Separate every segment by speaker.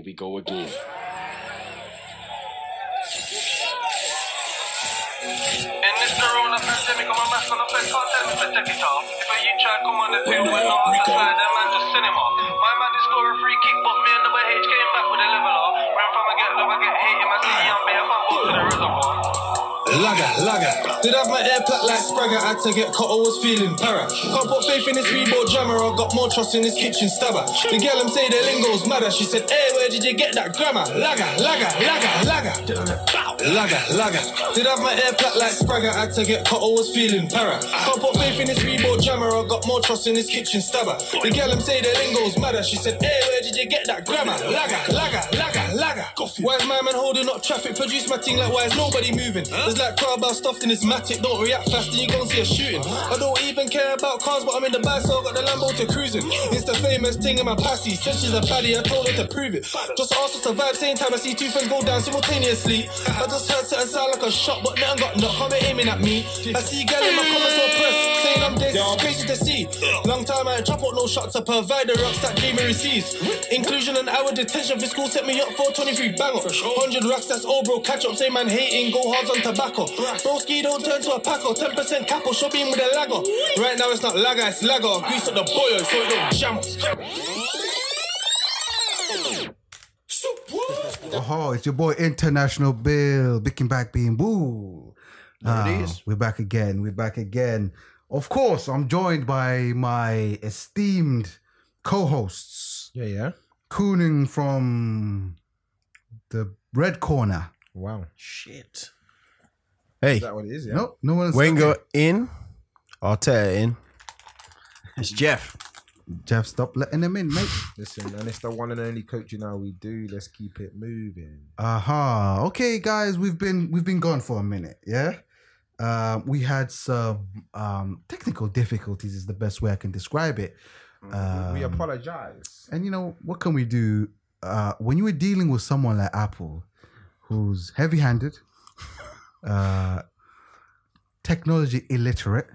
Speaker 1: Oh, we go again.
Speaker 2: In this corona pandemic, I'm a mess on a face, can't tell me to take it off. If a you try and come on the
Speaker 1: Wake
Speaker 2: field with
Speaker 1: up,
Speaker 2: no
Speaker 1: wake up.
Speaker 2: outside, that man just cinema. My man is scoring free kick, but me and the H came back with a leveler. Ran from a get low, I get hit in my city, I'm better from to the reservoir.
Speaker 3: Lagger, lagger. Did have my air pack like Spragger. Had to get caught, always feeling para. Can't put faith in this reborn drummer. I got more trust in this kitchen stabber. The girl, I'm say the lingo's madder. She said, Hey, where did you get that grammar? Lagger, lagger, lagger, lagger. Lagger, lagger. Did have my air pack like Spragger. Had to get caught, always feeling para. Can't put faith in this reborn drummer. I got more trust in this kitchen stabber. The girl, I'm say the lingo's madder. She said, Hey, where did you get that grammar? Lagger, lagger, lagger, lagger. Why is my man holding up traffic? Produce my thing like why is nobody moving? There's like crowbar stuffed in his matic. Don't react fast and you gon' see a shooting. I don't even care about cars, but I'm in the bag, so I got the Lambo to cruising. It's the famous thing in my passy. Says she's a baddie, I told her to prove it. Just ask her to vibe, same time I see two friends go down simultaneously. I just heard certain sound like a shot, but nothing got knocked. Come aiming at me. I see gal in my comments or press saying I'm dead. It's crazy to see. Long time I ain't chop out no shots. I provide the rocks that Jamie receives. Inclusion and hour detention for school set me up 423 bang up. 100 racks, that's all, bro. Catch up, say man hating, go hard on tobacco. Broski don't turn to a packer. 10% capo, shopping with a lagger. Right now it's not lagger, it's lagger. Grease up the boiler so it don't jam.
Speaker 4: Oh, it's your boy International Bill, Bicking Back Being Boo.
Speaker 5: There it
Speaker 4: Ah,
Speaker 5: is.
Speaker 4: We're back again. We're back again. Of course, I'm joined by my esteemed co-hosts,
Speaker 5: Yeah, yeah.
Speaker 4: Cooning from the Red Corner.
Speaker 5: Wow. Shit. Hey,
Speaker 6: Is that what it is? Yeah.
Speaker 4: Nope, no one's
Speaker 5: Wenger in, Arteta in. It's Jeff.
Speaker 4: Jeff, stop letting them in, mate.
Speaker 6: Listen, and it's the one and only coach you know we do. Let's keep it moving.
Speaker 4: Aha. Okay, guys, we've been we've been gone for a minute. Yeah, uh, we had some um, technical difficulties. Is the best way I can describe it.
Speaker 5: Mm-hmm.
Speaker 4: Um,
Speaker 6: we apologize.
Speaker 4: And you know what can we do uh, when you were dealing with someone like Apple, who's heavy-handed, uh, technology illiterate,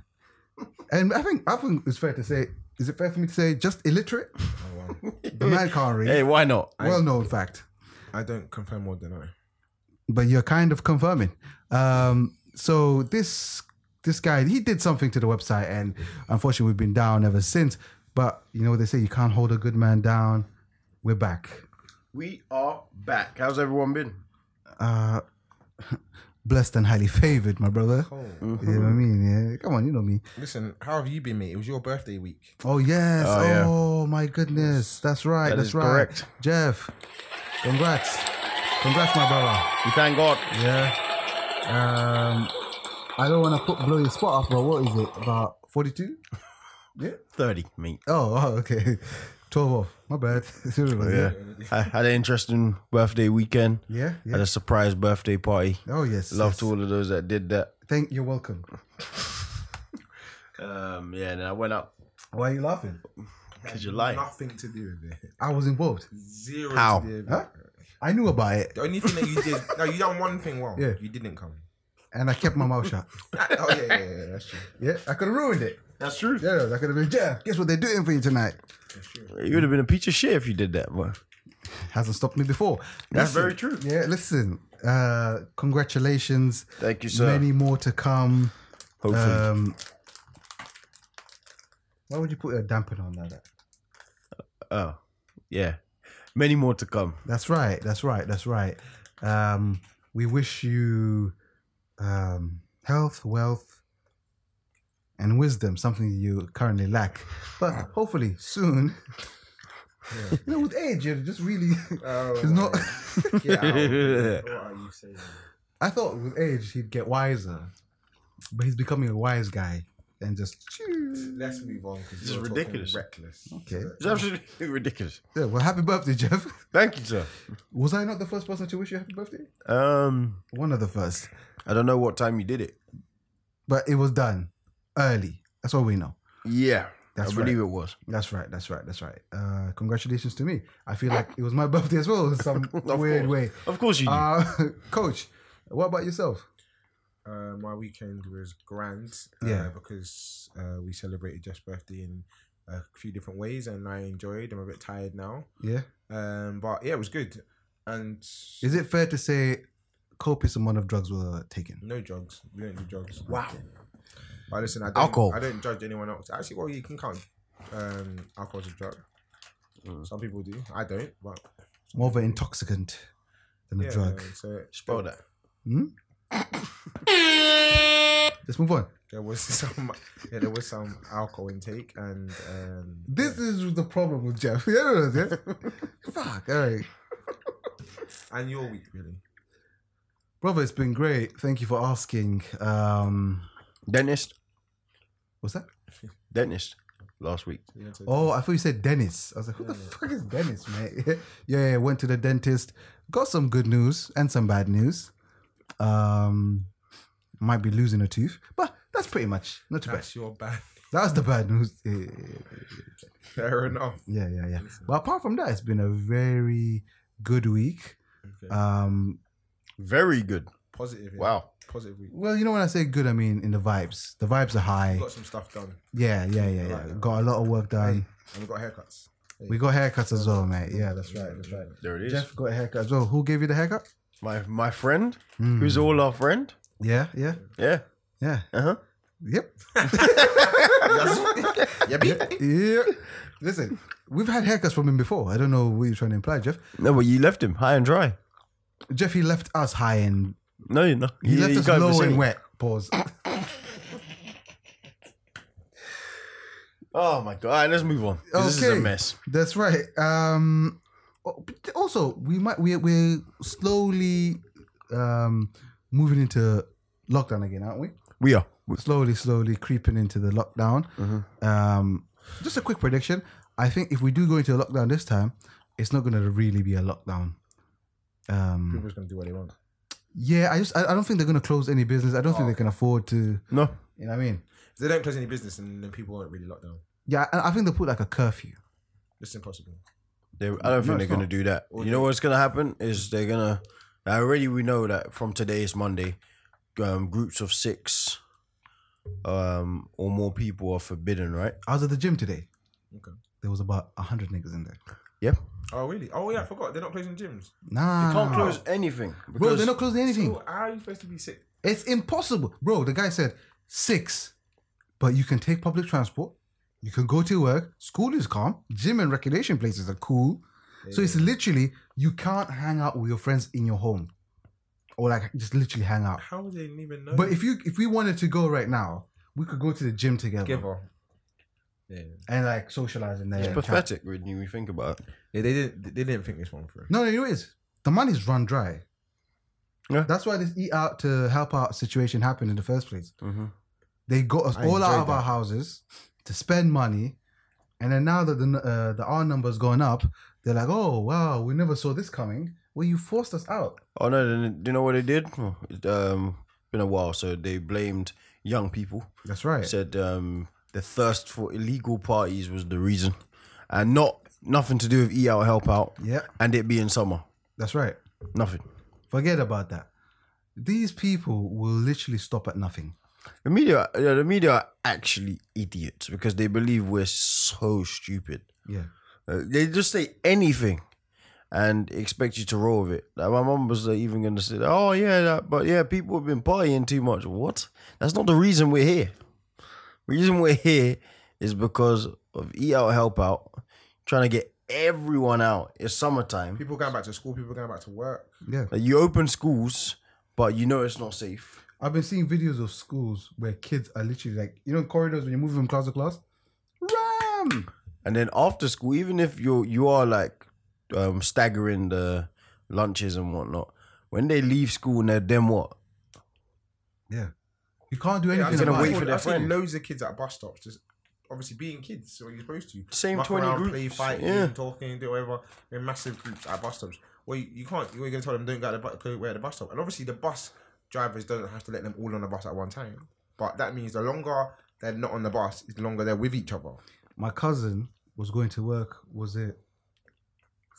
Speaker 4: and I think I think it's fair to say. Is it fair for me to say just illiterate? the man can't read.
Speaker 5: Hey, why not?
Speaker 4: well known fact
Speaker 6: I don't confirm or deny.
Speaker 4: but you're kind of confirming. Um, so this this guy he did something to the website, and unfortunately we've been down ever since. But you know what they say, you can't hold a good man down. We're back.
Speaker 5: We are back. How's everyone been?
Speaker 4: Uh, blessed and highly favored, my brother.
Speaker 6: Oh,
Speaker 4: You know what I mean? Yeah. Come on, you know me.
Speaker 6: listen, how have you been, mate? It was your birthday week.
Speaker 4: Oh yes.
Speaker 5: Oh, yeah.
Speaker 4: Oh my goodness. That's right.
Speaker 5: That
Speaker 4: That's
Speaker 5: is
Speaker 4: right.
Speaker 5: correct.
Speaker 4: Jeff, congrats. Congrats, my brother.
Speaker 5: We thank God.
Speaker 4: Yeah. Um, I don't want to put blow your spot up, but what is it? About 42?
Speaker 5: 30, mate.
Speaker 4: Oh, oh, okay. 12 off. My bad. Sorry about
Speaker 5: Oh, Yeah.
Speaker 4: that.
Speaker 5: I had an interesting birthday weekend.
Speaker 4: Yeah. yeah.
Speaker 5: Had a surprise birthday party.
Speaker 4: Oh, yes.
Speaker 5: Love
Speaker 4: yes.
Speaker 5: to all of those that did that.
Speaker 4: Thank You're welcome.
Speaker 5: Um, yeah, and then I went up
Speaker 4: Why are you laughing?
Speaker 5: because you like.
Speaker 6: Nothing to do with it.
Speaker 4: I was involved.
Speaker 6: Zero
Speaker 5: How?
Speaker 6: to do with
Speaker 4: Huh?
Speaker 6: it.
Speaker 4: I knew about it
Speaker 6: The only thing that you did, no, you done one thing well.
Speaker 4: Yeah.
Speaker 6: You didn't come.
Speaker 4: and I kept my mouth shut.
Speaker 6: oh, yeah, yeah, yeah, that's true.
Speaker 4: Yeah. I could have ruined it.
Speaker 5: That's true.
Speaker 4: Yeah. I could have been, Jeff, guess what they're doing for you tonight?
Speaker 5: You would have been a piece of shit if you did that, but
Speaker 4: Hasn't stopped me before.
Speaker 5: that's
Speaker 4: Listen,
Speaker 5: very true.
Speaker 4: Yeah. Listen, uh, congratulations.
Speaker 5: Thank you, sir.
Speaker 4: Many more to come.
Speaker 5: Hopefully.
Speaker 4: Um, why would you put a dampen on that?
Speaker 5: oh, yeah. Many more to come.
Speaker 4: That's right. That's right. That's right. Um, we wish you um, health, wealth, and wisdom, something you currently lack. But hopefully soon. you know, with age, you're just really.
Speaker 6: Oh,
Speaker 4: It's not.
Speaker 6: Get out. what are you saying?
Speaker 4: I thought with age he'd get wiser, but he's becoming a wise guy and just.
Speaker 6: Let's move on because
Speaker 5: This
Speaker 6: you're
Speaker 5: is
Speaker 6: talking
Speaker 5: ridiculous.
Speaker 6: Reckless.
Speaker 4: Okay.
Speaker 5: It's absolutely ridiculous.
Speaker 4: Yeah, well, happy birthday, Jeff.
Speaker 5: Thank you, sir.
Speaker 4: Was I not the first person to wish you happy birthday?
Speaker 5: Um,
Speaker 4: One of the first,
Speaker 5: I don't know what time you did it.
Speaker 4: but it was done early. That's all we know.
Speaker 5: Yeah,
Speaker 4: That's
Speaker 5: I
Speaker 4: right.
Speaker 5: believe it was.
Speaker 4: That's right. That's right. That's right. Uh, congratulations to me. I feel like it was my birthday as well in some
Speaker 5: Of
Speaker 4: weird
Speaker 5: course.
Speaker 4: way.
Speaker 5: Of course you did.
Speaker 4: Uh, coach, what about yourself?
Speaker 6: Uh, my weekend was grand. Uh,
Speaker 4: Yeah.
Speaker 6: Because uh, we celebrated Jeff's birthday and a few different ways, and I enjoyed. I'm a bit tired now,
Speaker 4: Yeah.
Speaker 6: um, but yeah, it was good. And
Speaker 4: Is it fair to say copious amount of drugs were taken?
Speaker 6: no drugs. We don't do drugs.
Speaker 4: Wow.
Speaker 6: But listen, I don't,
Speaker 1: Alcohol.
Speaker 6: I don't judge anyone else. Actually, well, you can count um, alcohol as a drug.
Speaker 4: Mm.
Speaker 6: Some people do. I don't. But
Speaker 4: More of an intoxicant than a
Speaker 6: yeah, uh,
Speaker 4: drug.
Speaker 6: So
Speaker 5: Spell that.
Speaker 4: Let's move on.
Speaker 6: there was some. Yeah, there was some alcohol intake, and um,
Speaker 4: This is the problem with Jeff. Yeah, no, no, yeah. Fuck. All right.
Speaker 6: and your week really.
Speaker 4: Brother, it's been great. Thank you for asking. Um,
Speaker 5: Dentist.
Speaker 4: what's that?
Speaker 5: Dentist. Last week.
Speaker 6: You know, to-
Speaker 4: Oh, I thought you said Dennis. I was like, who the fuck is Dennis, mate? yeah, yeah, went to the dentist, got some good news and some bad news. Um, might be losing a tooth, but that's pretty much not too bad.
Speaker 6: that's your bad.
Speaker 4: That was the bad news. Yeah, yeah, yeah,
Speaker 6: Fair enough.
Speaker 4: yeah, yeah, yeah. But apart from that, it's been a very good week.
Speaker 6: Okay.
Speaker 4: Um,
Speaker 5: Very good.
Speaker 6: positive. yeah.
Speaker 5: Wow.
Speaker 6: Positive week.
Speaker 4: well, you know when I say good, I mean in the vibes. The vibes are high.
Speaker 6: We got some stuff done.
Speaker 4: Yeah, yeah, yeah, yeah. Got a lot of work done.
Speaker 6: And we got haircuts.
Speaker 4: We got haircuts as well, mate. Yeah, that's right. That's right.
Speaker 5: There it is.
Speaker 4: Jeff got a haircut as well. Who gave you the haircut?
Speaker 5: My my friend, who's all our friend.
Speaker 4: Yeah, yeah,
Speaker 5: Yeah.
Speaker 4: yeah.
Speaker 5: Uh huh.
Speaker 4: Yep.
Speaker 6: Yeah, beat.
Speaker 4: yep. Listen, we've had haircuts from him before. I don't know what you're trying to imply, Jeff.
Speaker 5: No, but you left him high and dry.
Speaker 4: Jeff, he left us high and
Speaker 5: No, you know.
Speaker 4: he left us low and wet. Pause.
Speaker 5: Oh my god. All right, let's move on. 'cause This is
Speaker 4: Okay.
Speaker 5: a mess.
Speaker 4: That's right. Um, oh, but also, we might we're, we're slowly um, moving into lockdown again, aren't we?
Speaker 5: We are.
Speaker 4: slowly, slowly creeping into the lockdown.
Speaker 5: Mm-hmm.
Speaker 4: Um, just a quick prediction. I think if we do go into a lockdown this time, it's not going to really be a lockdown. Um,
Speaker 6: People's gonna do what they want.
Speaker 4: yeah, I just I, I don't think they're going to close any business. I don't
Speaker 5: Oh.
Speaker 4: think they can afford to. You
Speaker 5: No.
Speaker 4: know what I mean?
Speaker 6: If they don't close any business, and then people aren't really locked down.
Speaker 4: Yeah, I, I think they put like a curfew.
Speaker 6: It's impossible.
Speaker 5: They, I don't think
Speaker 4: No,
Speaker 5: they're
Speaker 4: it's
Speaker 5: gonna
Speaker 4: not.
Speaker 5: do that. You know what's gonna happen
Speaker 4: Mm.
Speaker 5: is they're gonna. Already we know that from today is Monday, um, groups of six, um, or more people are forbidden, right?
Speaker 4: I was at the gym today.
Speaker 6: Okay.
Speaker 4: There was about hundred niggas in there.
Speaker 5: Yep.
Speaker 6: Oh really? Oh yeah, I forgot. They're not closing gyms.
Speaker 4: Nah,
Speaker 5: Can't close anything.
Speaker 4: bro.
Speaker 5: because-
Speaker 4: They're not closing anything.
Speaker 6: So how are you supposed to be sick?
Speaker 4: It's impossible, bro. The guy said six, but you can take public transport. You can go to work. School is calm. Gym and recreation places are cool. So it's literally you can't hang out with your friends in your home, or like just literally hang out.
Speaker 6: How would they even know?
Speaker 4: But if you if we wanted to go right now, we could go to the gym together
Speaker 6: give her. Yeah.
Speaker 4: and like socialize in there.
Speaker 5: It's
Speaker 4: and chat.
Speaker 5: pathetic when you think about it.
Speaker 6: yeah, they didn't. They didn't think this one through.
Speaker 4: No, no, it is. The money's run dry.
Speaker 5: Yeah.
Speaker 4: That's why this eat out to help out situation happened in the first place.
Speaker 5: Mhm.
Speaker 4: They got us
Speaker 6: I
Speaker 4: all out
Speaker 6: enjoyed
Speaker 4: of our
Speaker 6: that.
Speaker 4: houses to spend money, and then now that the uh, the R number's gone up, they're like, "Oh wow, we never saw this coming." Well, you forced us out.
Speaker 5: Oh no! Then do you know what they did? Oh, it, Um, been a while, so they blamed young people.
Speaker 4: That's right.
Speaker 5: Said um, the thirst for illegal parties was the reason, and not nothing to do with eat out help out.
Speaker 4: Yeah.
Speaker 5: and it being summer,
Speaker 4: That's right.
Speaker 5: nothing.
Speaker 4: Forget about that. These people will literally stop at nothing.
Speaker 5: The media, yeah, the media are actually idiots because they believe we're so stupid.
Speaker 4: Yeah.
Speaker 5: Uh, they just say anything and expect you to roll with it. Like my mum was like, even going to say, "Oh yeah, that, but yeah, people have been partying too much." What? That's not the reason we're here. The reason we're here is because of eat out, help out, trying to get everyone out. It's summertime.
Speaker 6: People going back to school. People going back to work.
Speaker 4: Yeah.
Speaker 5: Like, you open schools, but you know it's not safe.
Speaker 4: I've been seeing videos of schools where kids are literally like, you know, in corridors when you move from class to class. Ram.
Speaker 5: And then after school, even if you you are like um, staggering the lunches and whatnot, when they leave school and they're then what?
Speaker 4: Yeah. You can't do
Speaker 6: Yeah,
Speaker 4: anything
Speaker 6: I've
Speaker 5: gonna
Speaker 6: seen-
Speaker 4: about
Speaker 5: wait
Speaker 4: it.
Speaker 5: for
Speaker 6: I've
Speaker 5: their
Speaker 6: seen
Speaker 5: friend.
Speaker 6: Loads of kids at bus stops just. Obviously, being kids, so you're supposed to
Speaker 5: Same
Speaker 6: muck
Speaker 5: 20
Speaker 6: around,
Speaker 5: groups,
Speaker 6: play, fighting,
Speaker 5: yeah.
Speaker 6: talking, do whatever. They're massive groups at bus stops. Well, you, you can't. You're going to tell them don't go to the, bu- go where the bus stop, and obviously the bus drivers don't have to let them all on the bus at one time. But that means the longer they're not on the bus, is the longer they're with each other.
Speaker 4: My cousin was going to work, was it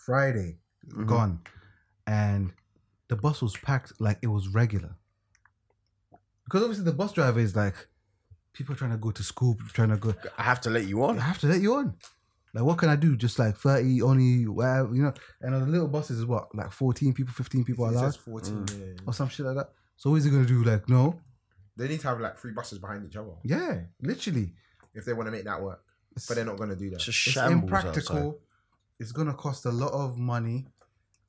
Speaker 4: Friday? Gone. And the bus was packed like it was regular. Because obviously the bus driver is like, People are trying to go to school, trying to go.
Speaker 5: I have to let you on.
Speaker 4: I have to let you on. Like, what can I do? Just like 30, only, whatever, you know. And on the little buses is what? Like 14 people, 15 people
Speaker 6: It
Speaker 4: allowed
Speaker 6: says 14.
Speaker 5: Mm.
Speaker 6: yeah, yeah.
Speaker 4: or some shit like that. So, what is he going to do? Like, no.
Speaker 6: They need to have like three buses behind each other
Speaker 4: Yeah, literally.
Speaker 6: if they want to make that work. But they're not going to do
Speaker 5: It's
Speaker 6: that.
Speaker 5: a
Speaker 4: It's
Speaker 5: shambles
Speaker 4: impractical.
Speaker 5: outside.
Speaker 4: It's going to cost a lot of money.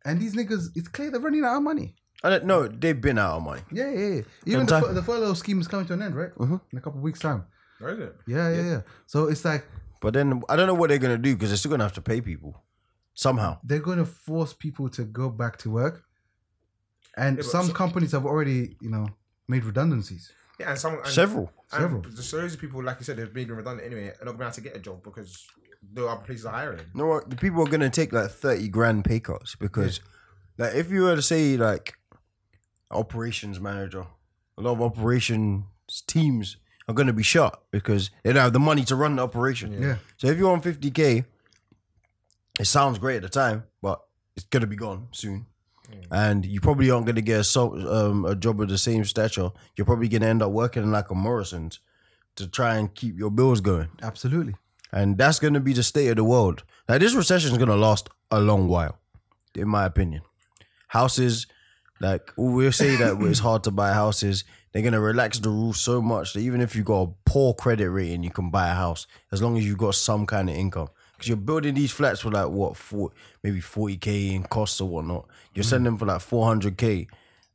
Speaker 4: And these niggas, it's clear they're running out of money.
Speaker 5: I don't know. They've been out of money.
Speaker 4: Yeah, yeah, yeah. Even
Speaker 5: And
Speaker 4: the,
Speaker 5: time-
Speaker 4: fur- the furlough scheme is coming to an end, right? Mm-hmm. In a couple of weeks' time.
Speaker 6: No, is it?
Speaker 4: Yeah, yeah, yeah. So it's like
Speaker 5: But then I don't know what they're gonna do because they're still gonna have to pay people somehow.
Speaker 4: they're going to force people to go back to work. And
Speaker 6: Yeah, but
Speaker 4: some
Speaker 6: so-
Speaker 4: companies have already, you know, made redundancies.
Speaker 6: Yeah, and some and,
Speaker 5: Several.
Speaker 6: And
Speaker 4: Several.
Speaker 6: the series of people, like you said, they've been redundant anyway, are not going to have to get a job because there are places that are hiring.
Speaker 5: You know what? The people are gonna take like thirty grand pay cuts because, like, if you were to say like, operations manager, a lot of operations teams are gonna be shut because they don't have the money to run the operation.
Speaker 4: Yeah.
Speaker 5: So if you're on fifty k, it sounds great at the time, but it's gonna be gone soon. And you probably aren't going to get a, so- um, a job of the same stature. You're probably going to end up working in like a Morrison's to try and keep your bills going.
Speaker 4: Absolutely.
Speaker 5: And that's going to be the state of the world. Like this recession is going to last a long while, in my opinion. Houses, like we'll say that it's hard to buy houses. They're going to relax the rules so much that even if you got a poor credit rating, you can buy a house as long as you've got some kind of income. Because you're building these flats for like what, four, maybe 40K in costs or whatnot. You're selling them for like 400K.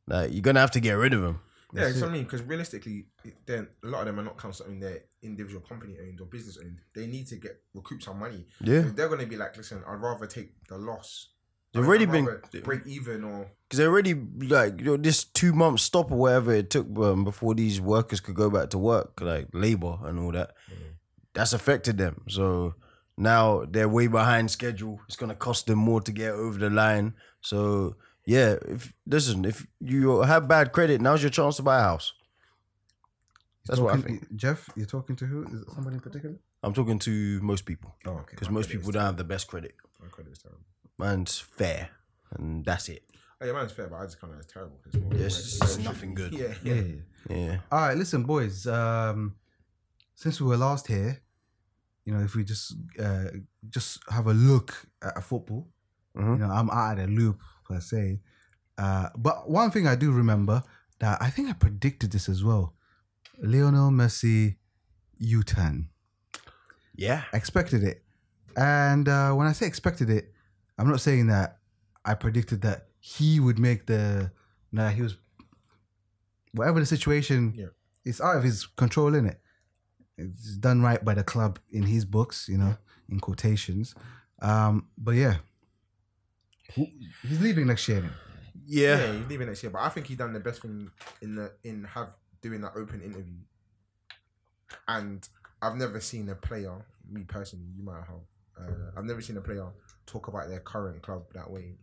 Speaker 5: Like you're going to have to get rid of them.
Speaker 6: Yeah, that's what I mean. Because realistically, it- then a lot of them are not council owned; they're individual company owned or business owned. They need to get recoup some money.
Speaker 5: Yeah.
Speaker 6: If they're going to be like, listen, I'd rather take the loss. I
Speaker 5: They've
Speaker 6: mean,
Speaker 5: already
Speaker 6: I'd
Speaker 5: been-
Speaker 6: rather break even or
Speaker 5: Because they already like you know, this two month stop or whatever it took um, before these workers could go back to work, like labor and all that.
Speaker 6: Mm.
Speaker 5: That's affected them. So now they're way behind schedule. It's gonna cost them more to get over the line. So yeah, if listen, if you have bad credit, now's your chance to buy a house. That's what I
Speaker 4: Talking- Jeff, you're talking to who? Is it somebody in particular?
Speaker 5: I'm talking to most people
Speaker 6: oh, okay.
Speaker 5: because most people don't have the best credit.
Speaker 6: My credit is terrible.
Speaker 5: Mine's fair, and that's it.
Speaker 6: Oh, yeah, mine's fair, but I just kind of it's terrible. 'cause it's more-
Speaker 5: It's, it's nothing good.
Speaker 6: Yeah,
Speaker 4: Yeah,
Speaker 6: yeah.
Speaker 4: yeah, yeah.
Speaker 5: yeah.
Speaker 4: All right, listen, boys. Um, since we were last here, you know, if we just uh, just have a look at football,
Speaker 5: Mhm.
Speaker 4: you know, I'm out of the loop per se. Uh, but one thing I do remember that I think I predicted this as well: Lionel Messi U-turn.
Speaker 5: yeah.
Speaker 4: Expected it, and uh, when I say expected it, I'm not saying that I predicted that he would make the. Nah, he was. Whatever the situation,
Speaker 6: Yeah.
Speaker 4: it's out of his control, in it. It's done right by the club in his books, you know, in quotations. Um, but yeah, He- he's leaving next year. innit?
Speaker 5: Yeah.
Speaker 6: Yeah, he's leaving next year, but I think he done the best thing in the in have doing that open interview. And I've never seen a player, me personally, you might have, uh, I've never seen a player talk about their current club that way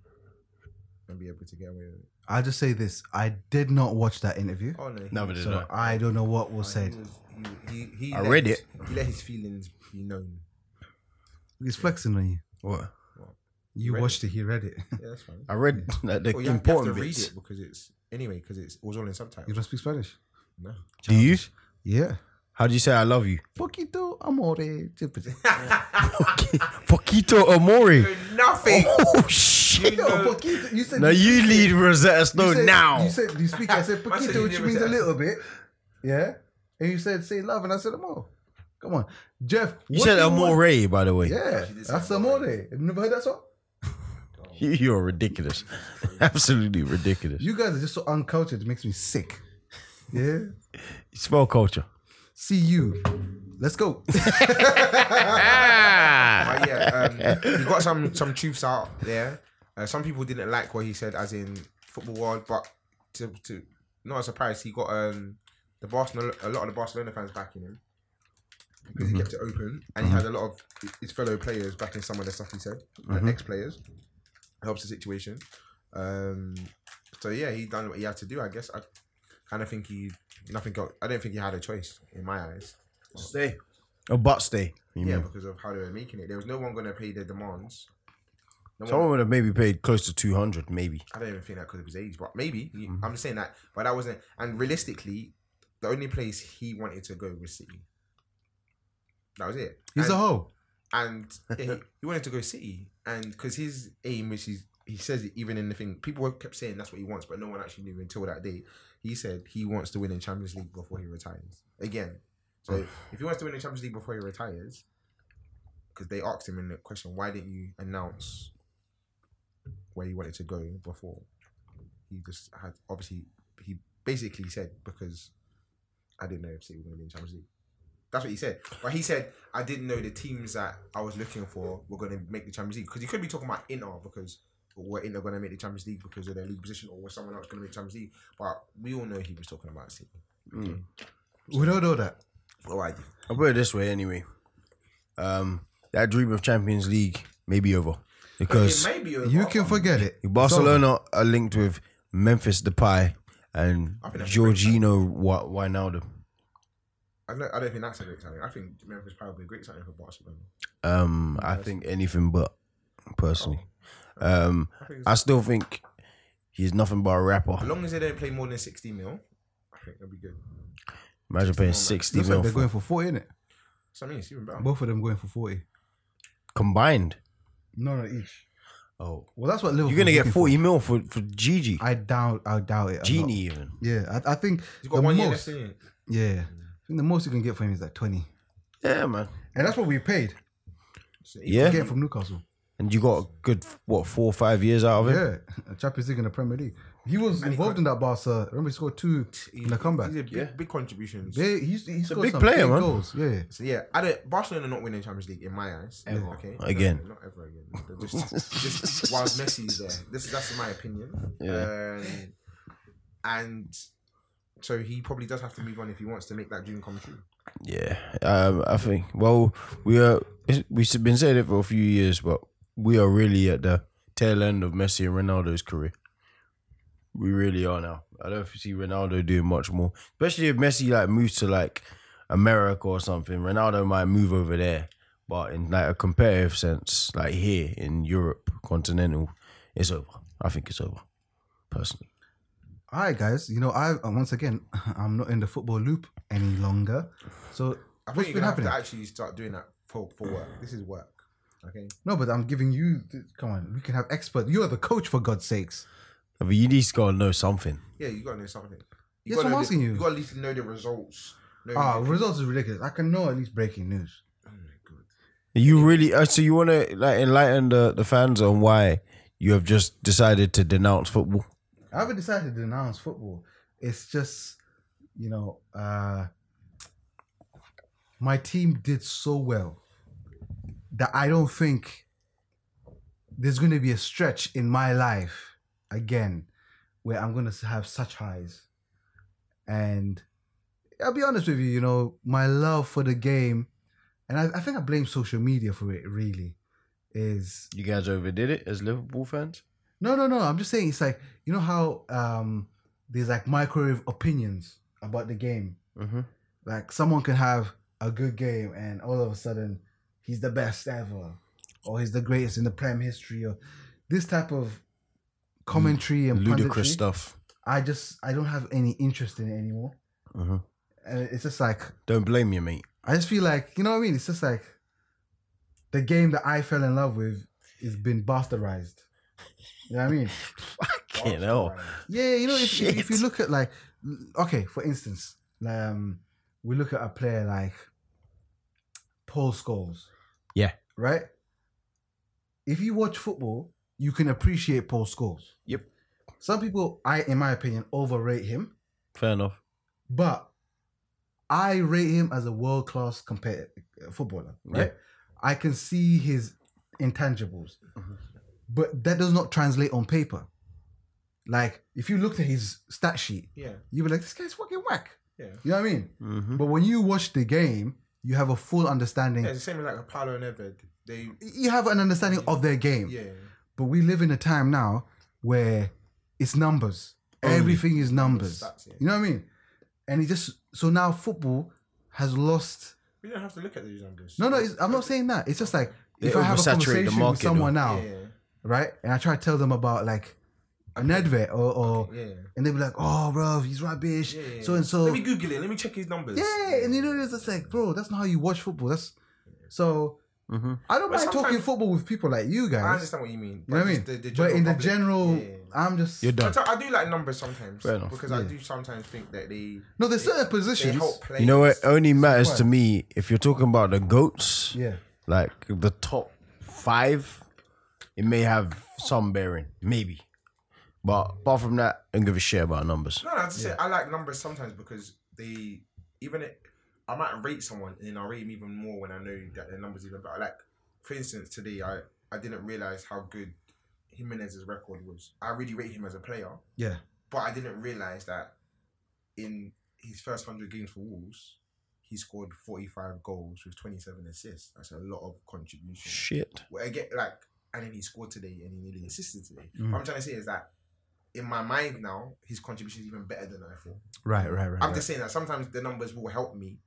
Speaker 6: and be able to get away with it.
Speaker 4: I'll just say this: I did not watch that interview,
Speaker 6: Oh no, he-
Speaker 5: No, but it's
Speaker 4: so
Speaker 5: not.
Speaker 4: I don't know what
Speaker 6: he
Speaker 4: was said.
Speaker 6: was- he, he, he
Speaker 5: I
Speaker 6: let
Speaker 5: read
Speaker 6: his-
Speaker 5: it.
Speaker 6: He let his feelings be known.
Speaker 4: He's flexing on you.
Speaker 5: What?
Speaker 4: You
Speaker 6: Read
Speaker 4: watched it. He read it.
Speaker 6: Yeah, that's fine.
Speaker 5: I read like, the
Speaker 6: uh, Well, you have, you have to
Speaker 5: important
Speaker 6: read
Speaker 5: bits.
Speaker 6: it because it's anyway because it's it was all in
Speaker 4: you
Speaker 6: subtitles.
Speaker 4: don't speak Spanish.
Speaker 6: No.
Speaker 5: Do you?
Speaker 4: Yeah.
Speaker 5: How do you say I love you?
Speaker 4: Poquito amore.
Speaker 5: Poquito Amore.
Speaker 6: Nothing.
Speaker 5: Oh shit.
Speaker 4: Yo, poquito. You said
Speaker 5: Now you lead Rosetta
Speaker 4: you
Speaker 5: Stone
Speaker 4: said-
Speaker 5: now.
Speaker 4: You said you speak. I said
Speaker 6: I said
Speaker 4: poquito,
Speaker 6: you
Speaker 4: which
Speaker 6: never
Speaker 4: means a
Speaker 6: said-
Speaker 4: little bit. Yeah. And you said say love, and I said amor. Come on, Jeff.
Speaker 5: You
Speaker 4: what
Speaker 5: said
Speaker 4: do want-
Speaker 5: Amore, by the way.
Speaker 4: Yeah,
Speaker 6: did say
Speaker 4: that's
Speaker 6: amore.
Speaker 4: amore. Have you never heard that song?
Speaker 5: You, you're ridiculous. Absolutely ridiculous.
Speaker 4: You guys are just so uncultured. It makes me sick. Yeah.
Speaker 5: Small culture.
Speaker 4: See you. Let's go. Ah.
Speaker 6: But yeah, um, we got some some truths out there. Uh, some people didn't like what he said, as in football world, but to to not a surprise, he got um the Barcelona a lot of the Barcelona fans backing him. Because He kept it open, and he had a lot of his fellow players backing some of the stuff he said, the ex players. Helps the situation. Um, so yeah, he done what he had to do. I guess I kind of think he nothing. Got, I don't think he had a choice in my eyes.
Speaker 5: Stay. A butt stay. You
Speaker 6: Yeah,
Speaker 5: mean.
Speaker 6: because of how they were making it. There was no one going to pay their demands. No
Speaker 5: Someone
Speaker 6: one,
Speaker 5: would have maybe paid close to 200, maybe.
Speaker 6: I don't even think that because of his age, but maybe. You- I'm just saying that. But that wasn't. And realistically, the only place he wanted to go was City. That was it.
Speaker 4: He's
Speaker 6: and,
Speaker 4: a hoe.
Speaker 6: and yeah, he, he wanted to go City, and because his aim, which is he says it even in the thing, people kept saying that's what he wants, but no one actually knew until that day. He said he wants to win in Champions League before he retires again. So if he wants to win in Champions League before he retires, because they asked him in the question, why didn't you announce where you wanted to go before? He just had obviously he basically said because I didn't know if City were going to be in Champions League. That's what he said. But he said, I didn't know the teams that I was looking for were going to make the Champions League. Because you could be talking about Inter because were Inter going to make the Champions League because of their league position or was someone else going to make Champions League. But we all know he was talking about City.
Speaker 4: We don't know that.
Speaker 6: Oh, I do.
Speaker 5: I'll put it this way anyway. Um, that dream of Champions League may be over
Speaker 6: It
Speaker 5: because
Speaker 6: may be over.
Speaker 4: You can forget it.
Speaker 5: Barcelona are linked with Memphis Depay and
Speaker 6: I think that's
Speaker 5: Jorginho Wa- Wijnaldum.
Speaker 6: I don't, I don't think that's a great signing. I think Memphis Power would be a great signing for Barcelona.
Speaker 5: Um, I think anything but personally.
Speaker 4: Oh.
Speaker 5: Um, I still think he's nothing but a
Speaker 6: As
Speaker 5: rapper.
Speaker 6: long as they don't play more than 60 mil, I think they'll be good.
Speaker 5: Imagine paying
Speaker 4: Looks
Speaker 5: sixty
Speaker 4: like
Speaker 5: mil
Speaker 4: they're
Speaker 5: for-
Speaker 4: going for 40, innit?
Speaker 6: So I mean, it's even better.
Speaker 4: Both of them going for 40.
Speaker 5: combined.
Speaker 4: No, no, each.
Speaker 5: Oh,
Speaker 4: Well, that's what Liverpool.
Speaker 5: you're gonna get
Speaker 4: looking
Speaker 5: forty mil for for Gigi,
Speaker 4: For. I doubt. I doubt it. a lot.
Speaker 5: Genie even.
Speaker 4: Yeah, I, I think
Speaker 6: He's
Speaker 4: the
Speaker 6: got one year
Speaker 4: most.
Speaker 6: left in.
Speaker 4: yeah, I think the most you can get for him is like twenty,
Speaker 5: Yeah, man.
Speaker 4: and that's what we paid.
Speaker 5: Yeah,
Speaker 4: Get him from Newcastle.
Speaker 5: and you got a good what four or five years out of it.
Speaker 4: Yeah, Champions League in the Premier League. He was involved in that Barca. Remember, he scored two in the comeback.
Speaker 6: He's a big, big contribution.
Speaker 4: They, he's, he scored
Speaker 5: big
Speaker 4: some
Speaker 5: player,
Speaker 4: big
Speaker 5: man.
Speaker 4: goals. Yeah,
Speaker 6: So yeah, I don't. Barcelona not winning Champions League in my eyes. Ever. Okay.
Speaker 5: Again.
Speaker 6: No, not ever again. They're Just, just while Messi's there. This that's my opinion.
Speaker 5: Yeah.
Speaker 6: Um, and so he probably does have to move on if he wants to make that dream come true.
Speaker 5: Yeah, um, I think. Well, we are. it's- We've been saying it for a few years, but we are really at the tail end of Messi and Ronaldo's career. We really are now. I don't see Ronaldo doing much more, especially if Messi like moves to like America or something. Ronaldo might move over there, but in like a competitive sense, like here in Europe, continental, it's over. I think it's over, personally.
Speaker 4: All right, guys. You know, I uh, once again, I'm not in the football loop any longer. So
Speaker 6: I
Speaker 4: what's
Speaker 6: think you're
Speaker 4: been
Speaker 6: gonna
Speaker 4: happening?
Speaker 6: have to actually start doing that for for work. This is work. Okay.
Speaker 4: No, but I'm giving you. th- Come on, we can have expert. You are the coach, for God's sakes.
Speaker 5: I mean, you need to go and know something.
Speaker 6: Yeah, you gotta know something. You
Speaker 4: Yes,
Speaker 6: gotta
Speaker 4: I'm
Speaker 6: know
Speaker 4: asking
Speaker 6: the,
Speaker 4: you.
Speaker 6: You gotta at least know the results. Know
Speaker 4: Ah,
Speaker 6: the-
Speaker 4: results is ridiculous. I can know at least breaking news.
Speaker 6: Oh my God.
Speaker 5: You really uh, so you want to like enlighten the, the fans on why you have just decided to denounce football?
Speaker 4: I haven't decided to denounce football. It's just, you know, uh, my team did so well that I don't think there's going to be a stretch in my life again where I'm going to have such highs. And I'll be honest with you, you know, my love for the game, and I, I think I blame social media for it really, is
Speaker 5: You guys overdid it as Liverpool fans.
Speaker 4: no, no, no. I'm just saying it's like you know how um there's like microwave opinions about the game.
Speaker 5: Mm-hmm.
Speaker 4: Like someone can have a good game and all of a sudden he's the best ever, or he's the greatest in the Prem history, or this type of commentary and
Speaker 5: Ludicrous
Speaker 4: punditry,
Speaker 5: stuff.
Speaker 4: I just I don't have any interest in it anymore.
Speaker 5: Mhm.
Speaker 4: And it's just like
Speaker 5: Don't blame you, mate.
Speaker 4: I just feel like you know what I mean. It's just like the game that I fell in love with is been bastardized. You know what I mean?
Speaker 5: Fucking hell.
Speaker 4: Yeah, you know, if, if, if you
Speaker 5: Shit.
Speaker 4: look at like, okay, for instance, um, we look at a player like Paul Scholes.
Speaker 5: Yeah.
Speaker 4: Right. If you watch football, you can appreciate Paul Scholes.
Speaker 5: Yep.
Speaker 4: Some people, I, in my opinion, overrate him,
Speaker 5: Fair enough.
Speaker 4: but I rate him as a world class competitive footballer. Right. I can see his intangibles,
Speaker 6: Mm-hmm.
Speaker 4: but that does not translate on paper. Like if you looked at his stat sheet,
Speaker 6: Yeah.
Speaker 4: you were like, this guy's fucking whack.
Speaker 6: Yeah.
Speaker 4: You know what I mean?
Speaker 5: Mm-hmm.
Speaker 4: But when you watch the game, you have a full understanding.
Speaker 6: Yeah, it's the same as like Apollo and Everd. They
Speaker 4: You have an understanding of their game.
Speaker 6: yeah.
Speaker 4: But we live in a time now where it's numbers. Everything is numbers.
Speaker 6: Stats, yeah.
Speaker 4: You know what I mean? And it just so now football has lost.
Speaker 6: We don't have to look at these numbers.
Speaker 4: No, no, it's, I'm not saying that. It's just like if
Speaker 5: They
Speaker 4: I have a
Speaker 5: oversaturate the
Speaker 4: conversation with
Speaker 5: market,
Speaker 4: someone now,
Speaker 6: Yeah.
Speaker 4: right, and I try to tell them about like an advert or, or
Speaker 6: Yeah, yeah.
Speaker 4: and they'd be like, oh, bro, he's rubbish,
Speaker 6: Yeah, yeah, yeah.
Speaker 4: so and so.
Speaker 6: Let me Google it. Let me check his numbers.
Speaker 4: Yeah, and you know, it's just like, bro, that's not how you watch football. That's so.
Speaker 5: Mhm.
Speaker 4: I don't
Speaker 6: But
Speaker 4: mind talking
Speaker 6: sometimes-
Speaker 4: football with people like you
Speaker 6: I
Speaker 4: guys.
Speaker 6: understand what you mean.
Speaker 4: You know what I mean?
Speaker 6: just the- the
Speaker 4: but in the
Speaker 6: public-
Speaker 4: general,
Speaker 6: Yeah.
Speaker 4: I'm just
Speaker 5: You're done.
Speaker 6: Sometimes- I do like numbers sometimes
Speaker 5: Fair enough.
Speaker 6: because I do sometimes think that they
Speaker 4: no. There's certain
Speaker 6: they
Speaker 4: positions.
Speaker 6: help play.
Speaker 5: You know, it only matters to me if you're talking about the goats.
Speaker 4: Yeah.
Speaker 5: like the top five, it may have some bearing, maybe. But apart from that, I don't give a shit about numbers.
Speaker 6: No, no, I just say I like numbers sometimes because they even it, I might rate someone and then I rate them even more when I know that their numbers even better. Like for instance, today I I didn't realize how good Jimenez's record was. I really rate him as a player,
Speaker 4: Yeah.
Speaker 6: but I didn't realize that in his first hundred games for Wolves, he scored forty five goals with twenty seven assists. That's a lot of contribution.
Speaker 5: Shit.
Speaker 6: Well, I get like, and then he scored today, and he nearly assisted today. What I'm trying to say is that in my mind now, his contribution is even better than I thought.
Speaker 4: Right. Right. Right.
Speaker 6: I'm
Speaker 4: right.
Speaker 6: just saying that sometimes the numbers will help me,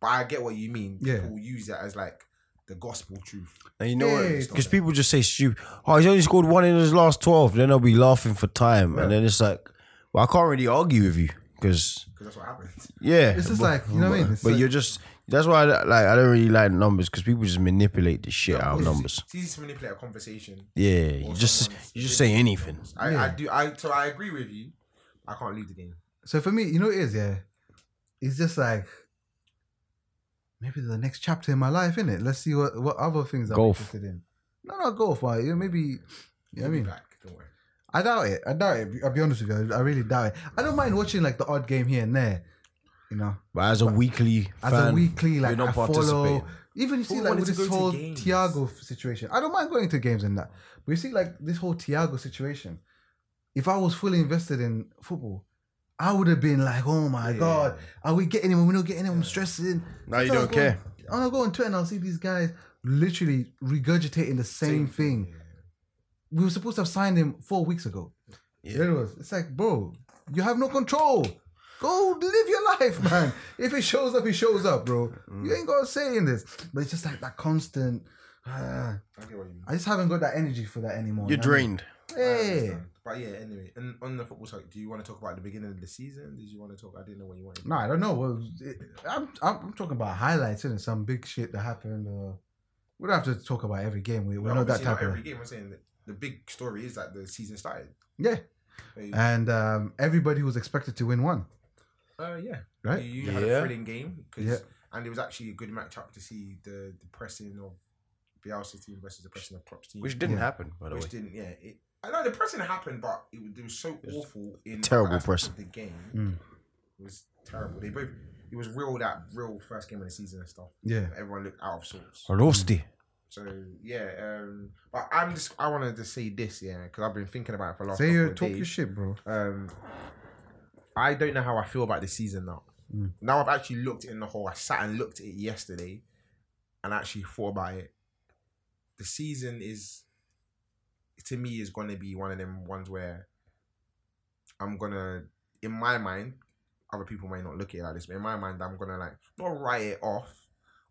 Speaker 6: but I get what you mean.
Speaker 4: Yeah.
Speaker 6: People use it as like the gospel truth.
Speaker 5: And you know
Speaker 4: Yeah.
Speaker 5: what? Because people just say stupid. Oh, he's only scored one in his last 12. Then they'll be laughing for time. And then it's like, well, I can't really argue with you because,
Speaker 6: Because that's what happens.
Speaker 5: yeah.
Speaker 4: It's just like, you know what I mean? It's
Speaker 5: But
Speaker 4: like-
Speaker 5: you're just, that's why I, don't- like, I don't really like numbers because people just manipulate the shit out of numbers.
Speaker 6: It's easy to manipulate a conversation.
Speaker 5: Yeah. You just, you just say anything.
Speaker 6: I, I
Speaker 4: Yeah.
Speaker 6: do. I so I agree with you. I can't leave the game.
Speaker 4: So for me, you know, what it is yeah. It's just like maybe the next chapter in my life, innit? Let's see what what other things I'm
Speaker 5: Golf.
Speaker 4: interested in. No, not golf, but you know, maybe. You know what I
Speaker 6: Be
Speaker 4: mean?
Speaker 6: back. Don't worry.
Speaker 4: I doubt it. I doubt it. I'll be honest with you. I really doubt it. I don't mind watching like the odd game here and there, you know,
Speaker 5: But as a weekly
Speaker 4: as
Speaker 5: fan,
Speaker 4: a weekly like
Speaker 5: you're not
Speaker 4: I follow.
Speaker 5: participating.
Speaker 4: Even you see like
Speaker 6: wanted
Speaker 4: with
Speaker 6: to
Speaker 4: this
Speaker 6: go to
Speaker 4: whole
Speaker 6: games?
Speaker 4: Thiago situation. I don't mind going to games and that, but you see like this whole Thiago situation. If I was fully invested in football, I would have been like, "Oh my god, are we getting him? Are we not getting him? I'm stressing."
Speaker 5: Now you
Speaker 4: So I'll
Speaker 5: don't
Speaker 4: go on-
Speaker 5: care.
Speaker 4: I'll go on Twitter and I'll see these guys literally regurgitating the same, thing we were supposed to have signed him four weeks ago. There it was. It's like, bro, you have no control. Go live your life, man. if it shows up, it shows up, bro.
Speaker 5: Mm.
Speaker 4: You ain't got a say in this. But it's just like that constant. ah.
Speaker 6: I get what you mean.
Speaker 4: I just haven't got that energy for that anymore.
Speaker 5: You're
Speaker 4: you know what I mean?
Speaker 5: drained.
Speaker 4: Hey.
Speaker 6: Understand. But yeah, anyway, and on the football side, do you want to talk about the beginning of the season? Did you want to talk? I didn't know what you wanted.
Speaker 4: No, I don't know. Well, it, I'm, I'm I'm talking about highlights and some big shit that happened. Uh, we don't have to talk about every game. We, we're
Speaker 6: No,
Speaker 4: not that
Speaker 6: obviously
Speaker 4: type of.
Speaker 6: every game. I'm saying that the big story is that the season started.
Speaker 4: Yeah.
Speaker 6: Hey.
Speaker 4: And um, everybody was expected to win one.
Speaker 6: Uh, yeah,
Speaker 4: Right?
Speaker 6: You, you had
Speaker 5: Yeah.
Speaker 6: a thrilling game 'cause-
Speaker 4: Yeah.
Speaker 6: and it was actually a good matchup to see the the pressing of Bielsa's team versus the pressing of Klopp's team,
Speaker 5: Which didn't
Speaker 4: Yeah.
Speaker 5: happen, by the
Speaker 6: which
Speaker 5: way.
Speaker 6: didn't. Yeah, it, I know the pressing happened, but it, was- it was so awful in
Speaker 5: terrible
Speaker 6: aspects
Speaker 5: pressing.
Speaker 6: of The game
Speaker 4: Mm.
Speaker 6: it was terrible. They both. It was real that real first game of the season and stuff.
Speaker 4: Yeah.
Speaker 6: Everyone looked out of sorts.
Speaker 5: Rosti.
Speaker 6: So yeah, um, but I'm just I wanted to say this yeah because I've been thinking about it for the last.
Speaker 4: Say
Speaker 6: couple
Speaker 4: your
Speaker 6: of
Speaker 4: talk your
Speaker 6: days.
Speaker 4: shit, bro.
Speaker 6: um, I don't know how I feel about the season now.
Speaker 4: Mm.
Speaker 6: Now I've actually looked in the whole. I sat and looked at it yesterday, and actually thought about it. The season is, to me, is going to be one of them ones where I'm gonna, in my mind, other people may not look at it like this, but in my mind, I'm gonna like not write it off,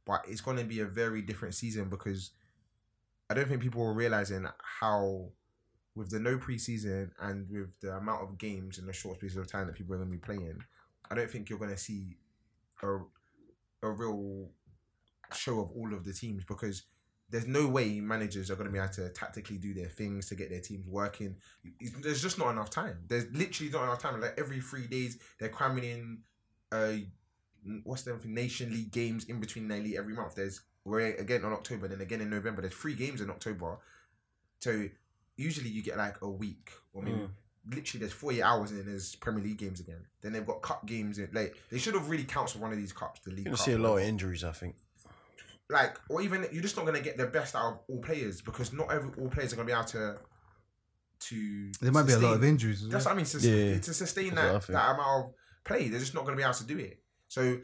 Speaker 6: but it's gonna be a very different season because I don't think people are realizing how with the no preseason and with the amount of games in the short space of time that people are going to be playing, I don't think you're going to see a a real show of all of the teams because there's no way managers are going to be able to tactically do their things to get their teams working. It's- There's just not enough time. There's literally not enough time. Like every three days, they're cramming in, uh, what's the nation league games in between their league every month. There's we're again on October, then again in November. There's three games in October, so usually you get like a week or
Speaker 5: Mm.
Speaker 6: maybe literally there's 48 hours and then there's Premier League games again. Then they've got cup games. In, like they should have really counseled one of these cups, the league.
Speaker 5: You're gonna
Speaker 6: Cup
Speaker 5: see a
Speaker 6: or
Speaker 5: lot of injuries, I think.
Speaker 6: like or even you're just not gonna get the best out of all players because not every all players are gonna be able to to
Speaker 4: There might be a lot of
Speaker 6: sustain-
Speaker 4: injuries. as
Speaker 6: That's
Speaker 4: well.
Speaker 6: what I mean, sus-
Speaker 5: Yeah.
Speaker 6: to sustain
Speaker 5: That's what I
Speaker 6: that,
Speaker 5: think.
Speaker 6: that amount of play, they're just not gonna be able to do it. So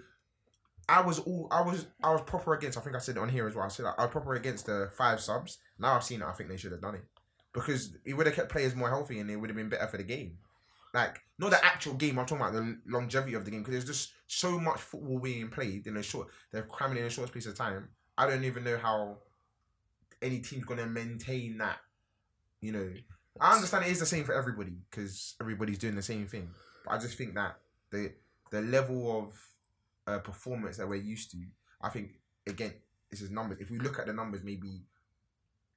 Speaker 6: I was all I was I was proper against I think I said it on here as well. I said I was proper against the five subs. Now I've seen it, I think they should have done it. Because it would have kept players more healthy and it would have been better for the game. Like not the actual game. I'm talking about the longevity of the game because there's just so much football being played in a short. They're cramming in a short space of time. I don't even know how any team's gonna maintain that. You know, I understand it is the same for everybody because everybody's doing the same thing. But I just think that the the level of uh, performance that we're used to, I think again, this is numbers. If we look at the numbers, maybe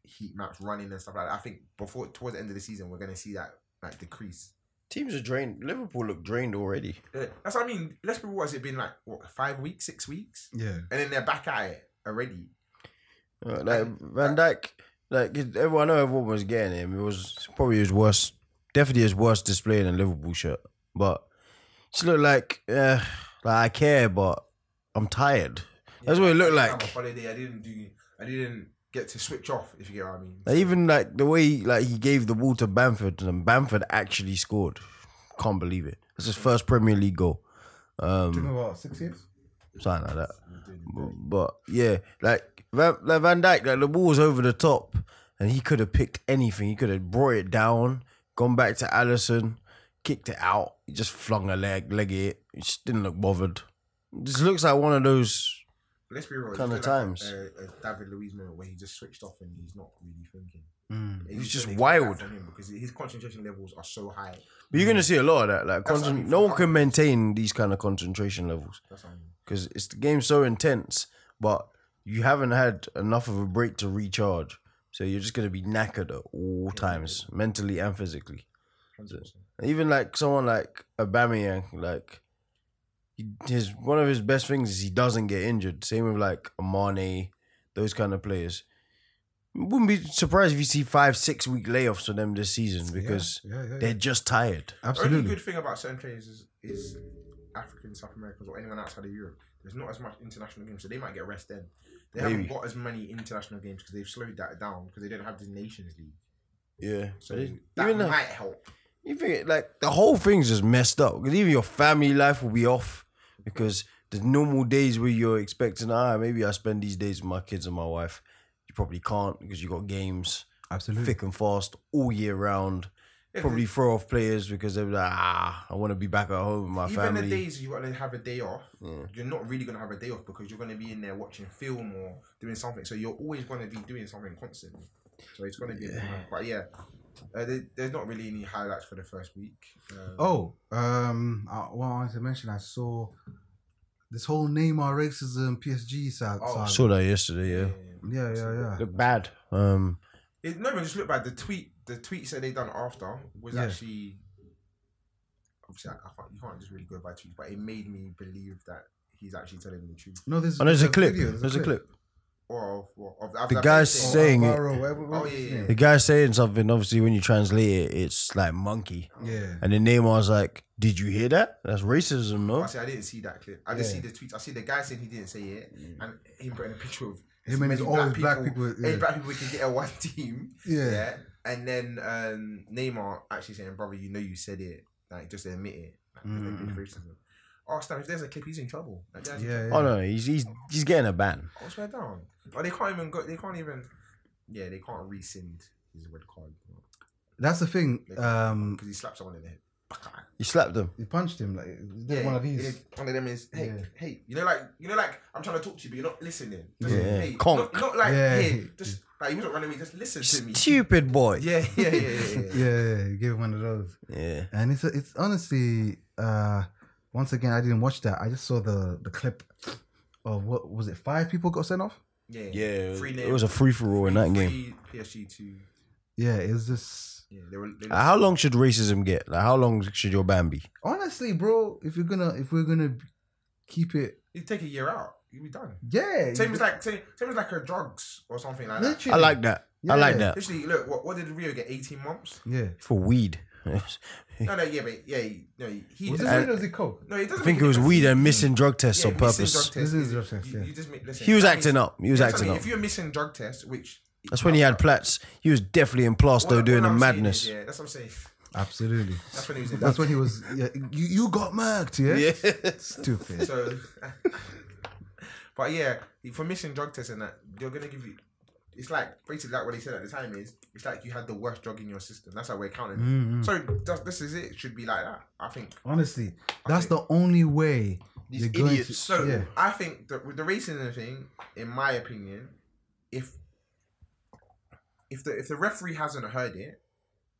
Speaker 6: heat maps running and stuff like that. I think before towards the end of the season, we're gonna see that like decrease.
Speaker 5: Teams are drained. Liverpool look drained already.
Speaker 6: Uh, That's what I mean. Let's be real. Has it been like what five weeks, six weeks,
Speaker 4: Yeah.
Speaker 6: and then they're back at it already?
Speaker 5: Uh, like Van Dijk, like everyone, I know everyone was getting him. It was probably his worst, definitely his worst display in a Liverpool shirt. But just looked like, uh, like I care, but I'm tired. That's what it
Speaker 6: I'm
Speaker 5: looked
Speaker 6: on
Speaker 5: like.
Speaker 6: holiday. I didn't do. I didn't get to switch off. If you get what I mean.
Speaker 5: Like, even like the way like he gave the ball to Bamford and Bamford actually scored. Can't believe it. It's his first Premier League goal. Um,
Speaker 4: About six years.
Speaker 5: something like that. But, but, yeah, like Van, like Van Dyke, like the ball was over the top, and he could have picked anything. He could have brought it down, gone back to Allison, kicked it out. He just flung a leg, leg it. He just didn't look bothered. Just looks like one of those.
Speaker 6: Let's be real.
Speaker 5: Kinda
Speaker 6: it's a bit
Speaker 5: times.
Speaker 6: Like a, a David Luiz moment where he just switched off and he's not really thinking.
Speaker 5: He's
Speaker 6: You
Speaker 5: just
Speaker 6: don't expect Mm. that
Speaker 5: wild.
Speaker 6: from him because his concentration levels are so high. Mm.
Speaker 5: But you're gonna see a lot of that. Like,
Speaker 6: That's what I
Speaker 5: concent-
Speaker 6: mean.
Speaker 5: no one can maintain these kind of concentration levels
Speaker 6: That's what I mean.
Speaker 5: because it's the game's so intense, but you haven't had enough of a break to recharge. So you're just gonna be knackered at all times, mentally and physically.
Speaker 6: 100%.
Speaker 5: Even like someone like Aubameyang, like he, his one of his best things is he doesn't get injured. Same with like Amane, those kind of players. Wouldn't be surprised if you see five, six week layoffs for them this season because
Speaker 4: Yeah, yeah, yeah.
Speaker 5: they're just tired.
Speaker 4: Absolutely.
Speaker 6: Only good thing about certain players is, is African, South Americans, or anyone outside of Europe. There's not as much international games, so they might get rest then. They haven't
Speaker 5: Maybe.
Speaker 6: got as many international games because they've slowed that down because they don't have the Nations League.
Speaker 5: Yeah.
Speaker 6: So that
Speaker 5: even
Speaker 6: might
Speaker 5: the,
Speaker 6: help.
Speaker 5: even like the whole thing's just messed up. Because even your family life will be off because the normal days where you're expecting, ah, maybe I spend these days with my kids and my wife. You probably can't because you got games.
Speaker 4: Absolutely.
Speaker 5: thick and fast all year round. Probably throw off players because they're like, ah, I want to be back at home with my
Speaker 6: Even
Speaker 5: family.
Speaker 6: the days you want to have a day off, you're not really going to have a day off because you're going to be in there watching film or doing something. So you're always going to be doing something constantly. So it's going to be, a bit mad. but yeah, uh, there, there's not really any highlights for the first week. Um,
Speaker 4: Oh, um, I, well, I wanted to mention I saw this whole Neymar racism PSG sa-
Speaker 6: Oh,
Speaker 4: saga.
Speaker 5: Saw that yesterday, yeah.
Speaker 4: yeah, yeah, yeah.
Speaker 5: Look bad. Um,
Speaker 6: It, no, but just look back. The tweet, the tweets that they done after was
Speaker 4: Yeah.
Speaker 6: actually. Obviously, I, I can't, you can't just really go by tweets, but it made me believe that he's actually telling the truth.
Speaker 4: No, this
Speaker 5: and Oh, there's a clip.
Speaker 4: video,
Speaker 5: There's a clip.
Speaker 6: Or of, or of, of
Speaker 5: The
Speaker 6: that
Speaker 5: guy
Speaker 6: thing.
Speaker 5: said- Saying it.
Speaker 4: Oh, Alvaro, whatever-
Speaker 6: Oh,
Speaker 4: what's his
Speaker 6: yeah, yeah,
Speaker 5: The
Speaker 4: name?
Speaker 5: guy's saying something. Obviously, when you translate it, it's like monkey.
Speaker 4: yeah.
Speaker 5: And then Neymar's like, "Did you hear that? That's racism, no?"
Speaker 6: Actually, I didn't see that clip. I just see the tweets. I see the guy saying he didn't say it,
Speaker 5: Mm.
Speaker 6: and him putting a picture of as
Speaker 4: and
Speaker 6: many
Speaker 4: all his black people,
Speaker 6: any
Speaker 4: yeah.
Speaker 6: black people we can get at one team.
Speaker 4: Yeah.
Speaker 6: and then um, Neymar actually saying, "Brother, you know you said it. Like, just admit it." Like,
Speaker 4: Mm.
Speaker 6: it's racism. Oh, Stan, if there's a clip, he's in trouble. Like,
Speaker 4: yeah,
Speaker 6: that's-
Speaker 4: yeah.
Speaker 5: Oh no, he's he's he's getting a ban.
Speaker 6: I swear down. Oh, they can't even go. They can't even. Yeah, they can't rescind his red card
Speaker 4: That's the thing. Um,
Speaker 6: because he slapped someone in the head.
Speaker 5: He slapped him.
Speaker 4: he punched him like he did one of
Speaker 6: he
Speaker 4: these.
Speaker 6: did. One of them is hey,
Speaker 4: Yeah.
Speaker 6: hey. You know, like you know, like I'm trying to talk to you, but you're not listening. Just,
Speaker 5: Yeah.
Speaker 6: hey,
Speaker 5: Conk.
Speaker 6: Not, not like
Speaker 4: Yeah.
Speaker 6: hey, just like you wasn't running away. Just listen to me.
Speaker 5: Stupid boy.
Speaker 6: Yeah, yeah, yeah, yeah. yeah.
Speaker 4: Yeah, yeah, he gave him one of those.
Speaker 5: Yeah.
Speaker 4: And it's it's honestly, uh, once again, I didn't watch that. I just saw the the clip of what was it? Five people got sent off.
Speaker 6: Yeah,
Speaker 5: Yeah.
Speaker 6: Free
Speaker 5: It was a free for all in that game.
Speaker 6: PSG two.
Speaker 4: Yeah, it was just
Speaker 6: Yeah, they were. They
Speaker 5: Like, Uh, how long should racism get? Like, how long should your ban be?
Speaker 4: honestly, bro. If you're gonna if we're gonna keep it,
Speaker 6: You take a year out, you'll be done.
Speaker 4: yeah,
Speaker 6: Same as like same, same as like her drugs or something like that.
Speaker 5: I like that. I like
Speaker 4: Yeah.
Speaker 5: that.
Speaker 6: Literally, look what what did Rio get? Eighteen months.
Speaker 4: Yeah.
Speaker 5: for weed. I
Speaker 6: No, no, yeah, but yeah, he- no, he.
Speaker 4: Was this
Speaker 6: doesn't make-
Speaker 4: weed or was it coke?
Speaker 6: no, he doesn't.
Speaker 5: think
Speaker 6: make a
Speaker 5: it was
Speaker 6: difference.
Speaker 5: weed and missing drug tests
Speaker 6: Yeah,
Speaker 5: on
Speaker 6: missing drug
Speaker 5: purpose.
Speaker 6: tests.
Speaker 4: This is
Speaker 6: You-
Speaker 4: drug test,
Speaker 6: you-
Speaker 4: yeah.
Speaker 6: you just make- listen,
Speaker 5: He was
Speaker 6: that
Speaker 5: acting
Speaker 6: means-
Speaker 5: up. He was
Speaker 6: that's what I
Speaker 5: acting
Speaker 6: mean.
Speaker 5: up.
Speaker 6: If you're missing drug tests, which
Speaker 5: That's when he had plats. He was definitely in
Speaker 6: What-
Speaker 5: plaster
Speaker 6: what
Speaker 5: doing the
Speaker 6: I'm saying is,
Speaker 5: madness.
Speaker 6: yeah, that's what I'm saying.
Speaker 4: Absolutely.
Speaker 6: That's when he was in.
Speaker 4: That's when he was. Yeah, you, you got murked, yeah. Stupid.
Speaker 6: So, but yeah, for missing drug tests and that, they're gonna give you. It's like basically like what he said at the time is it's like you had the worst drug in your system. That's how we're counting. it.
Speaker 4: Mm.
Speaker 6: So that's, this is it. it. Should be like that. I think.
Speaker 4: Mm-hmm. Honestly, that's the only way
Speaker 5: These
Speaker 4: you're going
Speaker 5: idiots.
Speaker 4: to.
Speaker 6: So
Speaker 4: yeah.
Speaker 6: I think that with the racism thing, in my opinion, if if the if the referee hasn't heard it,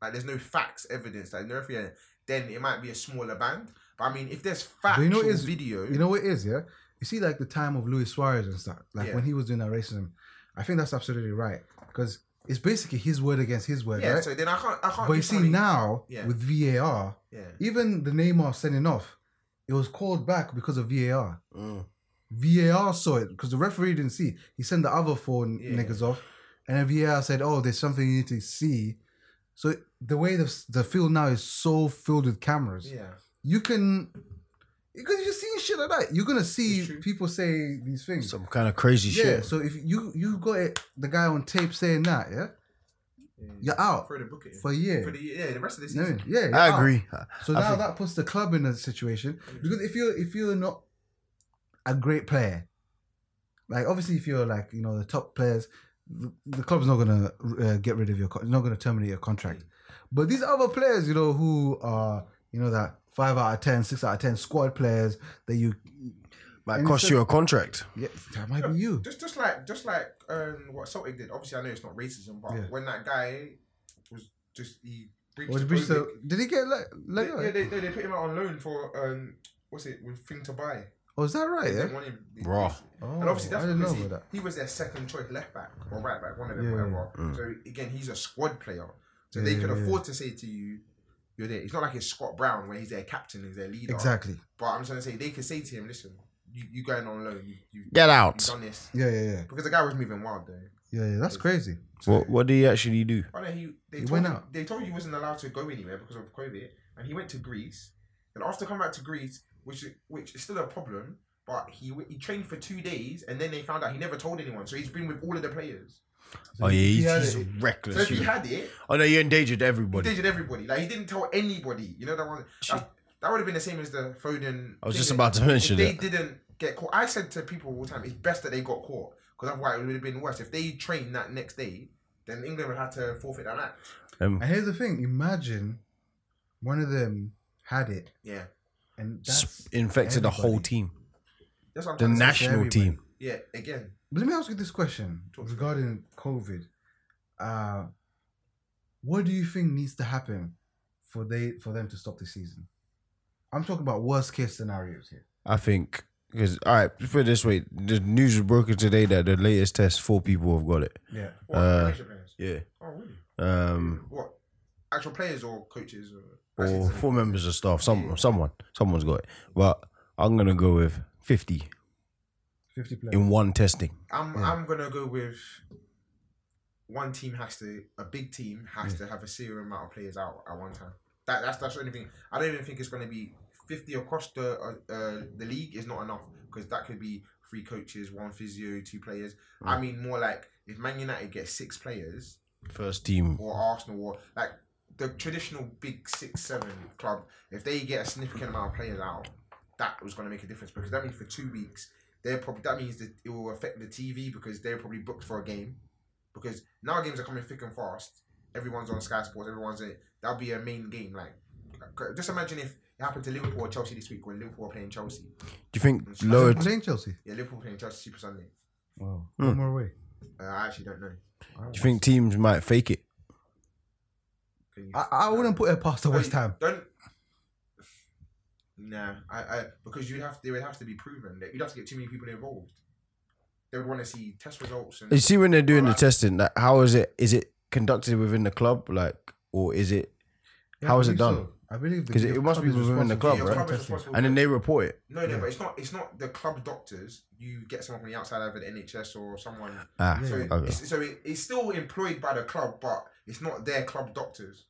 Speaker 6: Like there's no facts, evidence. Like no, if you're- then it might be a smaller band. But I mean, if there's factual
Speaker 4: you know what is-
Speaker 6: video,
Speaker 4: You know what it is, yeah? You see, like the time of Luis Suarez and stuff, like
Speaker 6: Yeah.
Speaker 4: when he was doing that racism, I think that's absolutely right because it's basically his word against his word,
Speaker 6: yeah.
Speaker 4: right?
Speaker 6: So then I can't, I can't.
Speaker 4: but you
Speaker 6: give
Speaker 4: see
Speaker 6: somebody-
Speaker 4: now
Speaker 6: Yeah.
Speaker 4: with VAR,
Speaker 6: yeah,
Speaker 4: even the Neymar sending off, it was called back because of VAR.
Speaker 5: Mm.
Speaker 4: VAR saw it because the referee didn't see. He sent the other four n
Speaker 6: Yeah.
Speaker 4: niggas off, and then VAR said, "Oh, there's something you need to see." So the way the the field now is so filled with cameras,
Speaker 6: yeah.
Speaker 4: you can because you're seeing shit like that. You're gonna see
Speaker 6: It's true.
Speaker 4: people say these things.
Speaker 5: Some kind of crazy
Speaker 4: yeah.
Speaker 5: shit.
Speaker 4: So if you you got it, the guy on tape saying that, yeah, you're out
Speaker 6: Throw the book at him.
Speaker 4: for a year.
Speaker 6: For the yeah, the rest of the
Speaker 4: You know what I
Speaker 6: season.
Speaker 4: mean? yeah, you're
Speaker 5: I
Speaker 4: out.
Speaker 5: agree.
Speaker 4: So
Speaker 5: I
Speaker 4: now
Speaker 5: think-
Speaker 4: that puts the club in a situation because if you're if you're not a great player, like obviously if you're like you know the top players, the, the club's not gonna uh, get rid of your con- not gonna terminate your contract. But these other players, you know, who are you know that five out of ten, six out of ten squad players that you,
Speaker 5: Might
Speaker 4: And
Speaker 5: cost
Speaker 4: it's a-
Speaker 5: you a contract.
Speaker 4: yeah, that might be you.
Speaker 6: Just just like just like um, what Celtic did. Obviously, I know it's not racism, but
Speaker 4: Yeah.
Speaker 6: when that guy was just he breached,
Speaker 4: Or
Speaker 6: the
Speaker 4: did, we still-
Speaker 6: prohibi-
Speaker 4: did he get let, let
Speaker 6: they,
Speaker 4: go?
Speaker 6: yeah, they, they, they put him out on loan for um, what's it with thing to buy.
Speaker 4: oh, is that right?
Speaker 6: They
Speaker 4: Yeah.
Speaker 6: didn't want him. They-
Speaker 5: Raw.
Speaker 4: Oh,
Speaker 6: And obviously that's
Speaker 4: I didn't know
Speaker 6: because
Speaker 4: about that.
Speaker 6: he, he was their second choice left back or right back, one of them,
Speaker 4: Yeah,
Speaker 6: whatever.
Speaker 5: yeah. Mm.
Speaker 6: So again, he's a squad player, so
Speaker 4: Yeah,
Speaker 6: they
Speaker 4: yeah,
Speaker 6: can
Speaker 4: yeah.
Speaker 6: afford to say to you, "You're there." It's not like it's Scott Brown where he's their captain, he's their leader.
Speaker 4: Exactly.
Speaker 6: But I'm trying to say they can say to him, "Listen, you you going on loan? You you
Speaker 5: Get
Speaker 6: you've
Speaker 5: out.
Speaker 6: done this."
Speaker 4: Yeah, yeah, yeah,
Speaker 6: Because the guy was moving wild though.
Speaker 4: yeah, yeah. That's crazy.
Speaker 5: What, what did he actually do?
Speaker 6: Why don't he? They
Speaker 4: He
Speaker 6: told
Speaker 4: went
Speaker 6: him,
Speaker 4: out.
Speaker 6: They told him he wasn't allowed to go anywhere because of COVID, and he went to Greece. And after coming back to Greece, which which is still a problem, but he w- he trained for two days, and then they found out he never told anyone. So he's been with all of the players.
Speaker 5: oh, yeah,
Speaker 4: he
Speaker 5: he's,
Speaker 4: had
Speaker 5: he's
Speaker 4: it.
Speaker 6: So
Speaker 5: reckless.
Speaker 6: if he
Speaker 5: you know.
Speaker 6: had it,
Speaker 5: oh, no, you endangered
Speaker 6: he
Speaker 5: everybody.
Speaker 6: did it everybody. Like he didn't tell anybody. You know that one. That, that would have been the same as the Foden.
Speaker 5: I was
Speaker 6: thing.
Speaker 5: just about to
Speaker 6: If
Speaker 5: mention
Speaker 6: they
Speaker 5: that.
Speaker 6: didn't get caught, I said to people all the time, it's best that they got caught because otherwise it would have been worse. If they trained that next day, then England would have had to forfeit that match.
Speaker 5: Um,
Speaker 4: And here's the thing: imagine one of them had it,
Speaker 6: Yeah,
Speaker 4: and that's
Speaker 5: s- infected the whole
Speaker 4: everybody.
Speaker 5: team,
Speaker 6: that's what I'm
Speaker 5: the
Speaker 6: trying to say.
Speaker 5: national
Speaker 4: everybody.
Speaker 5: team.
Speaker 6: Yeah, again.
Speaker 4: But let me ask you this question
Speaker 6: Talk to me.
Speaker 4: regarding COVID: uh, What do you think needs to happen for they for them to stop the season? I'm talking about worst case scenarios here.
Speaker 5: I think because all right, put it this way: the news was broken today that the latest test, four people have got it.
Speaker 4: Yeah,
Speaker 6: What,
Speaker 5: Uh,
Speaker 6: Croatia players?
Speaker 5: Yeah.
Speaker 6: Oh, really?
Speaker 5: Um.
Speaker 6: what? Actual players or coaches? Or,
Speaker 5: Or
Speaker 6: Actually,
Speaker 5: four members of staff. Some
Speaker 6: Yeah.
Speaker 5: someone someone's got it. But I'm gonna go with fifty
Speaker 4: fifty players.
Speaker 5: in one testing.
Speaker 6: I'm,
Speaker 4: Yeah.
Speaker 6: I'm going to go with one team has to, a big team has to have a serious amount of players out at one time. That, that's that's the only thing. I don't even think it's going to be 50 across the uh, uh, the league is not enough because that could be three coaches, one physio, two players. I mean, more like if Man United gets six players,
Speaker 5: First team.
Speaker 6: or Arsenal or like the traditional big six seven club, if they get a significant amount of players out, that was going to make a difference because that means for two weeks they're probably that means that it will affect the TV because they're probably booked for a game because now games are coming thick and fast. Everyone's on Sky Sports. Everyone's in, that'll be a main game. Like just imagine if it happened to Liverpool or Chelsea this week when Liverpool are playing Chelsea.
Speaker 5: Do you think
Speaker 6: That's-
Speaker 5: lower?
Speaker 4: They're playing Chelsea.
Speaker 6: Yeah, Liverpool playing Chelsea Super Sunday.
Speaker 4: Wow,
Speaker 5: Hmm.
Speaker 4: one more away.
Speaker 6: Uh, I actually don't know.
Speaker 5: Do you think teams might fake it?
Speaker 6: Can you-
Speaker 4: I, I wouldn't put it past the
Speaker 6: No,
Speaker 4: West
Speaker 6: you
Speaker 4: Ham.
Speaker 6: Don't. Nah, I, I because you have they would have to be proven that you'd have to get too many people involved. They would want to see test results and
Speaker 5: You see when they're doing the
Speaker 6: Alright.
Speaker 5: testing, like how is it? Is it conducted within the club, like, or is it? How is
Speaker 4: I
Speaker 5: it
Speaker 4: believe
Speaker 5: done?
Speaker 4: so. I believe the-
Speaker 5: 'Cause
Speaker 4: the
Speaker 5: it must
Speaker 4: club
Speaker 5: be
Speaker 4: is
Speaker 5: within the
Speaker 4: responsible
Speaker 5: club,
Speaker 4: for
Speaker 5: right?
Speaker 4: testing.
Speaker 5: And then they report it.
Speaker 6: no, no,
Speaker 4: Yeah.
Speaker 6: but it's not. It's not the club doctors. You get someone from the outside, either the NHS or someone.
Speaker 5: Ah,
Speaker 6: So,
Speaker 5: okay.
Speaker 6: it's, so it, it's still employed by the club, but it's not their club doctors.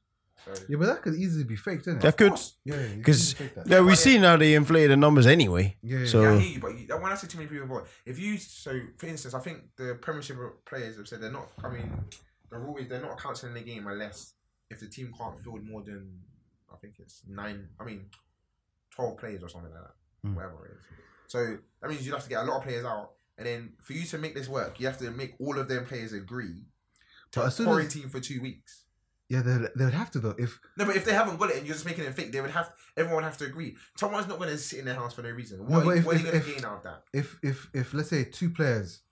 Speaker 6: So
Speaker 4: Yeah, but that could easily be faked, isn't it?
Speaker 5: that could.
Speaker 6: course.
Speaker 4: Yeah, yeah, you
Speaker 5: Because
Speaker 4: can fake that.
Speaker 5: yeah, we see now they inflated the numbers anyway.
Speaker 4: Yeah, yeah.
Speaker 5: So
Speaker 6: yeah, I hear you, but you, when I say too many people involved, if you so for instance, I think the Premiership players have said they're not. I mean, the rule is they're not cancelling the game unless if the team can't field more than I think it's nine. I mean, twelve players or something like that,
Speaker 4: Mm.
Speaker 6: whatever it is. So that means you have to get a lot of players out, and then for you to make this work, you have to make all of them players agree
Speaker 4: But
Speaker 6: to
Speaker 4: as soon as-
Speaker 6: quarantine for two weeks.
Speaker 4: yeah, they they would have to though. If
Speaker 6: No, but if they haven't got it and you're just making it fake, they would have everyone would have to agree. Someone's not going to sit in their house for no reason. What,
Speaker 4: but if-
Speaker 6: what are you
Speaker 4: if-
Speaker 6: going to
Speaker 4: if-
Speaker 6: gain out of that?
Speaker 4: if if if let's say two players,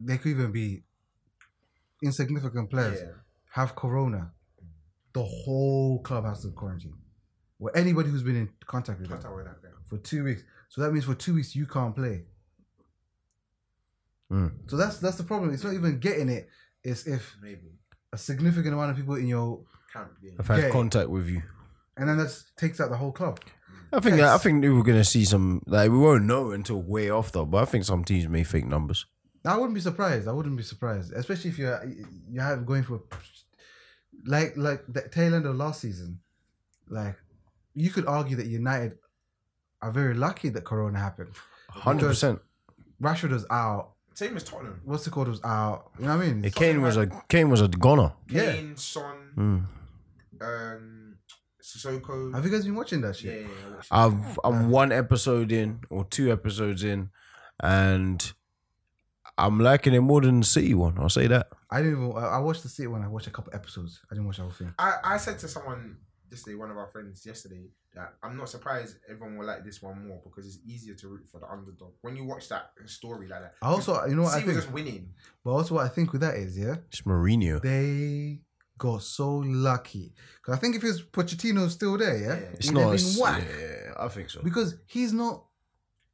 Speaker 4: they could even be insignificant players
Speaker 6: Yeah.
Speaker 4: have corona, the whole clubhouse in quarantine. Well, anybody who's been in contact with
Speaker 6: That's
Speaker 4: them
Speaker 6: how we're like that.
Speaker 4: for two weeks. So that means for two weeks you can't play.
Speaker 5: Mm.
Speaker 4: So that's that's the problem. It's not even getting it. It's if
Speaker 6: Maybe.
Speaker 4: a significant amount of people in your
Speaker 6: Can't be.
Speaker 5: I've had
Speaker 4: Yeah.
Speaker 5: contact with you.
Speaker 4: and then that takes out the whole club.
Speaker 5: I think
Speaker 4: Yes.
Speaker 5: I think we're gonna see some like we won't know until way after, but I think some teams may fake numbers.
Speaker 4: I wouldn't be surprised. I wouldn't be surprised, especially if you're you have going for like like the tail end of last season. Like you could argue that United are very lucky that Corona happened.
Speaker 5: Hundred percent.
Speaker 4: Rashford was out.
Speaker 6: Same as Tottenham.
Speaker 4: What's it called? Was out. You know what I mean?
Speaker 5: Kane was a Kane was a goner.
Speaker 4: Yeah.
Speaker 6: Kane, Son,
Speaker 5: Mm.
Speaker 6: um, Sissoko.
Speaker 4: Have you guys been watching that
Speaker 6: yeah,
Speaker 4: shit?
Speaker 6: yeah, yeah, I watched it.
Speaker 5: I've I'm one episode in or two episodes in, and I'm liking it more than the City one. I'll say that.
Speaker 4: I didn't even. I I watched the city when I watched a couple episodes. I didn't watch the whole thing.
Speaker 6: I, I said to someone yesterday, one of our friends yesterday, that I'm not surprised everyone will like this one more because it's easier to root for the underdog. When you watch that story like that,
Speaker 4: I also, you know,
Speaker 6: you
Speaker 4: what
Speaker 6: see
Speaker 4: I
Speaker 6: we're
Speaker 4: think,
Speaker 6: just winning.
Speaker 4: but also what I think with that is, yeah,
Speaker 5: It's Mourinho.
Speaker 4: they got so lucky. Because I think if it was Pochettino still there, yeah,
Speaker 6: Yeah.
Speaker 5: It's
Speaker 4: he'd
Speaker 5: not.
Speaker 4: have
Speaker 5: it's-
Speaker 4: been whack.
Speaker 5: yeah, I think so.
Speaker 4: because he's not.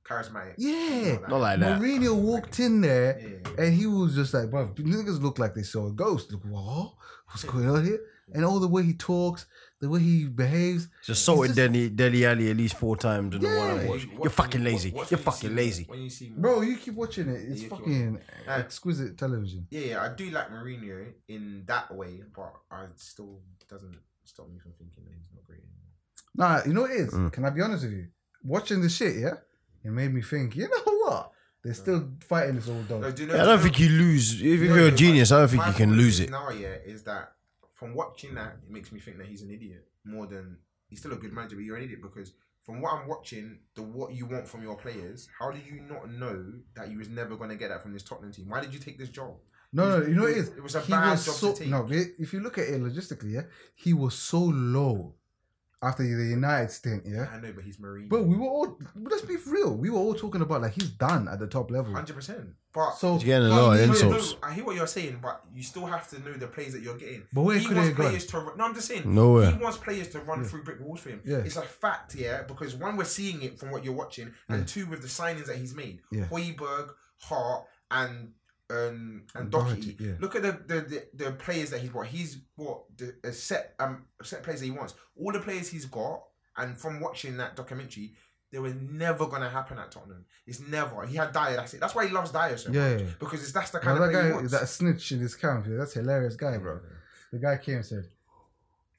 Speaker 6: Charismatic.
Speaker 4: Yeah.
Speaker 5: Not like that.
Speaker 4: Mourinho walked in there
Speaker 6: Yeah.
Speaker 4: and he was just like, bruv, niggas look like they saw a ghost. Look, what? What's going on here? And all the way he talks, the way he behaves.
Speaker 5: Just assaulted
Speaker 4: It's
Speaker 5: Deli Deli Ali at least four times in the one I
Speaker 4: Yeah.
Speaker 5: watched.
Speaker 6: What-
Speaker 5: You're fucking
Speaker 6: what-
Speaker 5: lazy.
Speaker 6: what-
Speaker 5: You're
Speaker 6: when you see
Speaker 5: fucking
Speaker 6: more-
Speaker 5: lazy.
Speaker 6: When you see more-
Speaker 4: Bro, you keep watching it. It's
Speaker 6: Yeah, keep
Speaker 4: fucking
Speaker 6: Uh,
Speaker 4: exquisite television.
Speaker 6: Yeah, yeah, I do like Mourinho in that way, but I still doesn't stop me from thinking that he's not great. anymore.
Speaker 4: Nah, you know what it is?
Speaker 5: Mm.
Speaker 4: Can I be honest with you? Watching this shit, yeah, it made me think, you know what? They're still fighting this old
Speaker 6: No,
Speaker 4: dog.
Speaker 6: do you know-
Speaker 5: Yeah, I don't think you lose. If, if
Speaker 6: No,
Speaker 5: you're a
Speaker 6: no,
Speaker 5: genius,
Speaker 6: my-
Speaker 5: I don't think
Speaker 6: my
Speaker 5: you can
Speaker 6: point
Speaker 5: lose
Speaker 6: is
Speaker 5: it.
Speaker 6: Now, yeah, is that from watching that, it makes me think that he's an idiot more than he's still a good manager, but you're an idiot because from what I'm watching, the what you want from your players, how did you not know that you was never going to get that from this Tottenham team? Why did you take this job?
Speaker 4: No,
Speaker 6: It
Speaker 4: no,
Speaker 6: was-
Speaker 4: you know what
Speaker 6: it
Speaker 4: it is?
Speaker 6: was- it was a
Speaker 4: He
Speaker 6: bad
Speaker 4: was
Speaker 6: job to
Speaker 4: so,
Speaker 6: take.
Speaker 4: No, but if you look at it logistically, yeah, he was so low after the United stint, yeah.
Speaker 6: I know, but he's Mourinho.
Speaker 4: But we were all, let's be real, we were all talking about like he's done at the top level.
Speaker 6: hundred percent. But
Speaker 4: So,
Speaker 5: He's getting a lot of
Speaker 6: No, no,
Speaker 5: insults.
Speaker 6: no, I hear what you're saying, but you still have to know the plays that you're getting.
Speaker 4: But where
Speaker 6: he
Speaker 4: could
Speaker 6: wants
Speaker 4: it have gone?
Speaker 6: players to run, No, I'm just saying.
Speaker 5: Nowhere.
Speaker 6: He wants players to run
Speaker 4: Yeah.
Speaker 6: through brick walls for him.
Speaker 4: Yeah.
Speaker 6: It's a fact, yeah, because one, we're seeing it from what you're watching, and two, with the signings that he's made.
Speaker 4: Yeah.
Speaker 6: Hoiberg, Hart, and um, and
Speaker 4: And
Speaker 6: Doherty.
Speaker 4: Doherty, yeah.
Speaker 6: Look at the, the, the, the players that he's bought. He's bought the, a set um set players that he wants. All the players he's got, and from watching that documentary, they were never gonna happen at Tottenham. It's never. He had Dyer. That's it. That's why he loves Dyer so
Speaker 4: yeah.
Speaker 6: much
Speaker 4: yeah.
Speaker 6: because it's, that's the
Speaker 4: Now,
Speaker 6: kind
Speaker 4: that
Speaker 6: of player he
Speaker 4: guy,
Speaker 6: wants.
Speaker 4: that snitch in his camp, yeah, that's a hilarious guy, bro. The guy came and said,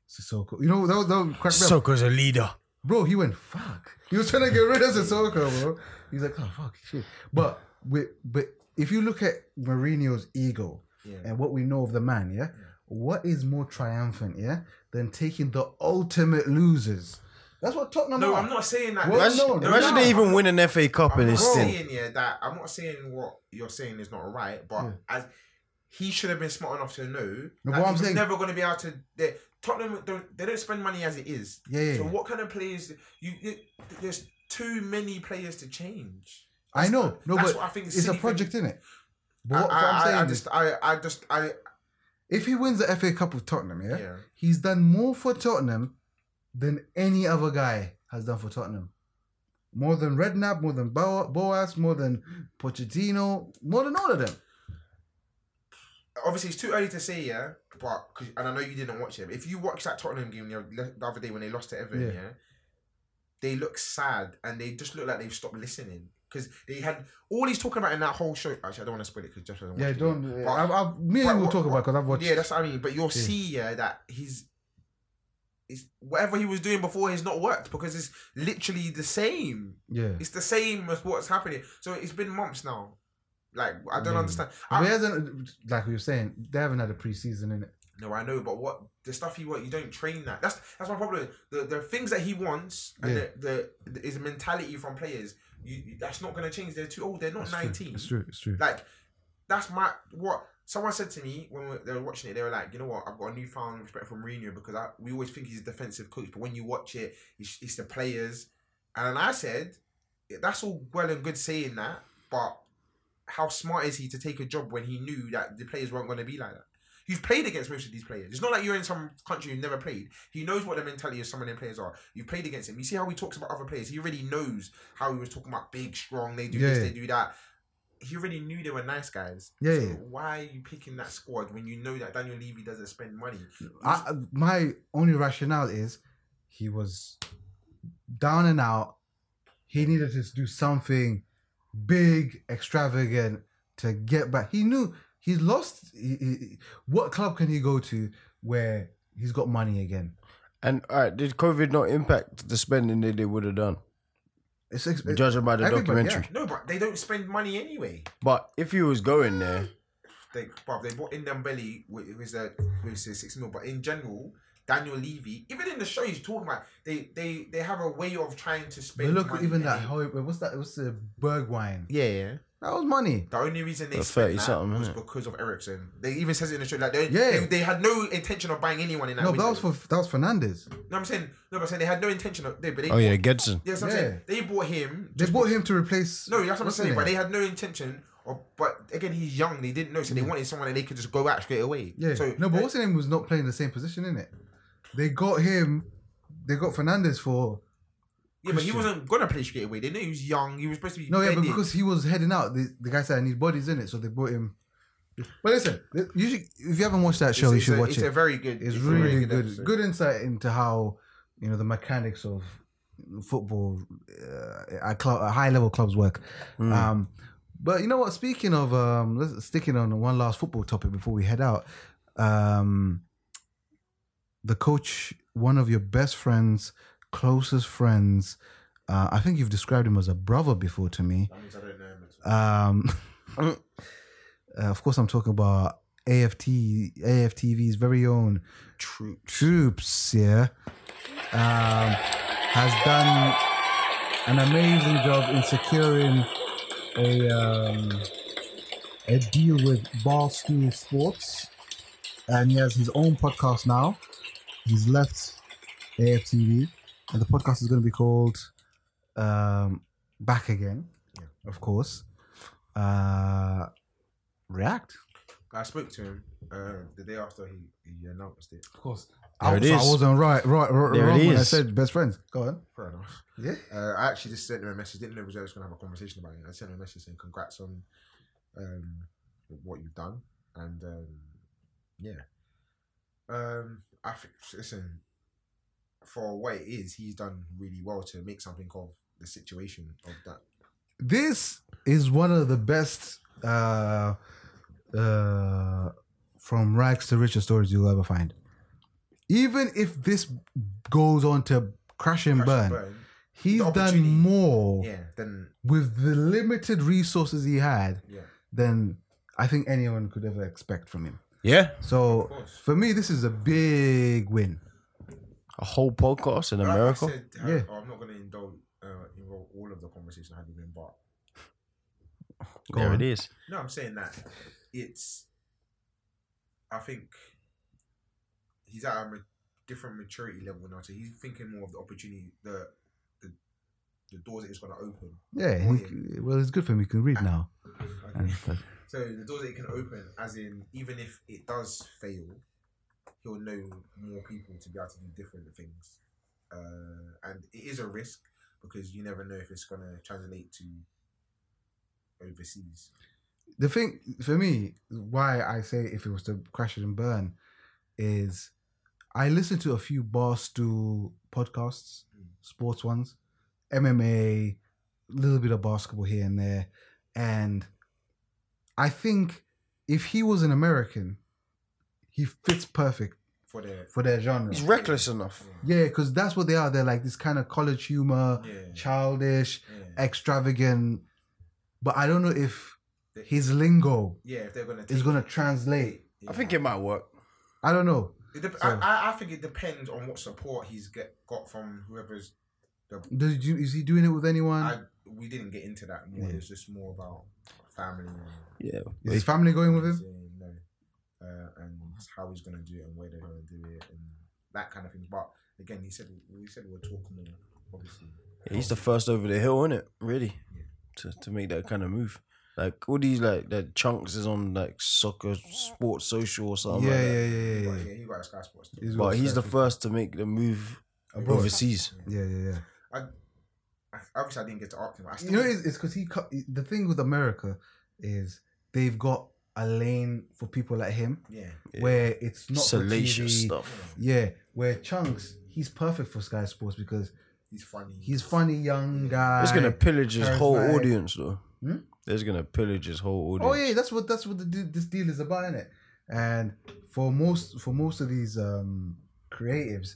Speaker 4: Sissoko. You know, that was, that was crack me up.
Speaker 5: Sokka's a leader.
Speaker 4: Bro, he went, fuck. He was trying to get rid of Sissoko, bro. He's like, oh, fuck, shit. But, with, but if you look at Mourinho's ego
Speaker 6: Yeah.
Speaker 4: and what we know of the man, yeah, what is more triumphant, yeah, than taking the ultimate losers? That's what Tottenham
Speaker 6: No,
Speaker 4: are.
Speaker 6: I'm not saying that.
Speaker 4: Well,
Speaker 5: Imagine,
Speaker 4: no, no,
Speaker 5: imagine
Speaker 4: no.
Speaker 5: they even win an FA Cup
Speaker 6: I'm
Speaker 5: in
Speaker 6: not
Speaker 5: this stint.
Speaker 6: saying yeah that I'm not saying what you're saying is not right, but
Speaker 4: Yeah.
Speaker 6: as he should have been smart enough to know
Speaker 4: Hmm. No,
Speaker 6: that
Speaker 4: but what
Speaker 6: he
Speaker 4: I'm
Speaker 6: was
Speaker 4: saying-
Speaker 6: never going to be able to. They, Tottenham don't they don't spend money as it is.
Speaker 4: Yeah, yeah,
Speaker 6: So
Speaker 4: yeah.
Speaker 6: what kind of players you? you there's too many players to change.
Speaker 4: I know. No,
Speaker 6: That's
Speaker 4: but
Speaker 6: what I think the
Speaker 4: it's a
Speaker 6: City
Speaker 4: project,
Speaker 6: thing-
Speaker 4: isn't it? But what,
Speaker 6: I,
Speaker 4: what I'm
Speaker 6: I,
Speaker 4: saying
Speaker 6: I,
Speaker 4: is,
Speaker 6: just, I, I just, I,
Speaker 4: if he wins the FA Cup with Tottenham, yeah,
Speaker 6: Yeah.
Speaker 4: he's done more for Tottenham than any other guy has done for Tottenham. More than Redknapp, more than Bo- Boas, more than Pochettino, more than all of them.
Speaker 6: obviously it's too early to say, yeah. But 'cause- and I know you didn't watch it. But if you watched that Tottenham game the other- the other day when they lost to Everton, yeah,
Speaker 4: Yeah.
Speaker 6: they look sad and they just look like they've stopped listening because they had all he's talking about in that whole show. Actually, I don't want to spoil it because Jeff doesn't.
Speaker 4: Yeah,
Speaker 6: watch
Speaker 4: don't.
Speaker 6: It, yet.
Speaker 4: I, I, me
Speaker 6: but
Speaker 4: and you will
Speaker 6: what-
Speaker 4: talk about because I've watched.
Speaker 6: yeah, that's what I mean. But you'll see, yeah, that he's. It's, whatever he was doing before has not worked because it's literally the same.
Speaker 4: yeah.
Speaker 6: It's the same as what's happening. So it's been months now. Like I don't
Speaker 4: Yeah.
Speaker 6: understand.
Speaker 4: But
Speaker 6: I'm-
Speaker 4: he hasn't, like we were saying, they haven't had a preseason in it.
Speaker 6: No, I know, but what the stuff he wants, you don't train that. That's that's my problem. The the things that he wants and
Speaker 4: Yeah.
Speaker 6: the, the, the his mentality from players, you, you- that's not gonna change. They're too old. They're not nineteen.
Speaker 4: It's true. It's true.
Speaker 6: Like that's my what someone said to me when we, they were watching it. They were like, you know what? I've got a newfound respect for Mourinho because I, we always think he's a defensive coach, but when you watch it, it's, it's the players. And I said, that's all well and good saying that, but how smart is he to take a job when he knew that the players weren't going to be like that? You've played against most of these players. It's not like you're in some country you've never played. He knows what the mentality of some of them players are. You've played against him. You see how he talks about other players. He already knows how he was talking about big, strong. They do
Speaker 4: Yeah,
Speaker 6: this,
Speaker 4: yeah.
Speaker 6: they do that. He already knew they were nice guys.
Speaker 4: Yeah,
Speaker 6: So
Speaker 4: yeah.
Speaker 6: why are you picking that squad when you know that Daniel Levy doesn't spend money?
Speaker 4: I, my only rationale is he was down and out. He needed to do something big, extravagant to get back. He knew he's lost. He- he- what club can he go to where he's got money again?
Speaker 5: And all right, did COVID not impact the spending that they would have done?
Speaker 4: It's, ex-
Speaker 5: Judging by the
Speaker 4: Everybody,
Speaker 5: documentary.
Speaker 6: No, but they don't spend money anyway.
Speaker 5: But if he was going there,
Speaker 6: they bruv, they bought in Dembele with it was a with his six mil, but in general, Daniel Levy, even in the show he's talking about, they they they have a way of trying to
Speaker 4: but
Speaker 6: spend.
Speaker 4: look,
Speaker 6: money
Speaker 4: even that
Speaker 6: and-
Speaker 4: whole what's that? What's the Berg wine?
Speaker 6: Yeah, yeah.
Speaker 4: That was money.
Speaker 6: The only reason they
Speaker 5: That's
Speaker 6: spent
Speaker 5: 30
Speaker 6: that
Speaker 5: something,
Speaker 6: was
Speaker 5: innit?
Speaker 6: because of Ericsson. They even says it in the show like they,
Speaker 4: Yeah.
Speaker 6: they they had no intention of buying anyone in that.
Speaker 4: No, but
Speaker 6: window.
Speaker 4: that was for that was Fernandez.
Speaker 6: No, I'm saying no, but I'm saying they had no intention of. They, but they
Speaker 5: oh yeah, Gedson.
Speaker 6: yeah, so I'm
Speaker 4: Yeah.
Speaker 6: saying they bought him.
Speaker 4: They bought him to replace.
Speaker 6: No, that's what I'm
Speaker 4: what's his
Speaker 6: saying. But
Speaker 4: name?
Speaker 6: they had no intention. Of, but again, he's young. They didn't know, so they wanted someone that they could just go out straight away.
Speaker 4: Yeah.
Speaker 6: So uh,
Speaker 4: no, but
Speaker 6: they-
Speaker 4: what's his name was not playing the same position, in it. They got him. They got Fernandez for
Speaker 6: Yeah,
Speaker 4: Christian.
Speaker 6: but he wasn't gonna play straight away. They knew he was young. He was supposed to be.
Speaker 4: no, yeah, but
Speaker 6: bedded.
Speaker 4: because he was heading out, the, the guy said I need bodies in it, so they brought him. But listen, you should, if you haven't watched that
Speaker 6: It's-
Speaker 4: show, you
Speaker 6: it's
Speaker 4: should
Speaker 6: a-
Speaker 4: watch
Speaker 6: it's
Speaker 4: it.
Speaker 6: a very good.
Speaker 4: it's
Speaker 6: a
Speaker 4: really good,
Speaker 6: episode.
Speaker 4: good, insight into how you know the mechanics of football uh, at, club, at high level clubs work. Um, but you know what? Speaking of um, let's, sticking on one last football topic before we head out, um, the coach, one of your best friends, closest friends. Uh, I think you've described him as a brother before to me.
Speaker 6: That means I don't know him at all.
Speaker 4: Um, uh, of course, I'm talking about AFT, AFTV's very own troops. Troops, yeah, um, has done an amazing job in securing a um, a deal with Barstool Sports, and he has his own podcast now. He's left AFTV, and the podcast is going to be called um, Back Again, of course. Uh, React,
Speaker 6: I spoke to him uh, the day after he, he announced it.
Speaker 4: of course.
Speaker 5: There
Speaker 4: I,
Speaker 5: it
Speaker 4: so I
Speaker 5: is.
Speaker 4: wasn't right, right, right
Speaker 5: There it
Speaker 4: wrong when I
Speaker 5: is.
Speaker 4: said best friends. Go on.
Speaker 6: Fair enough.
Speaker 4: Yeah.
Speaker 6: Uh, I actually just sent him a message. Didn't know we were just gonna have a conversation about it. I sent him a message saying congrats on um, what you've done and um, yeah. Um, I think listen for what it is, he's done really well to make something of the situation of that
Speaker 4: This is one of the best uh, uh, from rags to riches stories you'll ever find. Even if this goes on to crash and,
Speaker 6: crash
Speaker 4: burn,
Speaker 6: and
Speaker 4: he's
Speaker 6: The
Speaker 4: done
Speaker 6: opportunity.
Speaker 4: more
Speaker 6: Yeah, then
Speaker 4: with the limited resources he had
Speaker 6: yeah.
Speaker 4: than I think anyone could ever expect from him.
Speaker 5: Yeah,
Speaker 4: So
Speaker 6: course.
Speaker 4: for me, this is a big win.
Speaker 5: a whole podcast in
Speaker 6: Like I
Speaker 5: America.
Speaker 6: said, uh,
Speaker 4: Yeah.
Speaker 6: I'm not going to indulge uh, involve all of the conversation I had with him, but
Speaker 4: Go
Speaker 5: there
Speaker 4: on.
Speaker 5: it is.
Speaker 6: no, I'm saying that it's. I think he's at a ma- different maturity level now, so he's thinking more of the opportunity, the the, the doors that it's going to open.
Speaker 4: Yeah,
Speaker 6: Oh,
Speaker 4: he- well, it's good for him. He can read now.
Speaker 6: Okay.
Speaker 4: And stuff.
Speaker 6: So the doors that it can open, as in, even if it does fail, he'll know more people to be able to do different things. Uh, and it is a risk because you never know if it's going to translate to overseas.
Speaker 4: the thing for me, why I say if it was to crash it and burn, is I listened to a few Barstool podcasts, sports ones, MMA, little bit of basketball here and there, and I think if he was an American, he fits perfect
Speaker 6: For the
Speaker 4: for their genre.
Speaker 5: He's reckless enough.
Speaker 4: Yeah, because that's what they are. They're like this kind of college humor,
Speaker 6: Yeah.
Speaker 4: childish,
Speaker 6: yeah,
Speaker 4: extravagant. But I don't know if his lingo
Speaker 6: yeah if they're going to
Speaker 4: is going to translate.
Speaker 5: I think it might work.
Speaker 4: I don't know.
Speaker 6: It dep-
Speaker 4: so-
Speaker 6: I, I- I think it depends on what support he's get got from whoever's.
Speaker 4: Does you, is he doing it with anyone?
Speaker 6: I we didn't get into that more.
Speaker 4: Yeah.
Speaker 6: It was just more about family. And,
Speaker 5: Yeah,
Speaker 4: is his family going with him?
Speaker 6: saying no, uh, and how he's going to do it and where they're going to do it and that kind of thing. But again, he said we said we'll talk more. Obviously,
Speaker 5: he's the first over the hill, isn't it? Really,
Speaker 6: Yeah.
Speaker 5: to to make that kind of move. Like all these like the chunks is on like soccer sports social or something.
Speaker 4: yeah,
Speaker 5: like that.
Speaker 4: yeah, yeah, yeah,
Speaker 6: But
Speaker 4: yeah.
Speaker 6: yeah, he got a Sky Sports. too.
Speaker 4: He's got
Speaker 5: But he's the
Speaker 4: Sky-
Speaker 5: first to make the move overseas.
Speaker 4: Yeah, yeah, yeah.
Speaker 6: I, I wish I didn't get to ask him. I still,
Speaker 4: You know, it's because he cut. The thing with America is they've got a lane for people like him
Speaker 6: yeah.
Speaker 4: where it's not for
Speaker 5: Salacious
Speaker 4: TV.
Speaker 5: stuff.
Speaker 4: Yeah, where Chunks, he's perfect for Sky Sports because
Speaker 6: He's funny.
Speaker 4: he's funny young guy.
Speaker 5: It's gonna pillage his whole
Speaker 4: charismatic.
Speaker 5: audience though.
Speaker 4: Hmm?
Speaker 5: It's gonna pillage his whole audience.
Speaker 4: Oh yeah, that's what that's what the, de- this deal is about, is it? And for most for most of these um creatives,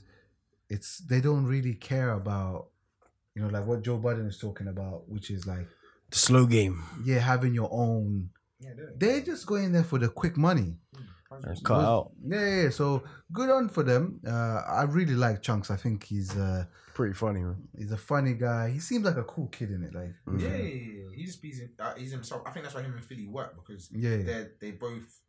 Speaker 4: it's they don't really care about you know like what Joe Budden is talking about, which is like
Speaker 5: The slow game.
Speaker 4: yeah, having your own.
Speaker 6: yeah, Hmm.
Speaker 4: They just go in there for the quick money.
Speaker 5: And cut
Speaker 4: Was-
Speaker 5: out.
Speaker 4: Yeah, yeah, yeah. So good on for them. Uh, I really like Chunks. I think he's uh,
Speaker 5: Pretty funny, man.
Speaker 4: he's a funny guy. He seems like a cool kid in it. Like
Speaker 6: Yeah, yeah, yeah. He just beats him. Uh, he's himself. I think that's why him and Philly work because
Speaker 4: Yeah, yeah.
Speaker 6: they they both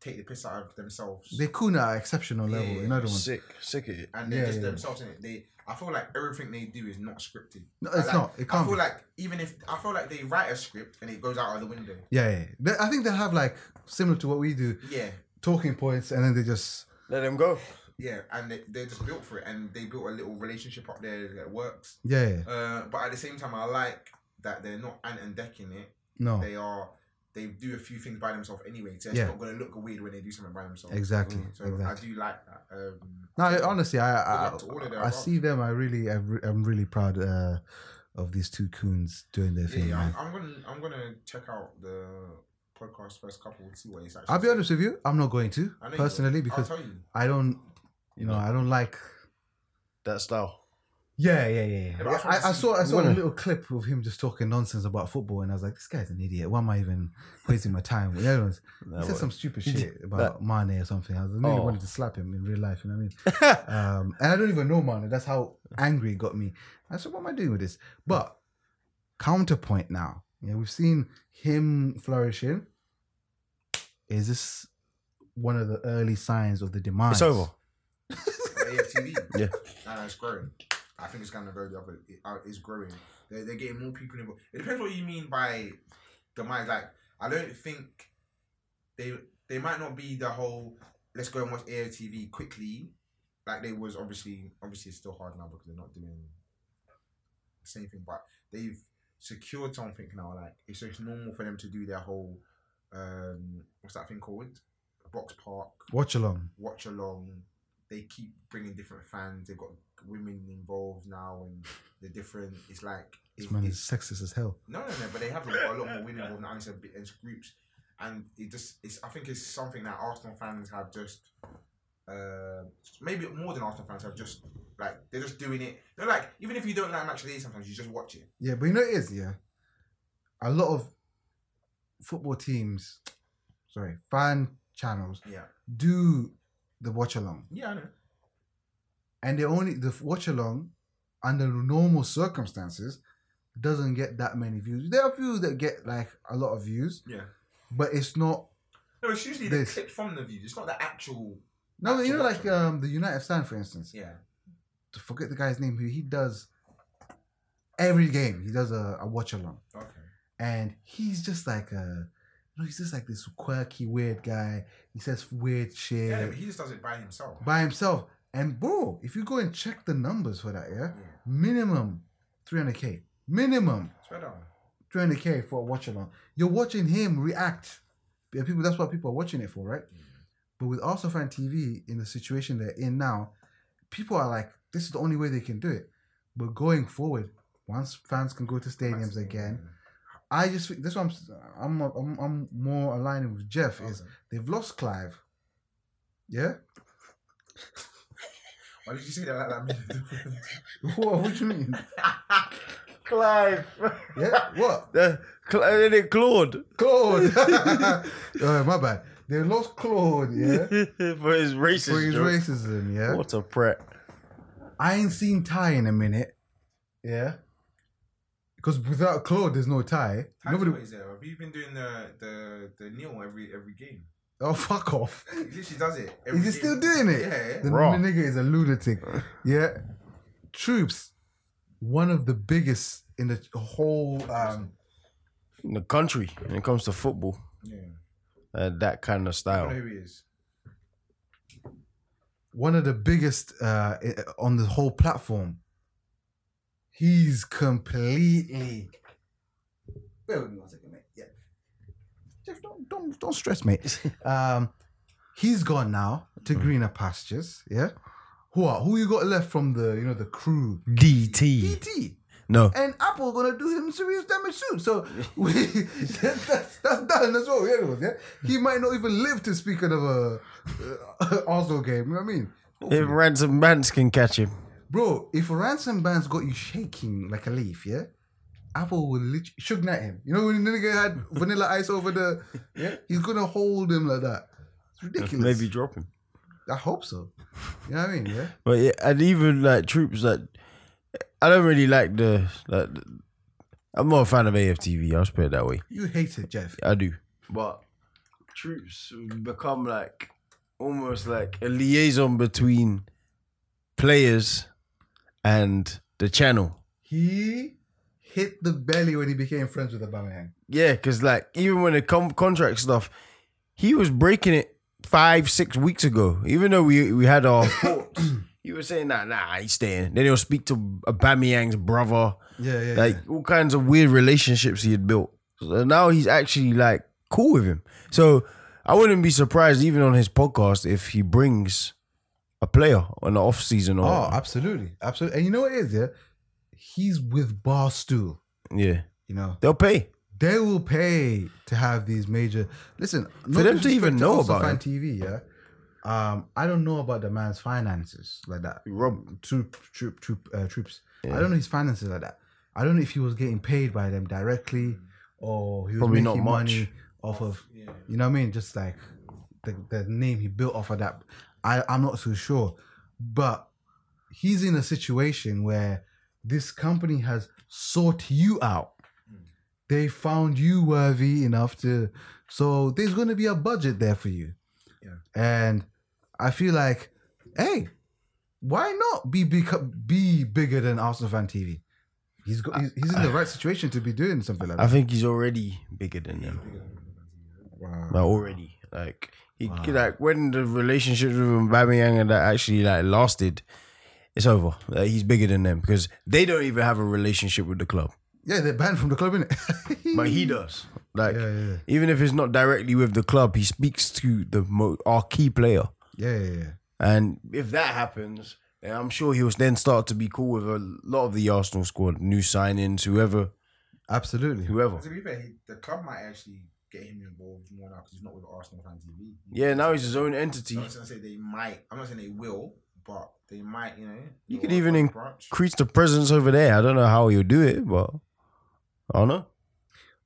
Speaker 6: take the piss out of themselves.
Speaker 4: they're cool at an exceptional
Speaker 6: Yeah,
Speaker 4: level.
Speaker 6: yeah,
Speaker 4: In other ones,
Speaker 5: Sick. Sick of it.
Speaker 6: and they're
Speaker 4: Yeah,
Speaker 6: just
Speaker 4: yeah.
Speaker 6: themselves in it. They, I feel like everything they do is not scripted.
Speaker 4: No, it's
Speaker 6: like,
Speaker 4: not. It
Speaker 6: I
Speaker 4: can't
Speaker 6: feel
Speaker 4: be.
Speaker 6: like even if I feel like they write a script and it goes out of the window.
Speaker 4: yeah, yeah. They- I think they have like similar to what we do.
Speaker 6: Yeah,
Speaker 4: talking points and then they just
Speaker 5: Let him go.
Speaker 6: yeah, and they, they're just built for it, and they built a little relationship up there that works.
Speaker 4: yeah, yeah.
Speaker 6: Uh, but at the same time, I like that they're not ant and decking it.
Speaker 4: no
Speaker 6: They are. They do a few things by themselves anyway, so it's
Speaker 4: Oh. Yeah.
Speaker 6: not going to look weird when they do something by themselves.
Speaker 4: exactly
Speaker 6: So I
Speaker 4: exactly
Speaker 6: do like that. Um,
Speaker 4: no I- honestly I I,
Speaker 6: Good luck to all of their
Speaker 4: I see them I really I re- I'm really proud uh, of these two coons doing their
Speaker 6: yeah,
Speaker 4: thing man.
Speaker 6: I'm, I'm gonna I'm gonna check out the podcast first couple and see what it's actually.
Speaker 4: I'll be honest with you I'm not going to
Speaker 6: I know you will.
Speaker 4: personally because
Speaker 6: I'll tell you.
Speaker 4: I don't you know I don't like
Speaker 5: That style.
Speaker 4: yeah yeah yeah,
Speaker 6: but
Speaker 4: yeah.
Speaker 6: that's what
Speaker 4: I, I
Speaker 6: I
Speaker 4: saw I
Speaker 5: see.
Speaker 4: saw a
Speaker 5: Wanna-
Speaker 4: little clip of him just talking nonsense about football and I was like this guy's an idiot why am I even wasting my time with everyone's
Speaker 5: Nah,
Speaker 4: He said
Speaker 5: but-
Speaker 4: some stupid shit about Mane or something. I was- I really
Speaker 5: Oh.
Speaker 4: wanted to slap him in real life, you know what I mean? um, and I don't even know Mane. That's how angry it got me. I said, what am I doing with this? But counterpoint now. You know, we've seen him flourishing. Is this one of the early signs of the demise?
Speaker 5: It's over.
Speaker 6: AFTV.
Speaker 5: Yeah.
Speaker 6: And it's growing. I think it's going to go the other. It, uh, it's growing. They're, they're getting more people involved. It depends what you mean by demise. Like, I don't think they they might not be the whole let's go and watch AFTV quickly. Like they was obviously obviously it's still hard now because they're not doing the same thing, but they've secured something now. Like it's just normal for them to do their whole um what's that thing called box park
Speaker 4: Watch along.
Speaker 6: watch along. They keep bringing different fans. They've got women involved now, and the different. It's like
Speaker 4: This
Speaker 6: it-
Speaker 4: man is
Speaker 6: it's,
Speaker 4: sexist as hell.
Speaker 6: no, no, no. But they have got a lot more women involved now, and it's, a bit, it's groups, and it just. It's. I think it's something that Arsenal fans have just. Uh, maybe more than Arsenal fans have just like they're just doing it. They're like even if you don't like match of the day, sometimes you just watch it.
Speaker 4: Yeah, but you know it is, yeah. A lot of football teams, sorry, fan channels
Speaker 6: Yeah,
Speaker 4: do the watch along.
Speaker 6: yeah, I know.
Speaker 4: and they only the watch along under normal circumstances doesn't get that many views. There are a few that get like a lot of views,
Speaker 6: Yeah,
Speaker 4: but it's not.
Speaker 6: no, it's usually the
Speaker 4: This.
Speaker 6: clip from the views. It's not the actual.
Speaker 4: No, you know, like
Speaker 6: Watch along.
Speaker 4: um, the United Stand, for instance.
Speaker 6: Yeah,
Speaker 4: To forget the guy's name, who he does every game. He does a, a watch along,
Speaker 6: okay.
Speaker 4: and he's just like a, you know, he's just like this quirky, weird guy. He says weird shit
Speaker 6: Yeah, but he just does it by himself.
Speaker 4: by himself. And bro, if you go and check the numbers for that, yeah,
Speaker 6: yeah,
Speaker 4: minimum 300k, minimum.
Speaker 6: swear down.
Speaker 4: 300k for a watch along. You're watching him react. Yeah, people, that's what people are watching it for, right? But with Arsenal fan TV in the situation they're in now, people are like, this is the only way they can do it. But going forward, once fans can go to stadiums again, I just think that's what I'm, s- I'm I'm I'm more aligning with Jeff is
Speaker 6: Okay.
Speaker 4: they've lost Clive. Yeah.
Speaker 6: Why did you say that like that?
Speaker 4: what? What do you mean?
Speaker 5: Clive.
Speaker 4: Yeah. What?
Speaker 5: The, Cl- and then Claude
Speaker 4: Claude. oh, my bad. They lost Claude. Yeah.
Speaker 5: for his racist.
Speaker 4: For his
Speaker 5: joke.
Speaker 4: racism. Yeah.
Speaker 5: What a prat.
Speaker 4: I ain't seen Ty in a minute. Yeah. Because without Claude, there's no Ty.
Speaker 6: Nobody
Speaker 4: Nobody.
Speaker 6: always there. Have you been doing the the the kneel every every game?
Speaker 4: Oh fuck off.
Speaker 6: He literally does it. every
Speaker 4: Is he
Speaker 6: game.
Speaker 4: still doing it?
Speaker 6: Yeah.
Speaker 4: The, the
Speaker 5: Raw.
Speaker 4: nigga is a lunatic. Yeah. Troops, one of the biggest in the whole um,
Speaker 5: in the country when it comes to football.
Speaker 6: Yeah.
Speaker 5: Uh, that kind of
Speaker 6: I don't know
Speaker 5: style.
Speaker 6: who he is.
Speaker 4: one of the biggest uh, i- on the whole platform. He's completely. Wait, wait, one second, mate. Yeah, Jeff, don't don't don't stress, mate. Um, he's gone now to greener pastures. Yeah, who are, who you got left from the you know the crew?
Speaker 5: DT.
Speaker 4: DT
Speaker 5: No.
Speaker 4: and Apple gonna do him serious damage soon. So we, that's, that's that's done. That's what we had was. Yeah, he might not even live to speak another uh, Arsenal game. You know what I mean?
Speaker 5: If Ransom Mans can catch him.
Speaker 4: Bro, if a ransom band's got you shaking like a leaf, yeah, Apple will literally shook at him. You know when the nigga had vanilla ice over the, yeah, he's gonna hold him like that. It's ridiculous.
Speaker 5: Maybe drop him.
Speaker 4: I hope so. You know what I mean? Yeah.
Speaker 5: But yeah, and even like troops that I don't really like the like. the- I'm not a fan of AFTV. I'll just put it that way.
Speaker 4: You hate it, Jeff.
Speaker 5: I do. But troops become like almost like a liaison between players and the channel.
Speaker 4: He hit the belly when he became friends with Aubameyang.
Speaker 5: Yeah, because like even when it come contract stuff, he was breaking it five six weeks ago. Even though we we had our thoughts, he was saying nah nah he's staying. Then he'll speak to Aubameyang's brother.
Speaker 4: Yeah, yeah.
Speaker 5: like all kinds of weird relationships he had built. So now he's actually like cool with him. So I wouldn't be surprised even on his podcast if he brings a player on the off season or
Speaker 4: Oh, absolutely, absolutely. And you know what it is, yeah? He's with Barstool.
Speaker 5: yeah,
Speaker 4: You know,
Speaker 5: they'll pay.
Speaker 4: they will pay to have these major. Listen, no
Speaker 5: them to
Speaker 4: disrespect
Speaker 5: even know
Speaker 4: Ulster
Speaker 5: about
Speaker 4: fan
Speaker 5: it.
Speaker 4: TV, yeah. Um, I don't know about the man's finances like that.
Speaker 5: Rob-
Speaker 4: troop, troop, troop, uh, troops. I don't know his finances like that. I don't know if he was getting paid by them directly or he was
Speaker 5: Probably not
Speaker 4: making
Speaker 5: much.
Speaker 4: money off of. You know what I mean? Just like the, the name he built off of that. I, I'm not too sure, but he's in a situation where this company has sought you out.
Speaker 5: Hmm.
Speaker 4: They found you worthy enough to, so there's going to be a budget there for you.
Speaker 6: Yeah.
Speaker 4: And I feel like, hey, why not be beco- be bigger than Arsenal fan TV? He's got, he's, he's in the right situation to be doing something like
Speaker 5: I
Speaker 4: that.
Speaker 5: think he's already bigger than them.
Speaker 4: Wow.
Speaker 5: Like already, like he like when the relationships with Aubameyang and that actually like lasted, it's over. Like, he's bigger than them because they don't even have a relationship with the club.
Speaker 4: Yeah, they're banned from the club, innit?
Speaker 5: but he does. Like,
Speaker 4: Yeah, yeah.
Speaker 5: even if it's not directly with the club, he speaks to the mo- our key player.
Speaker 4: yeah, yeah, yeah.
Speaker 5: And if that happens, then I'm sure he'll then start to be cool with a lot of the Arsenal squad, new signings, whoever,
Speaker 4: Absolutely.
Speaker 5: whoever.
Speaker 6: To be fair, he, the club might actually get him involved more now because he's not with Arsenal fan TV.
Speaker 5: Yeah, now he's his own entity.
Speaker 6: I was gonna say they might. I'm not saying they will, but they might. You know,
Speaker 5: You
Speaker 6: go
Speaker 5: could
Speaker 6: on
Speaker 5: even
Speaker 6: that
Speaker 5: in-
Speaker 6: branch.
Speaker 5: Increase the presence over there. I don't know how he'll do it, but I don't know.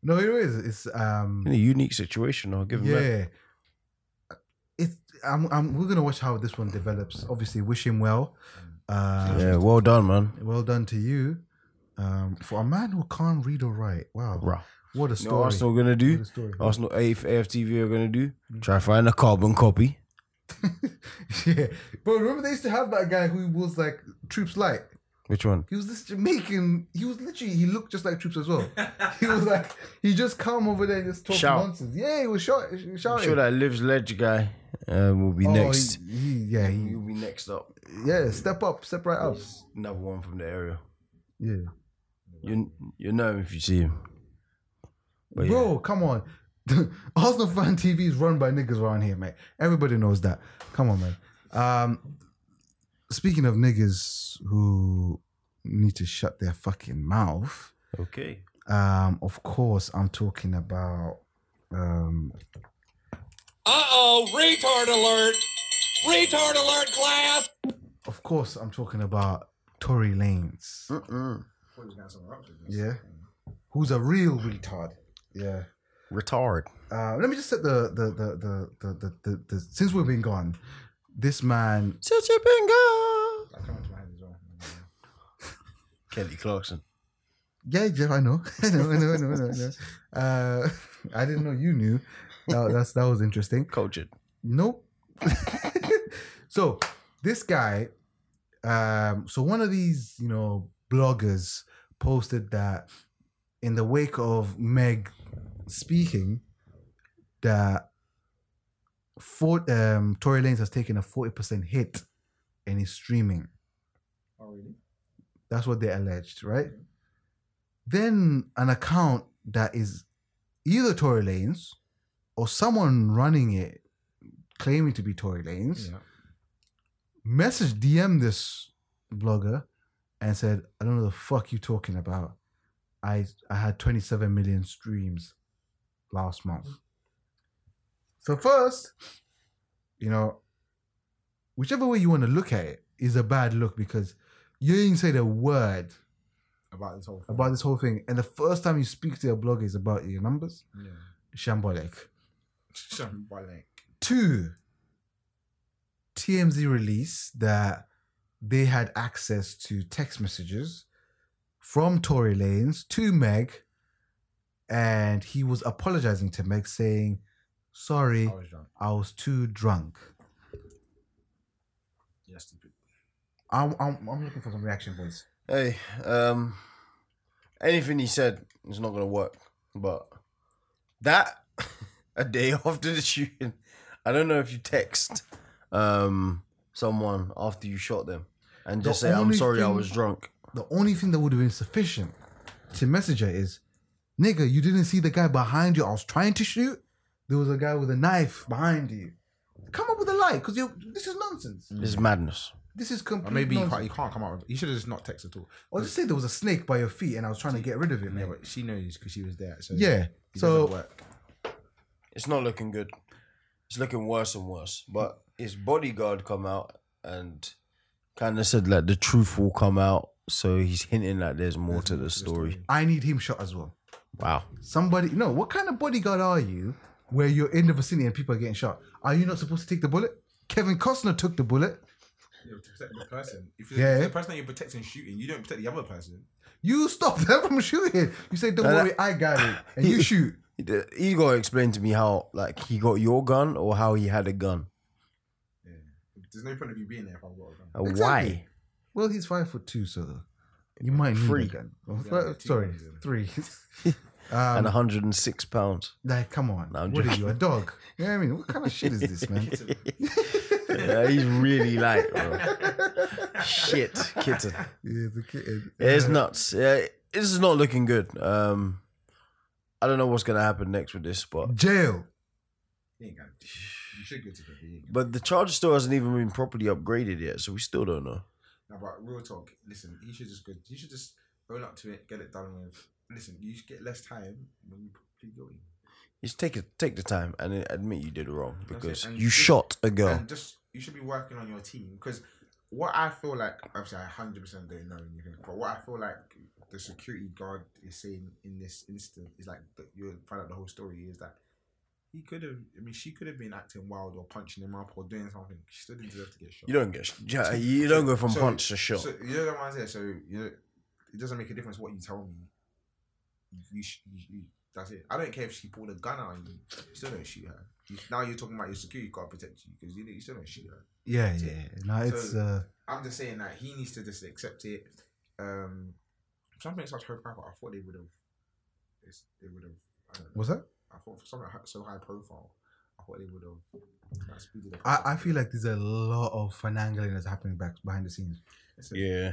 Speaker 4: No, it is. It's um.
Speaker 5: In a unique situation, I'll give him that.
Speaker 4: Yeah. It's I'm, I'm we're gonna watch how this one develops. Obviously, wish him well. Uh,
Speaker 5: Mm. Yeah, well done, man.
Speaker 4: Well done to you. Um, for a man who can't read or write. Wow.
Speaker 5: Bruh.
Speaker 4: What a
Speaker 5: You Oh.
Speaker 4: story.
Speaker 5: know what Arsenal going to do?
Speaker 4: Good story.
Speaker 5: Arsenal AF, AFTV are going to do? Try find a carbon copy.
Speaker 4: yeah. But remember they used to have that guy who was like Troops Light.
Speaker 5: Which one?
Speaker 4: He was this Jamaican. He was literally he looked just like Troops as well. he was like he just come over there and just talk
Speaker 5: Shout.
Speaker 4: nonsense. Yeah, he was shout, shouting.
Speaker 5: I'm sure that Lives Ledge guy uh, will be
Speaker 4: Oh,
Speaker 5: next.
Speaker 4: he- he- yeah, he,
Speaker 5: You'll be next up.
Speaker 4: yeah. Step up, step right up.
Speaker 5: Another one from the area.
Speaker 4: Yeah.
Speaker 5: You you know him if you see him. But yeah.
Speaker 4: Bro, come on. Arsenal fan TV is run by niggas around here, mate. Everybody knows that. Come on, man. Um, speaking of niggas who need to shut their fucking mouth,
Speaker 5: Okay.
Speaker 4: um, of course, I'm talking about. Um,
Speaker 1: Uh oh, retard alert! Retard alert, glass!
Speaker 4: of course, I'm talking about Tory Lanes.
Speaker 5: Mm-mm.
Speaker 6: Thought he was going somewhere else with this.
Speaker 4: Yeah, who's a real retard. Yeah.
Speaker 5: Retard.
Speaker 4: Uh, let me just set the the the the the, the, the, the since we've been gone, this man
Speaker 5: Such a bingo.
Speaker 6: That came to my head as well.
Speaker 5: Kelly Clarkson.
Speaker 4: Yeah, Jeff, I know. I know, I know, I know, I know. I know. Uh, I didn't know you knew. That, that's that was interesting.
Speaker 5: Cultured.
Speaker 4: Nope. so this guy, um, so one of these, you know, bloggers posted that in the wake of Meg speaking that for, um, Tory Lanez has taken a 40% hit in his streaming.
Speaker 6: Oh, really?
Speaker 4: That's what they alleged, right? Then an account that is either Tory Lanez or someone running it claiming to be Tory Lanez
Speaker 6: Yeah.
Speaker 4: message DM this blogger and said, I don't know the fuck you talking about. I I had 27 million streams last month. So first, you know, whichever way you want to look at it is a bad look because you didn't say the word
Speaker 6: About this whole thing.
Speaker 4: about this whole thing. And the first time you speak to a blogger is about your numbers.
Speaker 6: Yeah.
Speaker 4: Shambolic.
Speaker 6: Shambolic.
Speaker 4: Two, TMZ release that they had access to text messages from Tory Lanes to Meg, and he was apologizing to Meg, saying,
Speaker 6: I
Speaker 4: Sorry,
Speaker 6: was drunk.
Speaker 4: I was too drunk.
Speaker 6: Yeah, stupid.
Speaker 4: I'm, I'm, I'm looking for some reaction, boys.
Speaker 5: Hey, um, anything he said is not gonna work. But that a day after the shooting, I don't know if you text um someone after you shot them and just
Speaker 4: The
Speaker 5: say, "I'm
Speaker 4: only
Speaker 5: sorry, I
Speaker 4: thing-
Speaker 5: was drunk."
Speaker 4: The only thing that would have been sufficient to message her is, Nigga, you didn't see the guy behind you. I was trying to shoot. There was a guy with a knife behind you. Come up with a lie, because this is nonsense.
Speaker 5: This is madness.
Speaker 4: This is complete.
Speaker 6: Or maybe you
Speaker 4: nonsense.
Speaker 6: can't, you can't come out with He should have just not texted at all.
Speaker 4: Or just say there was a snake by your feet and I was trying to get rid of it,
Speaker 6: Yeah,
Speaker 4: man.
Speaker 6: but she knows because she was there. So
Speaker 4: Yeah.
Speaker 6: it doesn't
Speaker 4: So
Speaker 6: work.
Speaker 5: It's not looking good. It's looking worse and worse. But his bodyguard come out and kind of said like the truth will come out. So he's hinting that there's more to the story.
Speaker 4: I need him shot as well.
Speaker 5: Wow.
Speaker 4: Somebody, no, what kind of bodyguard are you where you're in the vicinity and people are getting shot? Are you not supposed to take the bullet? Kevin Costner took the bullet.
Speaker 6: You have to protect the person. If
Speaker 4: Yeah.
Speaker 6: if the person that you're protecting shooting, you don't protect the other person.
Speaker 4: You stop them from shooting. You say, don't
Speaker 5: And
Speaker 4: worry, I got it. And you shoot.
Speaker 5: He got to explain to me how like he got your gun or how he had a gun.
Speaker 6: There's no point of you being there if I've got a gun.
Speaker 5: Uh, Why?
Speaker 4: Exactly. Well, he's five foot two, so you might need
Speaker 5: Three.
Speaker 4: a gun. Well,
Speaker 6: Yeah,
Speaker 4: well,
Speaker 6: two
Speaker 4: sorry,
Speaker 6: guns, yeah.
Speaker 4: three.
Speaker 5: and
Speaker 4: um,
Speaker 5: 106 pounds.
Speaker 4: like, come on.
Speaker 5: No, I'm
Speaker 4: what are
Speaker 5: joking.
Speaker 4: you, a dog? You know what I mean? What kind of shit is this, man?
Speaker 5: yeah, he's really light, bro. Shit, kitten.
Speaker 4: Yeah, the kid. uh,
Speaker 5: Yeah, it's nuts. Yeah, this is not looking good. Um, I don't know what's gonna happen next with this, but
Speaker 4: Jail.
Speaker 6: You ain't got- you should go to the you ain't got-
Speaker 5: but the charge still hasn't even been properly upgraded yet, so we still don't know.
Speaker 6: No, but real talk. Listen, you should just go. You should just own up to it, get it done with. Listen, you should get less time when you plead guilty.
Speaker 5: Just take it, take the time and admit you did wrong
Speaker 6: it,
Speaker 5: because
Speaker 6: and
Speaker 5: you
Speaker 6: just-
Speaker 5: shot a girl.
Speaker 6: And just you should be working on your team because what I feel like, obviously, I hundred percent don't know anything, but what I feel like the security guard is saying in this instance is like that you'll find out the whole story is that he could have. I mean, she could have been acting wild or punching him up or doing something. She still didn't deserve to get shot.
Speaker 5: You don't get sh- yeah, you don't go from
Speaker 6: So-
Speaker 5: punch to shot.
Speaker 6: So you know what I'm saying. So you know, it doesn't make a difference what you tell me. You, sh- you, you that's it. I don't care if she pulled a gun on you. You still don't shoot her. You, now you're talking about your security guard protect you because you, you still don't shoot her.
Speaker 4: Yeah,
Speaker 6: That's
Speaker 4: yeah.
Speaker 6: it.
Speaker 4: yeah. No, it's
Speaker 6: So-
Speaker 4: uh,
Speaker 6: I'm just saying that he needs to just accept it. Um, something such high profile. I thought they would have. it's- They would have.
Speaker 4: what's that?
Speaker 6: I thought for something hi- so high profile, I thought they would have. Like, speeded up
Speaker 4: I, I feel like there's a lot of finagling that's happening back behind the scenes.
Speaker 6: It's a-
Speaker 5: Yeah,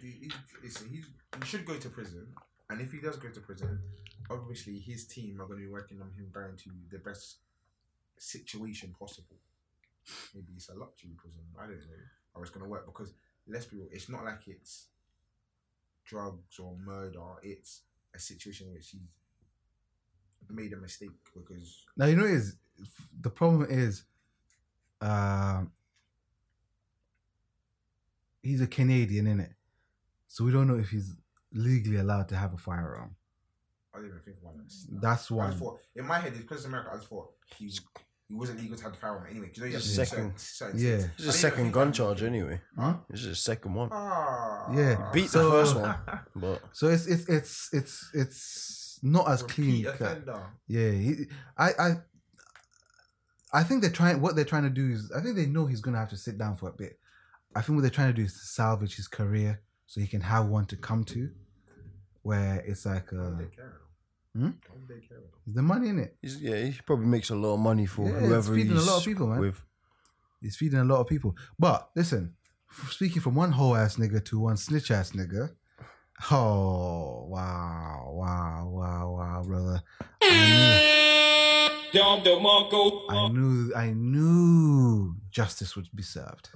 Speaker 6: he, he, it's- he's, he should go to prison. And if he does go to prison, obviously his team are going to be working on him going to the best situation possible. Maybe it's a luxury prison. I don't know how it's going to work because let's be real, it's not like it's drugs or murder. It's a situation in which he's made a mistake because
Speaker 4: Now you know what it is the problem is, um, he's a Canadian, is it? So we don't know if he's legally allowed to have a firearm.
Speaker 6: I didn't even think about this.
Speaker 4: That's
Speaker 6: I
Speaker 4: one.
Speaker 6: just thought in my head, it's because it's America. I just thought he, he wasn't legal to have the firearm anyway. 'cause you know you have
Speaker 5: Just
Speaker 6: to do certain-
Speaker 5: second.
Speaker 6: certain
Speaker 4: Yeah.
Speaker 6: states.
Speaker 5: this is a
Speaker 6: I didn't even
Speaker 5: second
Speaker 6: think
Speaker 5: gun
Speaker 6: about it.
Speaker 5: charge anyway.
Speaker 4: Huh?
Speaker 5: This is a second one.
Speaker 6: Ah.
Speaker 4: Yeah.
Speaker 5: Beat the
Speaker 4: So-
Speaker 5: first one, but
Speaker 4: So it's it's it's it's it's not as clean.
Speaker 6: Repeat
Speaker 4: cut. Uh,
Speaker 6: offender.
Speaker 4: Yeah, he, I, I, I think they're trying. What they're trying to do is, I think they know he's gonna have to sit down for a bit. I think what they're trying to do is to salvage his career so he can have one to come to. where it's like uh,
Speaker 6: They care enough.
Speaker 4: Hmm?
Speaker 6: Why would they care enough?
Speaker 4: the money in it.
Speaker 5: He's, yeah, he probably makes a lot of money for
Speaker 4: Yeah, it's
Speaker 5: whoever he's
Speaker 4: feeding a lot of people, man.
Speaker 5: with.
Speaker 4: It's feeding a lot of people. But listen, f- speaking from one whole ass nigga to one snitch ass nigga. Oh wow, wow, wow, wow, brother! I
Speaker 1: Dom DeMarco.
Speaker 4: knew, I knew, I knew justice would be served,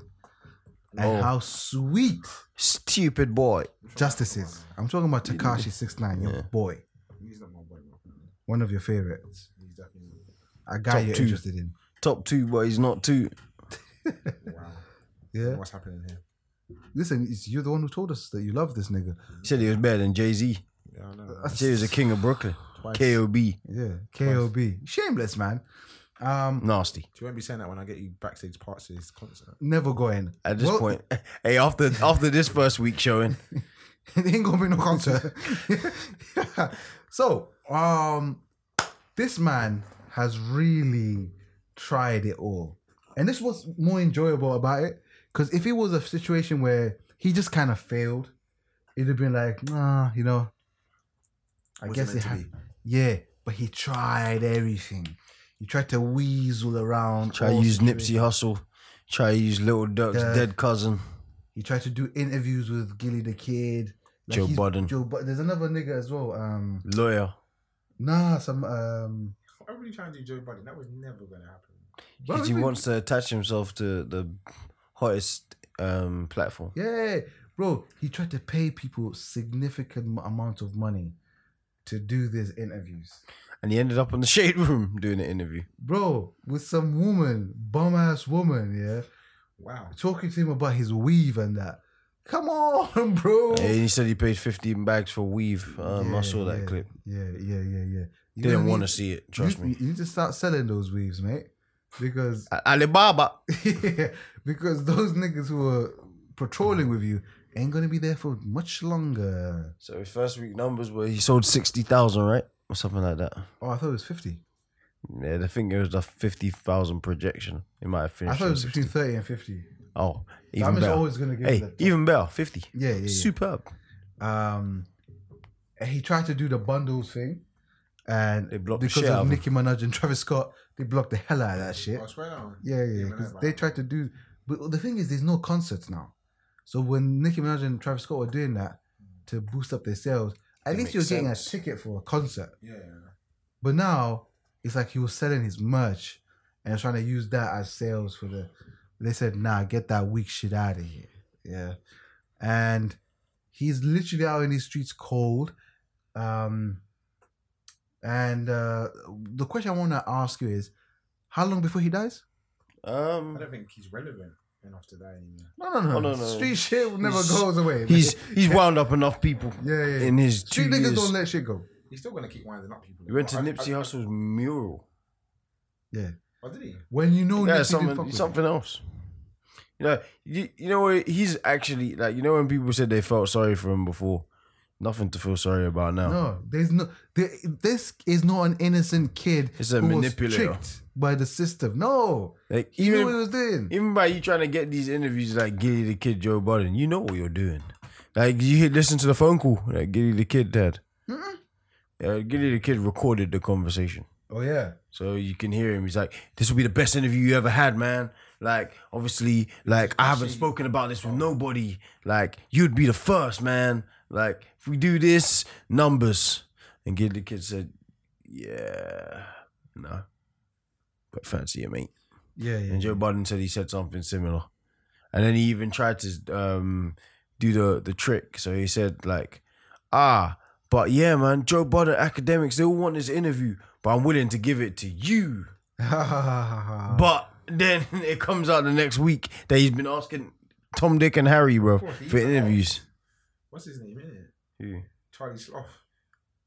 Speaker 4: and
Speaker 5: Oh.
Speaker 4: how sweet
Speaker 5: Stupid boy.
Speaker 4: justice is. I'm talking about Takashi Six Nine, your
Speaker 5: Yeah.
Speaker 4: boy,
Speaker 6: He's not my boy, bro.
Speaker 4: one of your favorites,
Speaker 6: He's definitely not.
Speaker 4: a guy
Speaker 5: Top
Speaker 4: you're
Speaker 5: two.
Speaker 4: interested in.
Speaker 5: Top two, but he's not two.
Speaker 6: Wow.
Speaker 4: Yeah,
Speaker 6: What's happening here?
Speaker 4: listen, it's, you're the one who told us that you love this nigga.
Speaker 5: He said he was better than Jay Z.
Speaker 6: Yeah, I know.
Speaker 4: Uh,
Speaker 5: He said he was a king of Brooklyn. KOB.
Speaker 4: Yeah, KOB, shameless man. Um,
Speaker 5: Nasty.
Speaker 6: She won't be saying that when I get you backstage parts to this concert.
Speaker 4: never going
Speaker 5: At this
Speaker 4: Well,
Speaker 5: point, hey, after after this first week showing,
Speaker 4: it ain't gonna be no concert. so, um, this man has really tried it all, and this was more enjoyable about it because if it was a situation where he just kind of failed, it'd have been like, nah, you know, I
Speaker 6: Wasn't
Speaker 4: guess it
Speaker 6: meant to
Speaker 4: had,
Speaker 6: be.
Speaker 4: yeah, but he tried everything. He tried to weasel around.
Speaker 5: try to
Speaker 4: all
Speaker 5: use
Speaker 4: situations.
Speaker 5: Nipsey Hussle. Try to use Little Duck's
Speaker 4: Yeah.
Speaker 5: dead cousin.
Speaker 4: He tried to do interviews with Gilly the Kid.
Speaker 5: Joe
Speaker 4: he's-
Speaker 5: Budden.
Speaker 4: Joe Budden. There's another nigga as well. Um,
Speaker 5: Lawyer.
Speaker 4: nah, some um.
Speaker 6: I'm really trying to do Joe Budden. That was never going to happen.
Speaker 5: Because he wants to attach himself to the hottest um, platform.
Speaker 4: Yeah, bro. He tried to pay people significant m- amount of money to do these interviews,
Speaker 5: And he ended up in the shade room doing an interview.
Speaker 4: bro, with some woman, bum ass woman, yeah,
Speaker 6: Wow.
Speaker 4: talking to him about his weave and that. Come on, bro.
Speaker 5: And he said he paid 15 bags for weave. Um, I saw that
Speaker 4: yeah,
Speaker 5: clip.
Speaker 4: Yeah, yeah, yeah, yeah. You
Speaker 5: Didn't
Speaker 4: know
Speaker 5: want
Speaker 4: what I
Speaker 5: to
Speaker 4: mean?
Speaker 5: see it, trust
Speaker 4: You-
Speaker 5: me.
Speaker 4: You need to start selling those weaves, mate, because
Speaker 5: A- Alibaba.
Speaker 4: yeah, because those niggas who are patrolling with you ain't gonna be there for much longer.
Speaker 5: So his first week numbers were he sold 60,000, right? Or something like that.
Speaker 4: Oh, I thought it was fifty.
Speaker 5: Yeah, I think it was a 50,000 projection. It might have
Speaker 4: I
Speaker 5: finished.
Speaker 4: thought it
Speaker 5: on
Speaker 4: was
Speaker 5: 60.
Speaker 4: between thirty and fifty.
Speaker 5: Oh,
Speaker 4: I'm
Speaker 5: even
Speaker 4: just
Speaker 5: better.
Speaker 4: always gonna give
Speaker 5: Hey,
Speaker 4: that.
Speaker 5: even better. 50.
Speaker 4: yeah, yeah, yeah.
Speaker 5: Superb.
Speaker 4: Um, he tried to do the bundles thing, and
Speaker 5: They blocked the
Speaker 4: because
Speaker 5: shit out
Speaker 4: of
Speaker 5: of him.
Speaker 4: Nicki Minaj and Travis Scott, they blocked the hell out of that shit.
Speaker 6: I swear now.
Speaker 4: Yeah, yeah, because they tried to do. But the thing is, there's no concerts now. So when Nicki Minaj and Travis Scott were doing that to boost up their sales, at
Speaker 5: It
Speaker 4: least you're
Speaker 5: makes
Speaker 4: getting a
Speaker 5: sense.
Speaker 4: ticket for a concert.
Speaker 6: Yeah.
Speaker 4: But now it's like he was selling his merch and trying to use that as sales for the. They said, "Nah, get that weak shit out of here." Yeah, and he's literally out in these streets cold. Um, and uh, the question I want to ask you is, how long before he dies?
Speaker 5: Um,
Speaker 6: I don't think he's relevant enough to that anymore.
Speaker 4: No, no, no,
Speaker 5: Oh, no, no.
Speaker 4: Street shit will never
Speaker 5: He's-
Speaker 4: goes away.
Speaker 5: he's he's wound up enough people
Speaker 4: yeah, yeah. yeah.
Speaker 5: in his two
Speaker 4: Street niggas
Speaker 5: years.
Speaker 4: don't let shit go.
Speaker 6: He's still going to keep winding up people.
Speaker 5: He went to
Speaker 6: I- I-
Speaker 5: Nipsey Hussle's mural.
Speaker 6: Oh, did he?
Speaker 4: When you know
Speaker 5: Yeah,
Speaker 4: Nipsey didn't fuck
Speaker 5: something,
Speaker 4: with
Speaker 5: something else. You know, you, you know what? He's actually like you know when people said they felt sorry for him before, nothing to feel sorry about
Speaker 4: you.
Speaker 5: now.
Speaker 4: No, there's no. There, this is not an innocent kid.
Speaker 5: It's a
Speaker 4: who was
Speaker 5: manipulator.
Speaker 4: tricked by the system. No,
Speaker 5: Like
Speaker 4: he knew what he
Speaker 5: even
Speaker 4: was doing.
Speaker 5: even by you trying to get these interviews like Gilly the Kid, Joe Budden, you know what you're doing. Like you hit- listen to the phone call that Gilly the Kid had. Uh, Gilly the Kid recorded the conversation.
Speaker 4: oh yeah,
Speaker 5: So you can hear him. He's like, "This will be the best interview you ever had, man." Like, obviously, like I haven't spoken about this with nobody. Like, you'd be the first, man. Like, if we do this, numbers. And Gilly Kid said, "Yeah, no, but fancy it, mate."
Speaker 4: yeah, yeah.
Speaker 5: And Joe Biden said he said something similar, and then he even tried to um, do the the trick. So he said like, "Ah, but yeah, man, Joe Biden academics they all want this interview, but I'm willing to give it to you." But then it comes out the next week that he's been asking Tom, Dick, and Harry, bro,
Speaker 6: course, he's
Speaker 5: for
Speaker 6: the
Speaker 5: interviews.
Speaker 6: What's his name, innit?
Speaker 5: Yeah,
Speaker 6: Charlie Sloth.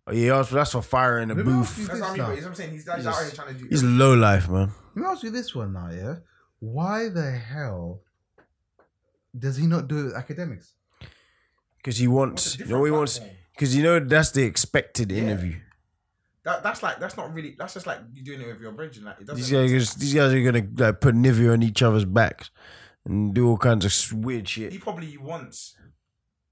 Speaker 5: Oh, yeah, that's- that's for firing the
Speaker 4: Let me ask
Speaker 5: booth.
Speaker 4: you-
Speaker 6: That's what I mean,
Speaker 4: Sloth.
Speaker 6: but he's- I'm saying he's, he's
Speaker 5: He's-
Speaker 6: out here trying to do.
Speaker 5: He's low life, man.
Speaker 4: Let me ask you this one now, yeah. Why the hell does he not do it with academics?
Speaker 5: Because he
Speaker 6: What's
Speaker 5: wants,
Speaker 6: a
Speaker 5: you know, what he
Speaker 6: different
Speaker 5: wants.
Speaker 6: platform?
Speaker 5: Because you know that's the expected interview.
Speaker 6: That, that's like that's not really. That's just like you doing it with your bridging. Like it doesn't.
Speaker 5: These guys, these guys are gonna like put Nivea on each other's backs and do all kinds of s- weird
Speaker 6: he
Speaker 5: shit.
Speaker 6: probably wants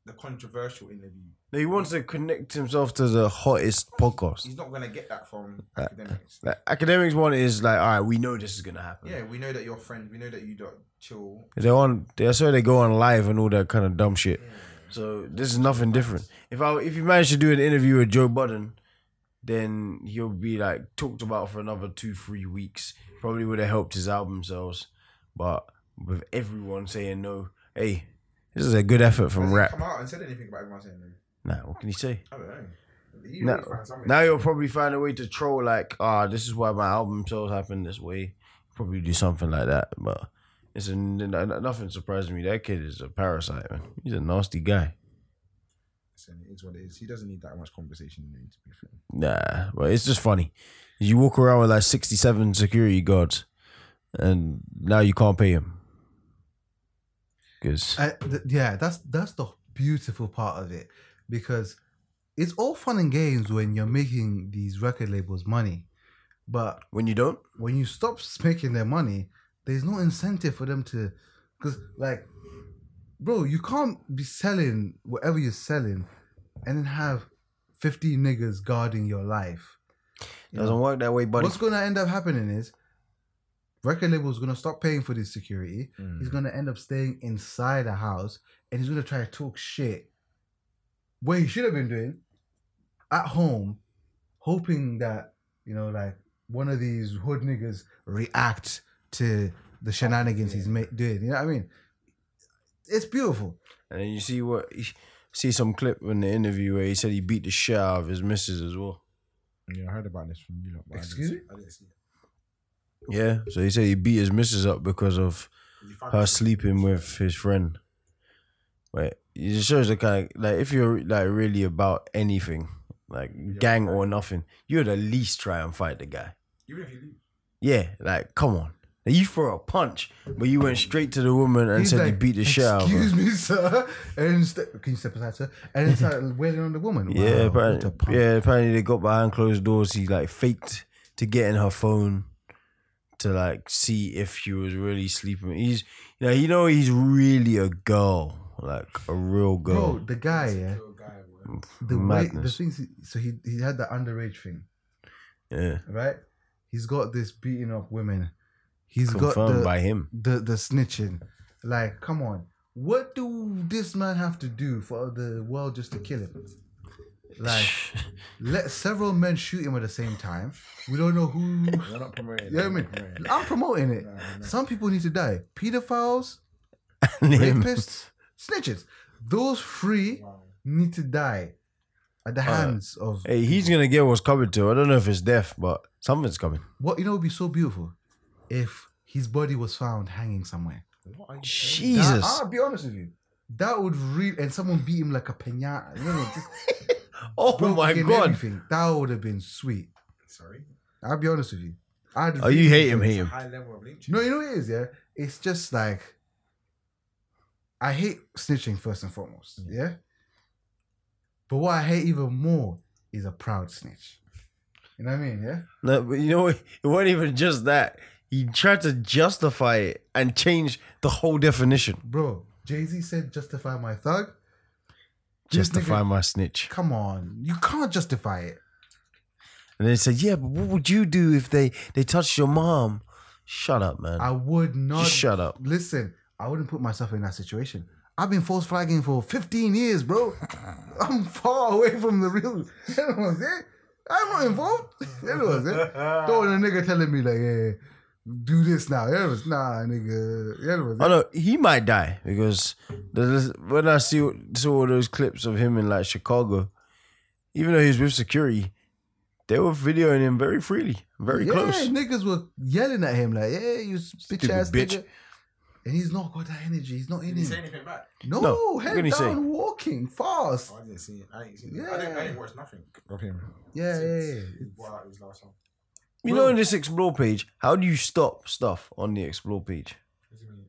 Speaker 6: the controversial interview.
Speaker 5: No, he wants to connect himself to the hottest podcast.
Speaker 6: He's not gonna get that from
Speaker 5: Uh,
Speaker 6: academics.
Speaker 5: Like, academics one is like, all right, we know this is gonna happen.
Speaker 6: Yeah, we know that you're friends. We know that you don't chill.
Speaker 5: They on. They, that's why they go on live and all that kind of dumb shit. So this is nothing different. If I if you manage to do an interview with Joe Budden, then he'll be like talked about for another two three weeks. Probably would have helped his album sales, but with everyone saying no, hey, this is a good effort from
Speaker 6: Has he
Speaker 5: rap.
Speaker 6: come out and said anything about everyone saying no?
Speaker 5: Nah, what can you say?
Speaker 6: I don't know. You
Speaker 5: Now,
Speaker 6: always find something.
Speaker 5: now you'll probably find a way to troll like, ah, this is why my album sales happened this way. Probably do something like that, but it's a, n- n- nothing surprised me. That kid is a parasite, man. He's a nasty guy.
Speaker 6: Listen, it is what it is. He doesn't need that much conversation. Really, to be fair.
Speaker 5: Nah, but it's just funny. You walk around with like sixty-seven security guards, and now you can't pay him because
Speaker 4: I, Uh, th- yeah, that's that's the beautiful part of it because it's all fun and games when you're making these record labels money, but
Speaker 5: when you don't,
Speaker 4: when you stop making their money, there's no incentive for them to, because like, bro, you can't be selling whatever you're selling, and then have fifty niggas guarding your life.
Speaker 5: it doesn't work that way, buddy.
Speaker 4: What's gonna end up happening is record label's gonna stop paying for this security.
Speaker 5: Mm.
Speaker 4: He's gonna end up staying inside a house and he's gonna try to talk shit. What he should have been doing at home, hoping that, you know, like one of these hood niggas react to the shenanigans he's ma- doing. You know what I mean? It's beautiful.
Speaker 5: And then you see what see some clip in the interview where he said he beat the shit out of his missus as well.
Speaker 6: Yeah, I heard about this from you. Lot, but I didn't
Speaker 4: Excuse
Speaker 6: see-
Speaker 4: me?
Speaker 6: I didn't see it.
Speaker 5: Yeah, so he said he beat his missus up because of
Speaker 6: You found
Speaker 5: her
Speaker 6: it?
Speaker 5: sleeping with his friend. Right, it just shows the kind of like if you're like really about anything, like gang or nothing, you would at least try and fight the guy.
Speaker 6: Even if you leave.
Speaker 5: Yeah, like come on, Like, you throw a punch, but you went straight to the woman and
Speaker 4: He's
Speaker 5: said
Speaker 4: like,
Speaker 5: you beat the shit out of her.
Speaker 4: Excuse me, sir. And st- can you step aside, sir? And then started wailing on the woman.
Speaker 5: Yeah,
Speaker 4: Wow, what a
Speaker 5: apparently,
Speaker 4: punk.
Speaker 5: yeah, apparently they got behind closed doors. He like faked to get in her phone to like see if she was really sleeping. He's you know, you know he's really a girl, like a real girl.
Speaker 4: Bro, the guy, yeah. The way the
Speaker 5: Madness.
Speaker 4: things he, so he he had the underage thing,
Speaker 5: yeah,
Speaker 4: right? He's got this beating up women. He's got
Speaker 5: confirmed
Speaker 4: the,
Speaker 5: by him.
Speaker 4: the the snitching. Like, come on. What do this man have to do for the world just to kill him? Like, let several men shoot him at the same time. We don't know who.
Speaker 6: You're not promoting.
Speaker 4: You know what I mean? I'm promoting it. Some people need to die. Pedophiles,
Speaker 5: And him.
Speaker 4: rapists, snitches. Those three need to die at the hands of
Speaker 5: Hey, he's gonna get what's coming to. him. I don't know if it's death, but something's coming.
Speaker 4: What you know would be so beautiful if his body was found hanging somewhere.
Speaker 5: Jesus,
Speaker 4: That- I'll be honest with you. That would really and someone beat him like a pinata. You know, just
Speaker 5: oh
Speaker 4: broke
Speaker 5: my
Speaker 4: him,
Speaker 5: god,
Speaker 4: everything. That would have been sweet.
Speaker 6: Sorry.
Speaker 4: I'll be honest with you. I'd
Speaker 5: oh you hate him, hate him.
Speaker 6: High level of lynching.
Speaker 4: No, you know what it is, yeah? It's just like I hate snitching first and foremost.
Speaker 5: Mm.
Speaker 4: Yeah. But what I hate even more is a proud snitch. You know what I mean? Yeah?
Speaker 5: No, but you know what? It wasn't even just that. He tried to justify it and change the whole definition.
Speaker 4: Bro, Jay-Z said justify my thug. This
Speaker 5: Justify
Speaker 4: nigga-
Speaker 5: my snitch.
Speaker 4: Come on. You can't justify it.
Speaker 5: And they said, Yeah, but what would you do if they, they touched your mom? Shut up, man.
Speaker 4: I would not.
Speaker 5: Just shut up.
Speaker 4: Listen, I wouldn't put myself in that situation. I've been false flagging for 15 years, bro. I'm far away from the real. You know what I'm saying? I'm not involved. You know what I'm saying? Don't want a nigga telling me, like, yeah, do this now. You know what I'm saying? Nah, nigga. You know what I'm
Speaker 5: Oh
Speaker 4: saying?
Speaker 5: no, he might die because there's- when I see saw all those clips of him in like Chicago, even though he was with security, they were videoing him very freely, very
Speaker 4: yeah,
Speaker 5: close.
Speaker 4: niggas were yelling at him, like, yeah, you bitch ass
Speaker 5: bitch.
Speaker 4: nigga. And he's not got that energy. He's not in
Speaker 6: Did he say
Speaker 4: him.
Speaker 6: anything back?
Speaker 4: No,
Speaker 5: No, what
Speaker 4: head
Speaker 5: can he
Speaker 4: down,
Speaker 5: say?
Speaker 4: walking fast.
Speaker 6: Oh, I didn't see it. I didn't see it. I, didn't, I didn't watch nothing of him.
Speaker 4: Yeah, yeah, yeah.
Speaker 6: He brought out his last song.
Speaker 5: You know, on this explore page, how do you stop stuff on the explore page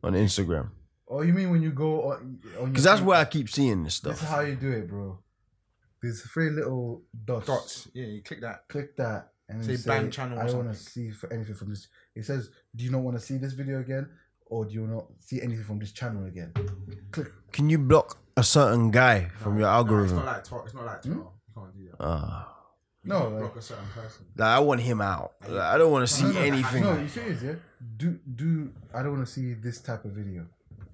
Speaker 5: on Instagram?
Speaker 4: Oh, you mean when you go on? on
Speaker 5: Because
Speaker 4: your
Speaker 5: that's where I keep seeing this
Speaker 4: This is
Speaker 5: stuff.
Speaker 4: how you do it, bro. There's three little dots.
Speaker 6: Dots. Yeah, you click that.
Speaker 4: Click that and
Speaker 6: Say
Speaker 4: say,
Speaker 6: ban channel or
Speaker 4: I don't want to see
Speaker 6: something.
Speaker 4: for anything from this. It says, do you not want to see this video again, or do you not see anything from this channel again?
Speaker 5: Can you block a certain guy from your
Speaker 6: It's
Speaker 5: algorithm. Ah.
Speaker 6: not like Twitter. It's not like Twitter. You can't do that. You
Speaker 4: No,
Speaker 6: can't
Speaker 4: like-
Speaker 6: block a certain person.
Speaker 5: Like, I want him out. Like, I don't want to see anything.
Speaker 4: No, you serious? Yeah. Do do I don't want to see this type of video,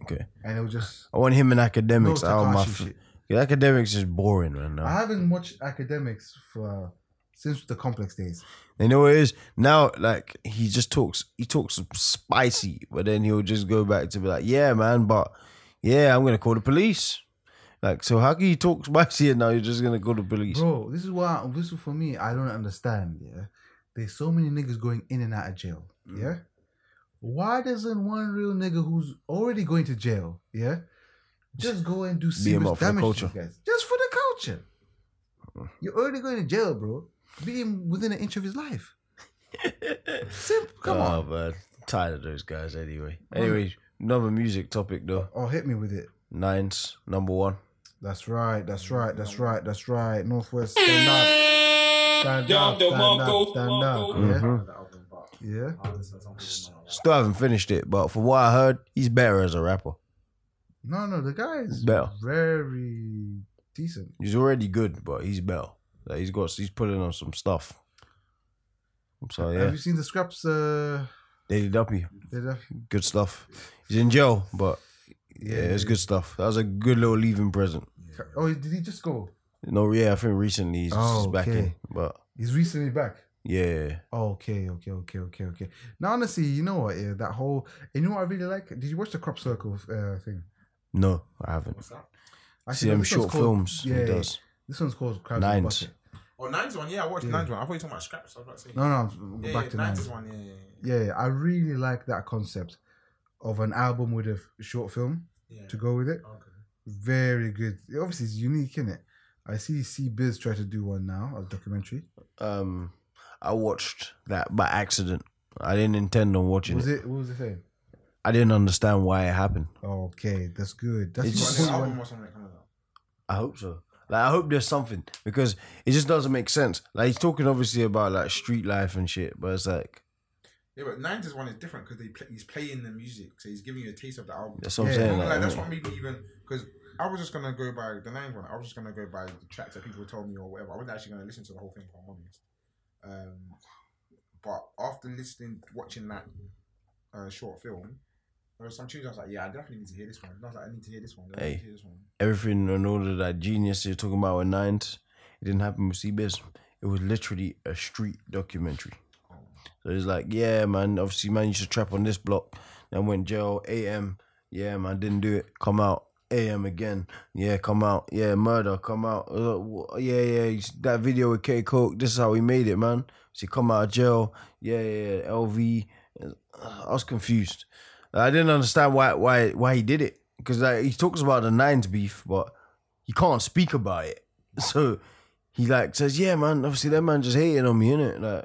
Speaker 5: Okay.
Speaker 4: and it'll just.
Speaker 5: I want him in academics
Speaker 4: No
Speaker 5: out of my.
Speaker 4: Takashi
Speaker 5: F-
Speaker 4: shit.
Speaker 5: Yeah, academics is boring right now.
Speaker 4: I haven't watched academics for since the complex days.
Speaker 5: You know what it is? Now, like he just talks, he talks spicy, but then he'll just go back to be like, "Yeah, man, but yeah, I'm gonna call the police." Like, so how can you talk spicy and now you're just gonna call the police?
Speaker 4: Bro, this is why this is for me. I don't understand. Yeah, there's so many niggas going in and out of jail. Yeah, why doesn't one real nigga who's already going to jail, yeah, just go and do
Speaker 5: up
Speaker 4: serious
Speaker 5: for the
Speaker 4: damage to
Speaker 5: culture.
Speaker 4: these guys? Just for the culture. You're already going to jail, bro. Be him within an inch of his life. Simple. Come
Speaker 5: oh,
Speaker 4: on.
Speaker 5: man, tired of those guys anyway. Anyway, another music topic though.
Speaker 4: Oh, hit me with it.
Speaker 5: Nines, number one.
Speaker 4: That's right. That's right. That's right. That's right. Northwest stand up. Stand
Speaker 1: Down
Speaker 4: up.
Speaker 1: the
Speaker 4: Stand up.
Speaker 1: Marco,
Speaker 4: Stand up.
Speaker 1: Marco.
Speaker 4: Yeah.
Speaker 6: That album, but
Speaker 4: Yeah.
Speaker 6: I'll listen to something. more.
Speaker 5: Still haven't finished it, but from what I heard, he's better as a rapper.
Speaker 4: No, no. The guy is
Speaker 5: Better.
Speaker 4: very decent.
Speaker 5: He's already good, but he's better. Like, he's got, he's putting on some stuff. So Oh, yeah,
Speaker 4: Have you seen the scraps? Uh,
Speaker 5: Daily Duppy.
Speaker 4: that I-
Speaker 5: good stuff. He's in jail, but yeah, it's good stuff. That was a good little leaving present.
Speaker 4: oh, did he just go?
Speaker 5: No, yeah, I think recently he's,
Speaker 4: Oh,
Speaker 5: he's back
Speaker 4: okay.
Speaker 5: in, but
Speaker 4: He's recently back.
Speaker 5: yeah,
Speaker 4: Oh, okay, okay, okay, okay, okay. Now, honestly, you know what? Yeah, that whole. You know what I really like? Did you watch the crop circle uh, thing?
Speaker 5: no, I haven't.
Speaker 6: What's that?
Speaker 5: See
Speaker 4: Actually, no,
Speaker 5: them
Speaker 4: this one's
Speaker 5: short
Speaker 4: called-
Speaker 5: films.
Speaker 4: Yeah,
Speaker 5: he does.
Speaker 4: this one's called Crabs in a
Speaker 5: Nines.
Speaker 4: Bucket.
Speaker 6: Oh, Nines one. Yeah, I watched Nines one. I thought you were talking about Scraps. I was about to say.
Speaker 4: No, no, I'm
Speaker 6: yeah,
Speaker 4: back
Speaker 6: yeah,
Speaker 4: to
Speaker 6: Nines
Speaker 4: nines.
Speaker 6: one. Yeah, yeah, yeah.
Speaker 4: Yeah, I really like that concept of an album with a f- short film
Speaker 6: Yeah.
Speaker 4: to go with it.
Speaker 6: Okay.
Speaker 4: Very good. Obviously, it's unique, is it? I see C Biz try to do one now, a documentary.
Speaker 5: Um, I watched that by accident. I didn't intend on watching
Speaker 4: Was
Speaker 5: it.
Speaker 4: it? What was the thing?
Speaker 5: I didn't understand why it happened.
Speaker 4: Okay, that's good. That's
Speaker 5: It's
Speaker 4: the
Speaker 5: just-
Speaker 6: Got an
Speaker 4: point when-
Speaker 6: album or something coming out.
Speaker 5: I hope so. Like I hope there's something because it just doesn't make sense. Like he's talking obviously about like street life and shit, but it's like
Speaker 6: Yeah, but Nines is one is different because they play, he's playing the music, so he's giving you a taste of the album.
Speaker 5: that's what I'm
Speaker 4: Yeah.
Speaker 5: saying.
Speaker 6: Like,
Speaker 5: Like,
Speaker 6: that's what made me even because I was just gonna go by the Nines one. I was just gonna go by the tracks that people told me or whatever. I wasn't actually gonna listen to the whole thing. If I'm honest. Um, but after listening, watching that uh, short film, there was some tunes I was like, yeah, I definitely need to hear this one. And I was like, I need to hear this one. I need
Speaker 5: Hey.
Speaker 6: to hear this one.
Speaker 5: everything in order that genius you're talking about with nines, it didn't happen with CBiz. It was literally a street documentary. So it's like, yeah, man, obviously, man, you should trap on this block. Then went jail, AM, yeah, man, didn't do it. Come out, AM again, yeah, come out, yeah, murder, come out, Uh, wh- yeah, yeah, you s- that video with K Coke, this is how we made it, man. So you come out of jail, yeah, yeah, yeah, LV. I was confused. I didn't understand why why why he did it because like, he talks about the nines beef, but he can't speak about it. So he like says, "Yeah, man, obviously that man just hating on me, innit? Like,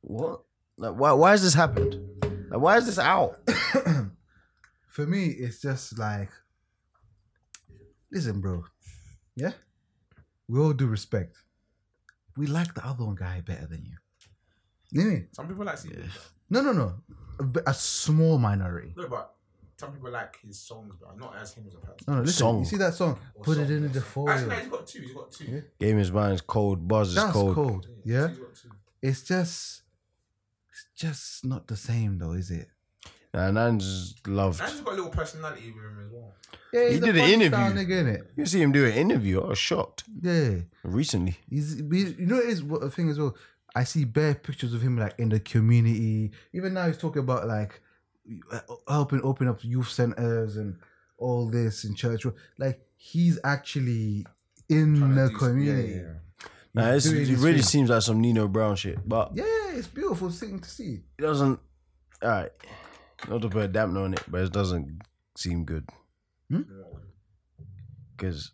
Speaker 5: what? Like, why? Why has this happened? Like, why is this out?
Speaker 4: for me, it's just like, listen, bro. Yeah, we all do respect. We like the other one guy better than you. You know what I mean?
Speaker 6: Some people like see
Speaker 4: No, no, no. A b- A, small minority.
Speaker 6: no, but some people like his songs, but not as him as a person.
Speaker 4: No, no. Listen,
Speaker 5: Song.
Speaker 4: you see that song? Put it
Speaker 6: song,
Speaker 4: in the
Speaker 6: Actually, no,
Speaker 4: foil.
Speaker 6: he's got two. He's got two.
Speaker 4: Oh, Yeah.
Speaker 5: Game is mine. It's cold. Buzz is
Speaker 4: That's
Speaker 5: cold.
Speaker 4: cold. Yeah,
Speaker 6: he's got two.
Speaker 4: it's just, it's just not the same though, is it?
Speaker 5: Nah, nines is loved.
Speaker 6: Nines has got a little personality with him as well.
Speaker 4: Yeah,
Speaker 5: He
Speaker 4: he's a
Speaker 5: did an
Speaker 4: funny
Speaker 5: interview.
Speaker 4: style Nigga, innit?
Speaker 5: You see him do an interview. I was shocked
Speaker 4: Yeah.
Speaker 5: recently.
Speaker 4: He's, he's- you know, it is what the thing as well. I see bare pictures of him like in the community. Even now, he's talking about like uh, helping open up youth centers and all this in church. Like he's actually in
Speaker 6: Trying to
Speaker 4: the
Speaker 6: do-
Speaker 4: community.
Speaker 6: yeah, yeah, yeah.
Speaker 5: Nah, it's,
Speaker 4: doing
Speaker 5: it
Speaker 4: his
Speaker 5: really
Speaker 4: thing.
Speaker 5: seems like some Nino Brown shit, but
Speaker 4: Yeah, it's beautiful thing to see.
Speaker 5: it doesn't. All right, not to put a dampener on it, but it doesn't seem good
Speaker 4: Hmm?
Speaker 5: because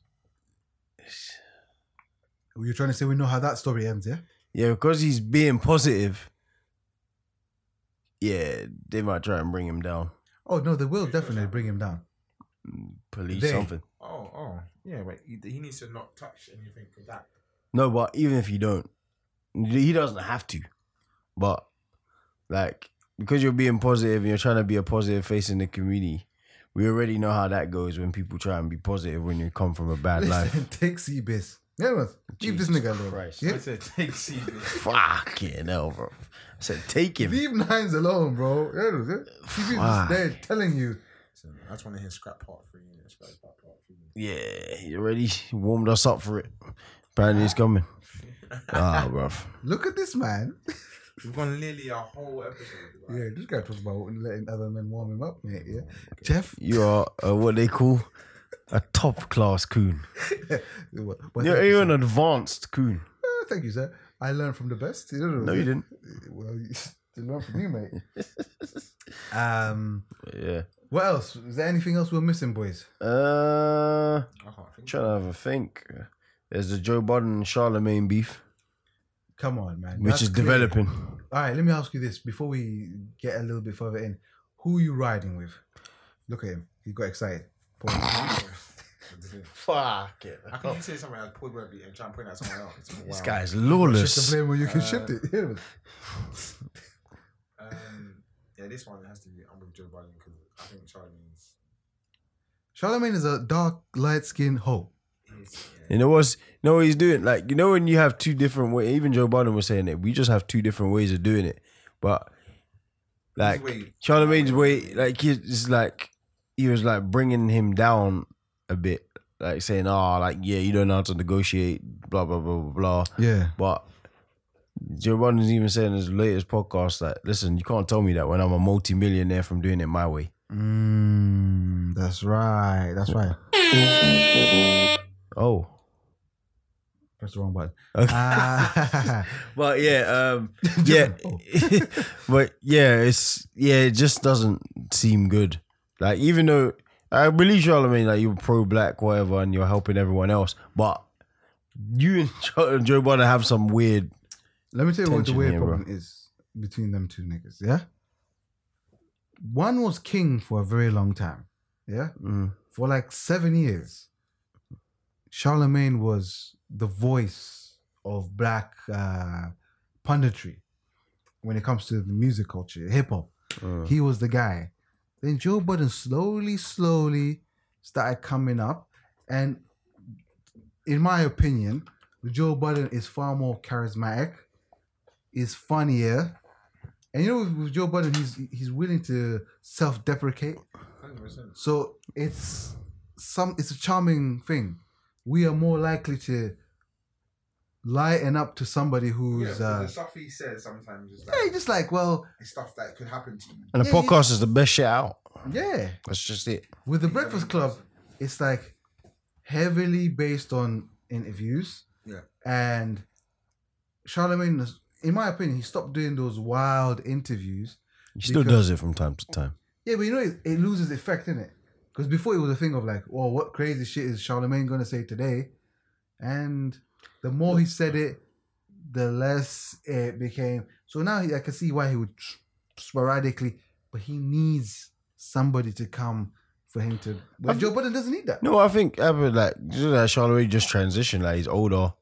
Speaker 4: Well, You're trying to say we know how that story ends, yeah?
Speaker 5: yeah, because he's being positive. Yeah, they might try and bring him down,
Speaker 4: Oh no, they will definitely bring him down.
Speaker 5: police
Speaker 4: They.
Speaker 5: something.
Speaker 6: Oh, oh, yeah, but he, he needs to not touch anything with that.
Speaker 5: No, but even if you don't, he doesn't have to. But like because you're being positive and you're trying to be a positive face in the community, we already know how that goes when people try and be positive when you come from a bad life.
Speaker 4: Listen, take Seabiz. Yeah, man. Leave this nigga alone.
Speaker 5: Christ.
Speaker 4: Yeah?
Speaker 6: said, take Seabiz.
Speaker 5: Fucking hell, bro. I said, take him.
Speaker 4: Leave nines alone, bro. Yeah, man. Seabiz is
Speaker 5: Fuck.
Speaker 4: there telling you.
Speaker 6: Listen, I just want to hear scrap part three. You know, scrap part part three.
Speaker 5: Yeah, he already warmed us up for it. Apparently, he's coming. Ah, bro.
Speaker 4: Look at this man.
Speaker 6: We've gone nearly a whole episode.
Speaker 4: Yeah, this guy talks about letting other men warm him up, mate. Yeah, Jeff.
Speaker 5: You are uh, what they call a top class coon.
Speaker 4: Well,
Speaker 5: You're,
Speaker 4: thank, you,
Speaker 5: you're
Speaker 4: sir.
Speaker 5: an advanced coon.
Speaker 4: Uh, thank you, sir. I learned from the best. You know,
Speaker 5: No, you didn't.
Speaker 4: Well, you you learned from me, mate. um,
Speaker 5: Yeah.
Speaker 4: what else? Is there anything else we're missing, boys?
Speaker 5: Uh,
Speaker 6: I can't think.
Speaker 5: trying to have a think. There's the Joe Biden and Charlemagne beef,
Speaker 4: Come on, man.
Speaker 5: which
Speaker 4: That's
Speaker 5: is
Speaker 4: clear.
Speaker 5: developing.
Speaker 4: All right, let me ask you this before we get a little bit further in. Who you riding with? Look at him. He got excited. Paul.
Speaker 5: Fuck it.
Speaker 6: I can you say something like Paul Webley and try and point out someone else?
Speaker 5: This
Speaker 6: Wow.
Speaker 5: guy's
Speaker 4: Shift the
Speaker 5: lawless.
Speaker 4: blame when you can shift it.
Speaker 5: Uh,
Speaker 4: Yeah.
Speaker 6: Um, yeah, this one has to be. I'm with Joe Biden because I think Charlie's.
Speaker 4: Charlemagne is a dark, light skinned hoe.
Speaker 6: He's, yeah.
Speaker 5: You know what's you know what he's doing? Like you know when you have two different ways. Even Joe Biden was saying it. We just have two different ways of doing it. But like
Speaker 6: way.
Speaker 5: Charlemagne's way, like he- it's like he was like bringing him down a bit, like saying, "Ah, like yeah, you don't know how to negotiate." Blah blah blah blah blah.
Speaker 4: Yeah.
Speaker 5: But Joe Biden's even saying in his latest podcast that, "Listen, you can't tell me that when I'm a multimillionaire from doing it my way."
Speaker 4: Mm, that's right. That's right.
Speaker 5: Oh,
Speaker 4: That's the wrong button.
Speaker 5: Okay.
Speaker 4: Ah.
Speaker 5: But yeah, um, yeah, but yeah, it's yeah, it just doesn't seem good. Like even though I believe Charlemagne, like you're pro black, whatever, and you're helping everyone else, but you and Joe Joe Biden have some weird.
Speaker 4: Let me tell you what the
Speaker 5: Tension
Speaker 4: weird
Speaker 5: here, bro.
Speaker 4: problem is between them two niggas, yeah? One was king for a very long time, yeah?
Speaker 5: Mm.
Speaker 4: For like seven years. Charlemagne was the voice of black uh, punditry when it comes to the music culture, hip hop.
Speaker 5: mm.
Speaker 4: He was the guy. Then Joe Budden slowly, slowly started coming up. And in my opinion, Joe Budden is far more charismatic, is funnier. And you know, with- with Joe Budden, he's he's willing to self-deprecate.
Speaker 6: 100%.
Speaker 4: So it's some it's a charming thing. We are more likely to lighten up to somebody
Speaker 6: Yeah,
Speaker 4: who's
Speaker 6: because
Speaker 4: uh,
Speaker 6: the stuff he says sometimes is
Speaker 4: yeah,
Speaker 6: like
Speaker 4: just like well,
Speaker 6: it's stuff that could happen to you.
Speaker 5: And the
Speaker 4: Yeah, you-
Speaker 5: podcast is the best shit out.
Speaker 4: yeah.
Speaker 5: That's just it.
Speaker 4: With the Breakfast Club, it's like heavily based on interviews.
Speaker 6: Yeah.
Speaker 4: And Charlemagne, is- in my opinion, he stopped doing those wild interviews.
Speaker 5: He still
Speaker 4: Because-
Speaker 5: does it from time to time.
Speaker 4: Yeah, but you know, it, it loses effect, innit? Because before it was a thing of like, well, what crazy shit is Charlemagne going to say today? And the more he said it, the less it became. So now he, I can see why he would s- sporadically, but he needs somebody to come for him to. But
Speaker 5: I've-
Speaker 4: Joe Budden doesn't need that.
Speaker 5: No, I think I would like just like Charlemagne just transitioned. Like he's older,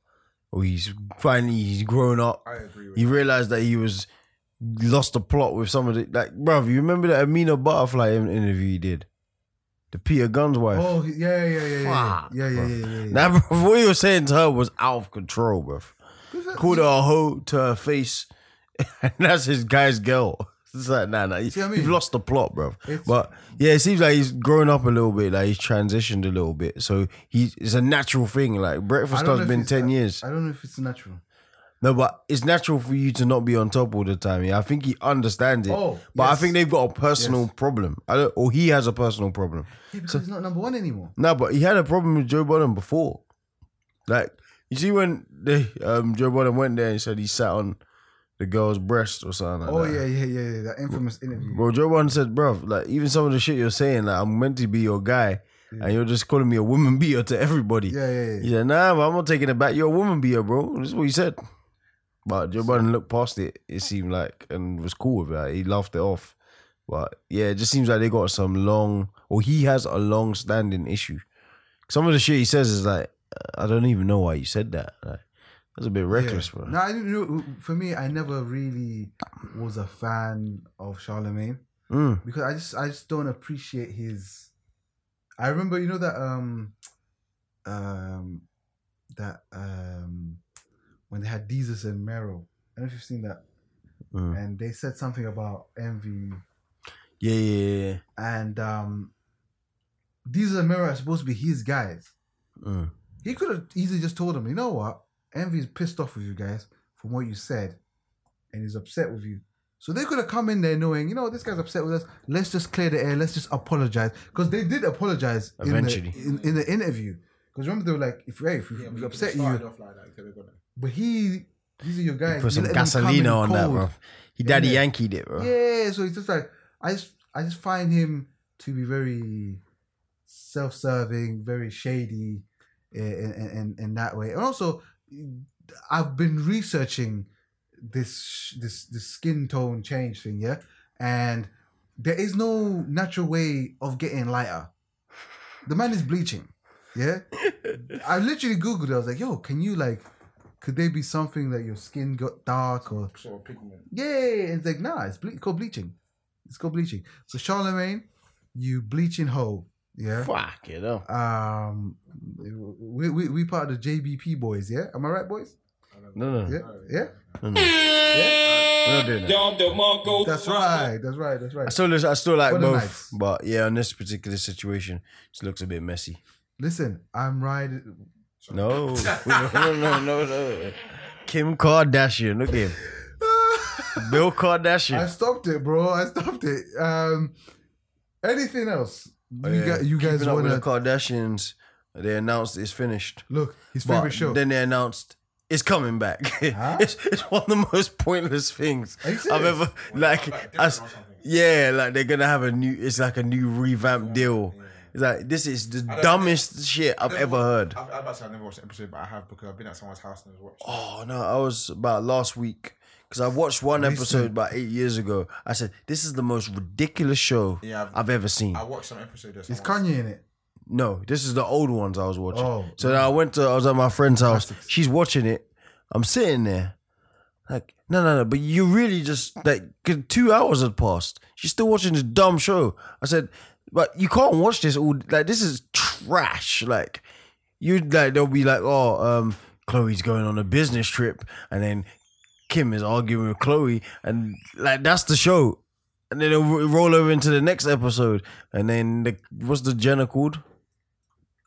Speaker 5: or he's finally he's grown up.
Speaker 6: I agree with
Speaker 5: He realized that he was lost the plot with some of the like, bruv, You remember that Amina Butterfly in- interview he did, the Peter Gunn's wife.
Speaker 4: Oh he- yeah, yeah, yeah, yeah,
Speaker 5: Fuck,
Speaker 4: yeah, yeah, yeah,
Speaker 5: bro.
Speaker 4: yeah, yeah, yeah.
Speaker 5: Now, bruv, what he was saying to her was out of control, bruv. Called her a hoe to her face, and that's his guy's girl. It's like, nah, nah, you,
Speaker 4: See what I
Speaker 5: you've
Speaker 4: mean?
Speaker 5: lost the plot, bruv.
Speaker 4: It's-
Speaker 5: But yeah, it seems like he's grown up a little bit, like he's transitioned a little bit. So he's it's a natural thing. Like
Speaker 4: I
Speaker 5: Breakfast
Speaker 4: don't know
Speaker 5: Club's
Speaker 4: if
Speaker 5: been
Speaker 4: it's-
Speaker 5: ten
Speaker 4: I-
Speaker 5: years.
Speaker 4: I don't know if it's natural.
Speaker 5: No, but it's natural for you to not be on top all the time. Yeah, I think he understands it.
Speaker 4: Oh,
Speaker 5: but I
Speaker 4: yes.
Speaker 5: think they've got a personal
Speaker 4: Yes.
Speaker 5: problem. I don't, or he has a personal problem.
Speaker 4: Yeah, because he's not number one anymore.
Speaker 5: No, but he had a problem with Joe Biden before. Like, you see when they um, Joe Biden went there and said he sat on the girl's breast or something like
Speaker 4: Oh
Speaker 5: that.
Speaker 4: yeah, yeah, yeah, yeah. That infamous interview.
Speaker 5: Well, Joe Biden said, bruv, like even some of the shit you're saying, like I'm meant to be your guy,
Speaker 4: Mm.
Speaker 5: and you're just calling me a woman beater to everybody.
Speaker 4: Yeah, yeah, yeah.
Speaker 5: He said, nah, but I'm not taking it back. You're a woman beater, bro. This is what he said. But Joe Biden looked past it, it seemed like, and was cool with it. Like, he laughed it off. But yeah, it just seems like they got some long, or he has a long standing issue. Some of the shit he says is like, I don't even know why you said that. Like, that's a bit reckless, bro.
Speaker 4: No, I didn't know. For me, I never really was a fan of Charlemagne
Speaker 5: Mm.
Speaker 4: because I just, I just don't appreciate his I remember, you know that um, um, that um, when they had Jesus and Mero. I don't know if you've seen that.
Speaker 5: Mm.
Speaker 4: And they said something about envy,
Speaker 5: Yeah, yeah, yeah. yeah.
Speaker 4: and um, Jesus and Mero are supposed to be his guys.
Speaker 5: Mm.
Speaker 4: He could have easily just told them, you know what, envy's pissed off with you guys from what you said, and he's upset with you. So they could have come in there knowing, you know, this guy's upset with us. Let's just clear the air. Let's just apologize because they did apologize in the-
Speaker 5: Eventually.
Speaker 4: in, in the interview. Because remember they were like, if, hey, if we,
Speaker 6: but
Speaker 4: we
Speaker 6: you
Speaker 4: upset you,
Speaker 6: started off like that, you could've gone there.
Speaker 4: but he, these are your guys.
Speaker 5: Put
Speaker 4: you
Speaker 5: some
Speaker 4: let them come in
Speaker 5: gasolina on that,
Speaker 4: cold.
Speaker 5: bro. He daddy
Speaker 4: Innit?
Speaker 5: Yankeed it, bro.
Speaker 4: Yeah, so it's just like I just I just find him to be very self-serving, very shady, in in, in, in that way. And also, I've been researching this this this skin tone change thing, yeah, and there is no natural way of getting lighter. The man is bleaching, yeah. I literally googled it. I was like, "Yo, can you like, could there be something that your skin got dark or
Speaker 6: Sort of pigment.
Speaker 4: yeah, and it's like, nah, it's, ble- it's called bleaching. It's called bleaching. So Charlemagne, you bleaching hoe. Yeah.
Speaker 5: Fuck it up.
Speaker 4: Um, we, we we part of the JBP boys. Yeah, am I right, boys?
Speaker 5: No, no,
Speaker 4: Yeah, yeah.
Speaker 5: we're not doing that.
Speaker 1: Dom the Monko.
Speaker 4: That's right. That's right. That's
Speaker 5: I
Speaker 4: right.
Speaker 5: still, I still like
Speaker 4: What a
Speaker 5: both,
Speaker 4: nice.
Speaker 5: but yeah, on this particular situation, it looks a bit messy.
Speaker 4: Listen, I'm riding.
Speaker 5: No, no, no, no, no. Kim Kardashian, look at him. Bill
Speaker 4: I
Speaker 5: Kardashian.
Speaker 4: stopped it, bro. I stopped it. Um, anything else? You,
Speaker 5: Oh, Yeah.
Speaker 4: guys, you guys
Speaker 5: Keeping Up with
Speaker 4: want to
Speaker 5: the Kardashians? They announced it's finished.
Speaker 4: look his
Speaker 5: But
Speaker 4: favorite show?
Speaker 5: Then they announced it's coming back. it's, it's one of the most pointless things
Speaker 4: Are you
Speaker 5: I've
Speaker 4: serious?
Speaker 5: ever like. as- yeah, like they're gonna have a new. It's like a new revamp deal. It's like this is the dumbest shit I've ever heard.
Speaker 6: I've, I've actually never watched an episode, but I have because I've been at someone's house and I was watching.
Speaker 5: Oh no, I was about last week because I watched one episode about eight years ago. I said this is the most ridiculous show
Speaker 6: Yeah, I've-
Speaker 5: I've ever seen.
Speaker 6: I watched some episode. Of
Speaker 4: Is Kanye in it?
Speaker 5: No, this is the old ones I was watching.
Speaker 4: Oh.
Speaker 5: so then I went to I was at my friend's house. She's watching it. I'm sitting there, like no, no, no. But you really just like 'cause two hours had passed. She's still watching this dumb show. I said, but you can't watch this all. Like this is trash. Like you like they'll be like, oh, um, Chloe's going on a business trip, and then Kim is arguing with Chloe, and like that's the show. And then it'll ro- roll over into the next episode, and then the what's the Jenna called?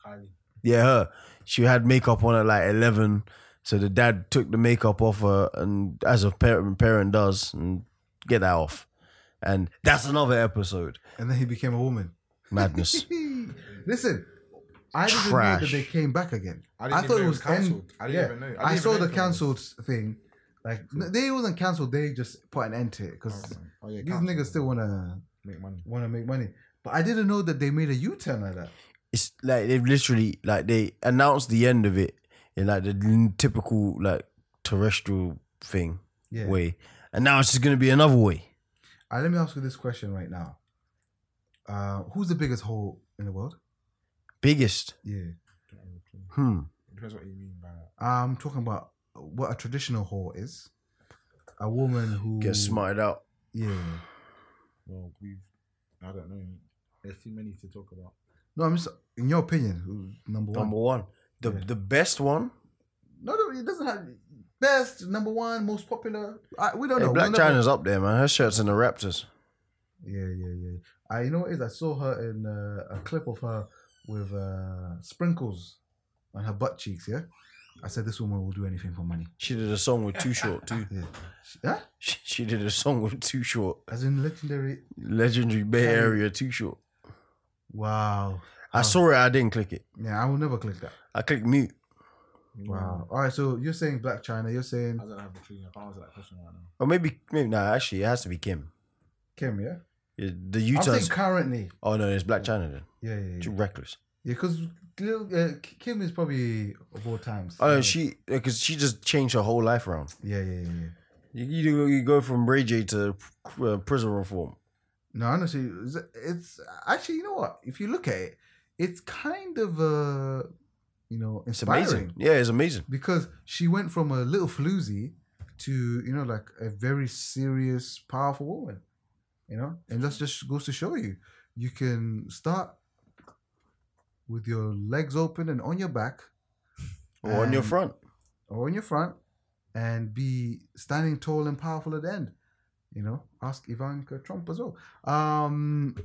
Speaker 6: Kylie.
Speaker 5: Yeah, her. She had makeup on at like eleven, so the dad took the makeup off her, and as a parent parent does, and get that off. And that's another episode.
Speaker 4: And then he became a woman.
Speaker 5: Madness.
Speaker 4: Listen, I didn't know that
Speaker 5: Trash.
Speaker 4: they came back again.
Speaker 6: I
Speaker 4: I,
Speaker 6: didn't even
Speaker 4: thought
Speaker 6: know
Speaker 4: it
Speaker 6: it
Speaker 4: was
Speaker 6: was cancelled.
Speaker 4: End,
Speaker 6: I didn't
Speaker 4: yeah,
Speaker 6: even know. I didn't
Speaker 4: I,
Speaker 6: even
Speaker 4: saw
Speaker 6: know
Speaker 4: the
Speaker 6: it was cancelled.
Speaker 4: cancelled thing. Like n- they wasn't cancelled. They just put an end to it because
Speaker 6: Oh, yeah,
Speaker 4: these
Speaker 6: cancelled.
Speaker 4: niggas still wanna
Speaker 6: make money.
Speaker 4: wanna make money. But I didn't know that they made a U turn like that.
Speaker 5: it's like they've literally like they announced the end of it in like the typical like terrestrial thing
Speaker 4: Yeah.
Speaker 5: way, and now it's just gonna be another way.
Speaker 4: All right, let me ask you this question right now. Uh, who's the biggest hole in the world?
Speaker 5: Biggest.
Speaker 4: Yeah,
Speaker 5: Hmm.
Speaker 6: Depends what you mean by that.
Speaker 4: I'm talking about what a traditional whore is. A woman who
Speaker 5: Get smarted out.
Speaker 4: Yeah.
Speaker 6: Well, we've. I don't know. There's too many to talk about.
Speaker 4: No, I'm just in your opinion, who's number one?
Speaker 5: Number one. The
Speaker 4: Yeah.
Speaker 5: the best one.
Speaker 4: No, no, it doesn't have best, number one, most popular. I, we don't
Speaker 5: Hey,
Speaker 4: know.
Speaker 5: Black
Speaker 4: We'll never-
Speaker 5: China's up there, man. Her shirt's in the Raptors.
Speaker 4: Yeah, yeah, yeah. I you know what it is. I saw her in uh, a clip of her with uh, sprinkles on her butt cheeks. Yeah, I said this woman will do anything for money.
Speaker 5: She did a song with Too Short too.
Speaker 4: Yeah, yeah.
Speaker 5: She, she did a song with Too Short.
Speaker 4: As in legendary.
Speaker 5: Legendary Bay Area Too Short.
Speaker 4: Wow. Oh,
Speaker 5: I saw it. I didn't click it.
Speaker 4: Yeah, I will never click that.
Speaker 5: I clicked mute. Mm.
Speaker 4: Wow. All right, so you're saying Black China. You're saying
Speaker 6: I don't have a clue. I can't answer that question right now.
Speaker 5: Or maybe maybe no. Actually, it has to be Kim.
Speaker 4: Kim. Yeah.
Speaker 5: Yeah, The
Speaker 4: I'm saying
Speaker 5: U-turns.
Speaker 4: currently.
Speaker 5: Oh no, it's Black China then.
Speaker 4: Yeah, yeah,
Speaker 5: Too
Speaker 4: yeah.
Speaker 5: reckless.
Speaker 4: Yeah, because uh, Kim is probably of all times.
Speaker 5: Oh
Speaker 4: yeah.
Speaker 5: no, she because she just changed her whole life around.
Speaker 4: Yeah, yeah, yeah. yeah.
Speaker 5: You you, do- you go from Ray J to uh, prison reform.
Speaker 4: No, honestly, it's- it's actually you know what? If you look at it, it's kind of uh, you know
Speaker 5: It's
Speaker 4: inspiring
Speaker 5: amazing. Yeah, it's amazing.
Speaker 4: because she went from a little floozy to you know like a very serious, powerful woman. You know, and that just goes to show you you can start with your legs open and on your back
Speaker 5: Or on your
Speaker 4: And-
Speaker 5: front.
Speaker 4: or on your front and be standing tall and powerful at the end. You know, ask Ivanka Trump as well. Um,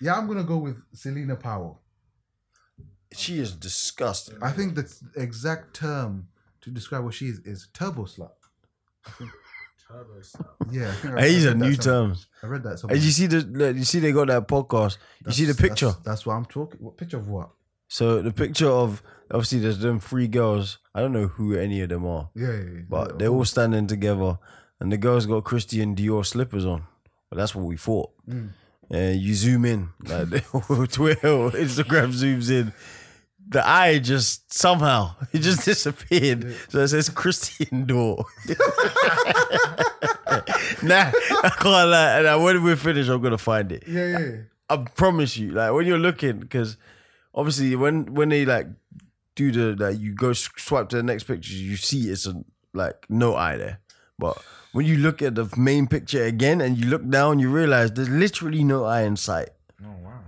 Speaker 4: yeah, I'm gonna go with Selena Powell.
Speaker 5: She is disgusting.
Speaker 4: I think the exact term to describe what she is is turbo slut. Yeah, I think I,
Speaker 5: Hey, these
Speaker 4: I
Speaker 5: are
Speaker 4: read that somewhere.
Speaker 5: new terms.
Speaker 4: I read that
Speaker 5: Hey,
Speaker 4: somewhere.
Speaker 5: you see the look, you see they got that podcast. you see the
Speaker 4: That's-
Speaker 5: picture.
Speaker 4: That's, that's what I'm talking. What picture of what?
Speaker 5: So the picture of obviously there's them three girls. I don't know who any of them are,
Speaker 4: Yeah, yeah, yeah.
Speaker 5: but
Speaker 4: Yeah.
Speaker 5: they're all standing together, and the girls got Christian Dior slippers on. Well, that's what we thought. Uh, you zoom in, like Twitter, or Instagram zooms in. The eye just somehow it just disappeared. So it says Christian Dior. nah, I can't lie. And I- when we're finished, I'm gonna find it.
Speaker 4: yeah, yeah, yeah.
Speaker 5: I promise you, like when you're looking, because obviously when when they like do the like you go s- swipe to the next picture, you see it's a like no eye there. But when you look at the main picture again and you look down, you realize there's literally no eye in sight.
Speaker 6: Oh wow.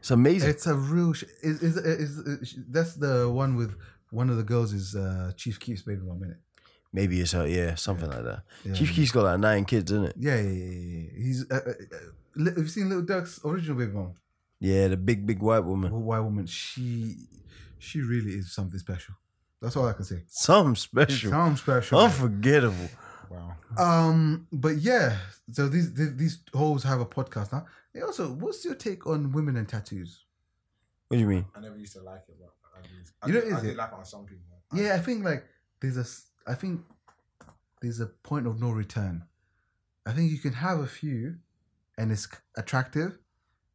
Speaker 5: It's amazing.
Speaker 4: It's a real. Sh- is, is, is, is that's the one with one of the girls is uh, Chief Keef's baby mom, minute.
Speaker 5: Maybe it's her, yeah, something like that. Chief Keef's got like nine kids, isn't it?
Speaker 4: Yeah, yeah, yeah, yeah. yeah. He's. Uh, uh, uh, li- have you seen Little Duck's original baby mom?
Speaker 5: Yeah, the big big white woman.
Speaker 4: Well, white woman. She, she really is something special. That's all I can say.
Speaker 5: Some special,
Speaker 4: Sounds special.
Speaker 5: unforgettable.
Speaker 6: Wow.
Speaker 4: Um, but yeah. So these these, these hoes have a podcast now. Hey, also, what's your take on women and tattoos?
Speaker 5: What do you mean?
Speaker 6: I never used to like it, but I do.
Speaker 4: You know, is
Speaker 6: I do
Speaker 4: it-
Speaker 6: like it on some people.
Speaker 4: Yeah, I think like there's a s- I think there's a point of no return. I think you can have a few, and it's c- attractive,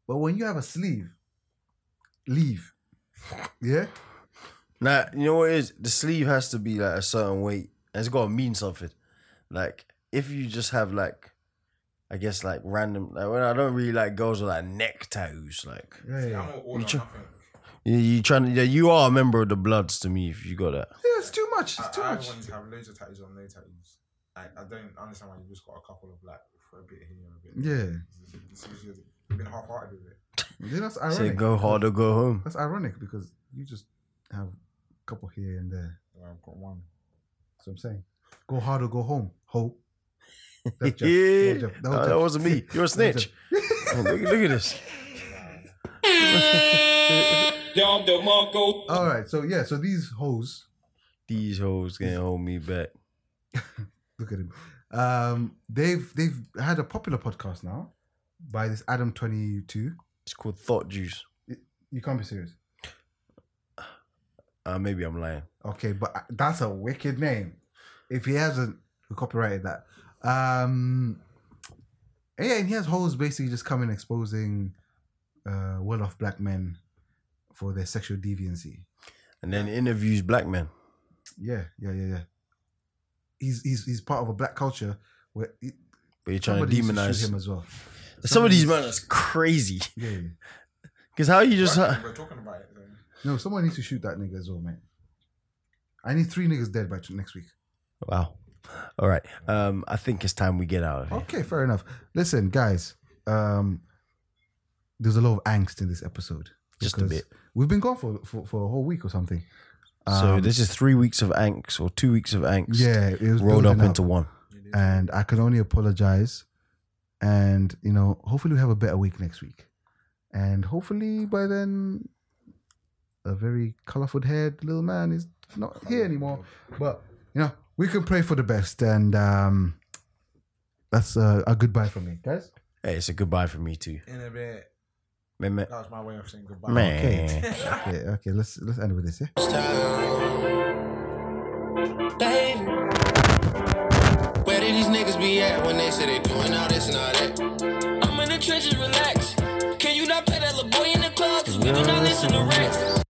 Speaker 4: but when you have a sleeve, leave. Yeah,
Speaker 5: Nah, you know what it is? The sleeve has to be like a certain weight. It's gotta mean something. Like if you just have like I guess like random like when I don't really like girls with like neck tattoos, like
Speaker 4: yeah,
Speaker 6: I'm
Speaker 4: yeah.
Speaker 6: all, all or
Speaker 5: tr-
Speaker 6: nothing.
Speaker 5: you, you trying to yeah, you are a member of the bloods to me if you got that.
Speaker 4: Yeah, It's too much.
Speaker 6: I,
Speaker 4: It's too
Speaker 6: I
Speaker 4: much.
Speaker 6: want to have loads of tattoos on no tattoos. Like, I don't understand why you just got a couple of like for a bit here and a bit.
Speaker 4: Yeah,
Speaker 6: there. It's just- You've been half-hearted with it.
Speaker 4: You know, that's
Speaker 5: Say
Speaker 4: ironic.
Speaker 5: go hard or go home.
Speaker 4: That's ironic because you just have a couple here and there.
Speaker 6: Well, I've got one.
Speaker 4: That's what I'm saying. Go hard or go home. Ho. That's Jeff.
Speaker 5: yeah.
Speaker 4: That was Jeff. That
Speaker 5: No,
Speaker 4: was
Speaker 5: That,
Speaker 4: Jeff.
Speaker 5: wasn't me. You're a
Speaker 4: That was
Speaker 5: snitch. Oh, look, look at this.
Speaker 1: Dom DeMarco.
Speaker 4: All right. So yeah. So these hoes.
Speaker 5: These hoes can't hold me back.
Speaker 4: Look at him. Um, they've they've had a popular podcast now by this Adam twenty two.
Speaker 5: It's called thought juice.
Speaker 4: You can't be serious.
Speaker 5: Uh, maybe I'm lying.
Speaker 4: Okay, but uh, that's a wicked name. If he hasn't we copyrighted that, um, yeah, and he has holes basically just coming exposing uh, well off black men for their sexual deviancy.
Speaker 5: And then interviews black men.
Speaker 4: Yeah, yeah, yeah, yeah. He's he's he's part of a black culture where he,
Speaker 5: But you're trying
Speaker 4: somebody
Speaker 5: to
Speaker 4: used to
Speaker 5: demonize
Speaker 4: shoot him as well.
Speaker 5: Some of these men are crazy.
Speaker 4: Yeah, yeah.
Speaker 5: Because how you just
Speaker 6: Actually, we're talking about it. Then.
Speaker 4: No, someone needs to shoot that nigga as well, mate. I need three niggas dead by t- next week.
Speaker 5: Wow. All right. Um, I think it's time we get out of here.
Speaker 4: Okay, fair enough. Listen, guys, um, there's a lot of angst in this episode.
Speaker 5: Just a
Speaker 4: Oh, because
Speaker 5: bit.
Speaker 4: We've been gone for, for, for a whole week or something.
Speaker 5: so
Speaker 4: Um,
Speaker 5: this is three weeks of angst or two weeks of angst.
Speaker 4: yeah, it was
Speaker 5: Rolled up
Speaker 4: building
Speaker 5: into one.
Speaker 4: and I can only apologize. And you know, hopefully we have a better week next week, and hopefully by then, a very colorful haired little man is not here anymore. But you know, we can pray for the best, and um, that's uh, a, a goodbye from me, guys.
Speaker 5: Hey, it's a goodbye for me too.
Speaker 6: In a bit.
Speaker 5: Man, man.
Speaker 6: That was my way of saying goodbye.
Speaker 5: man.
Speaker 4: Okay, okay, let's let's end with this, yeah.
Speaker 7: Baby. Where did these niggas be at when they say they doing all this and all that? I'm in the trenches, relax. Can you not play that little boy in the club? Cause we do not listen to rats.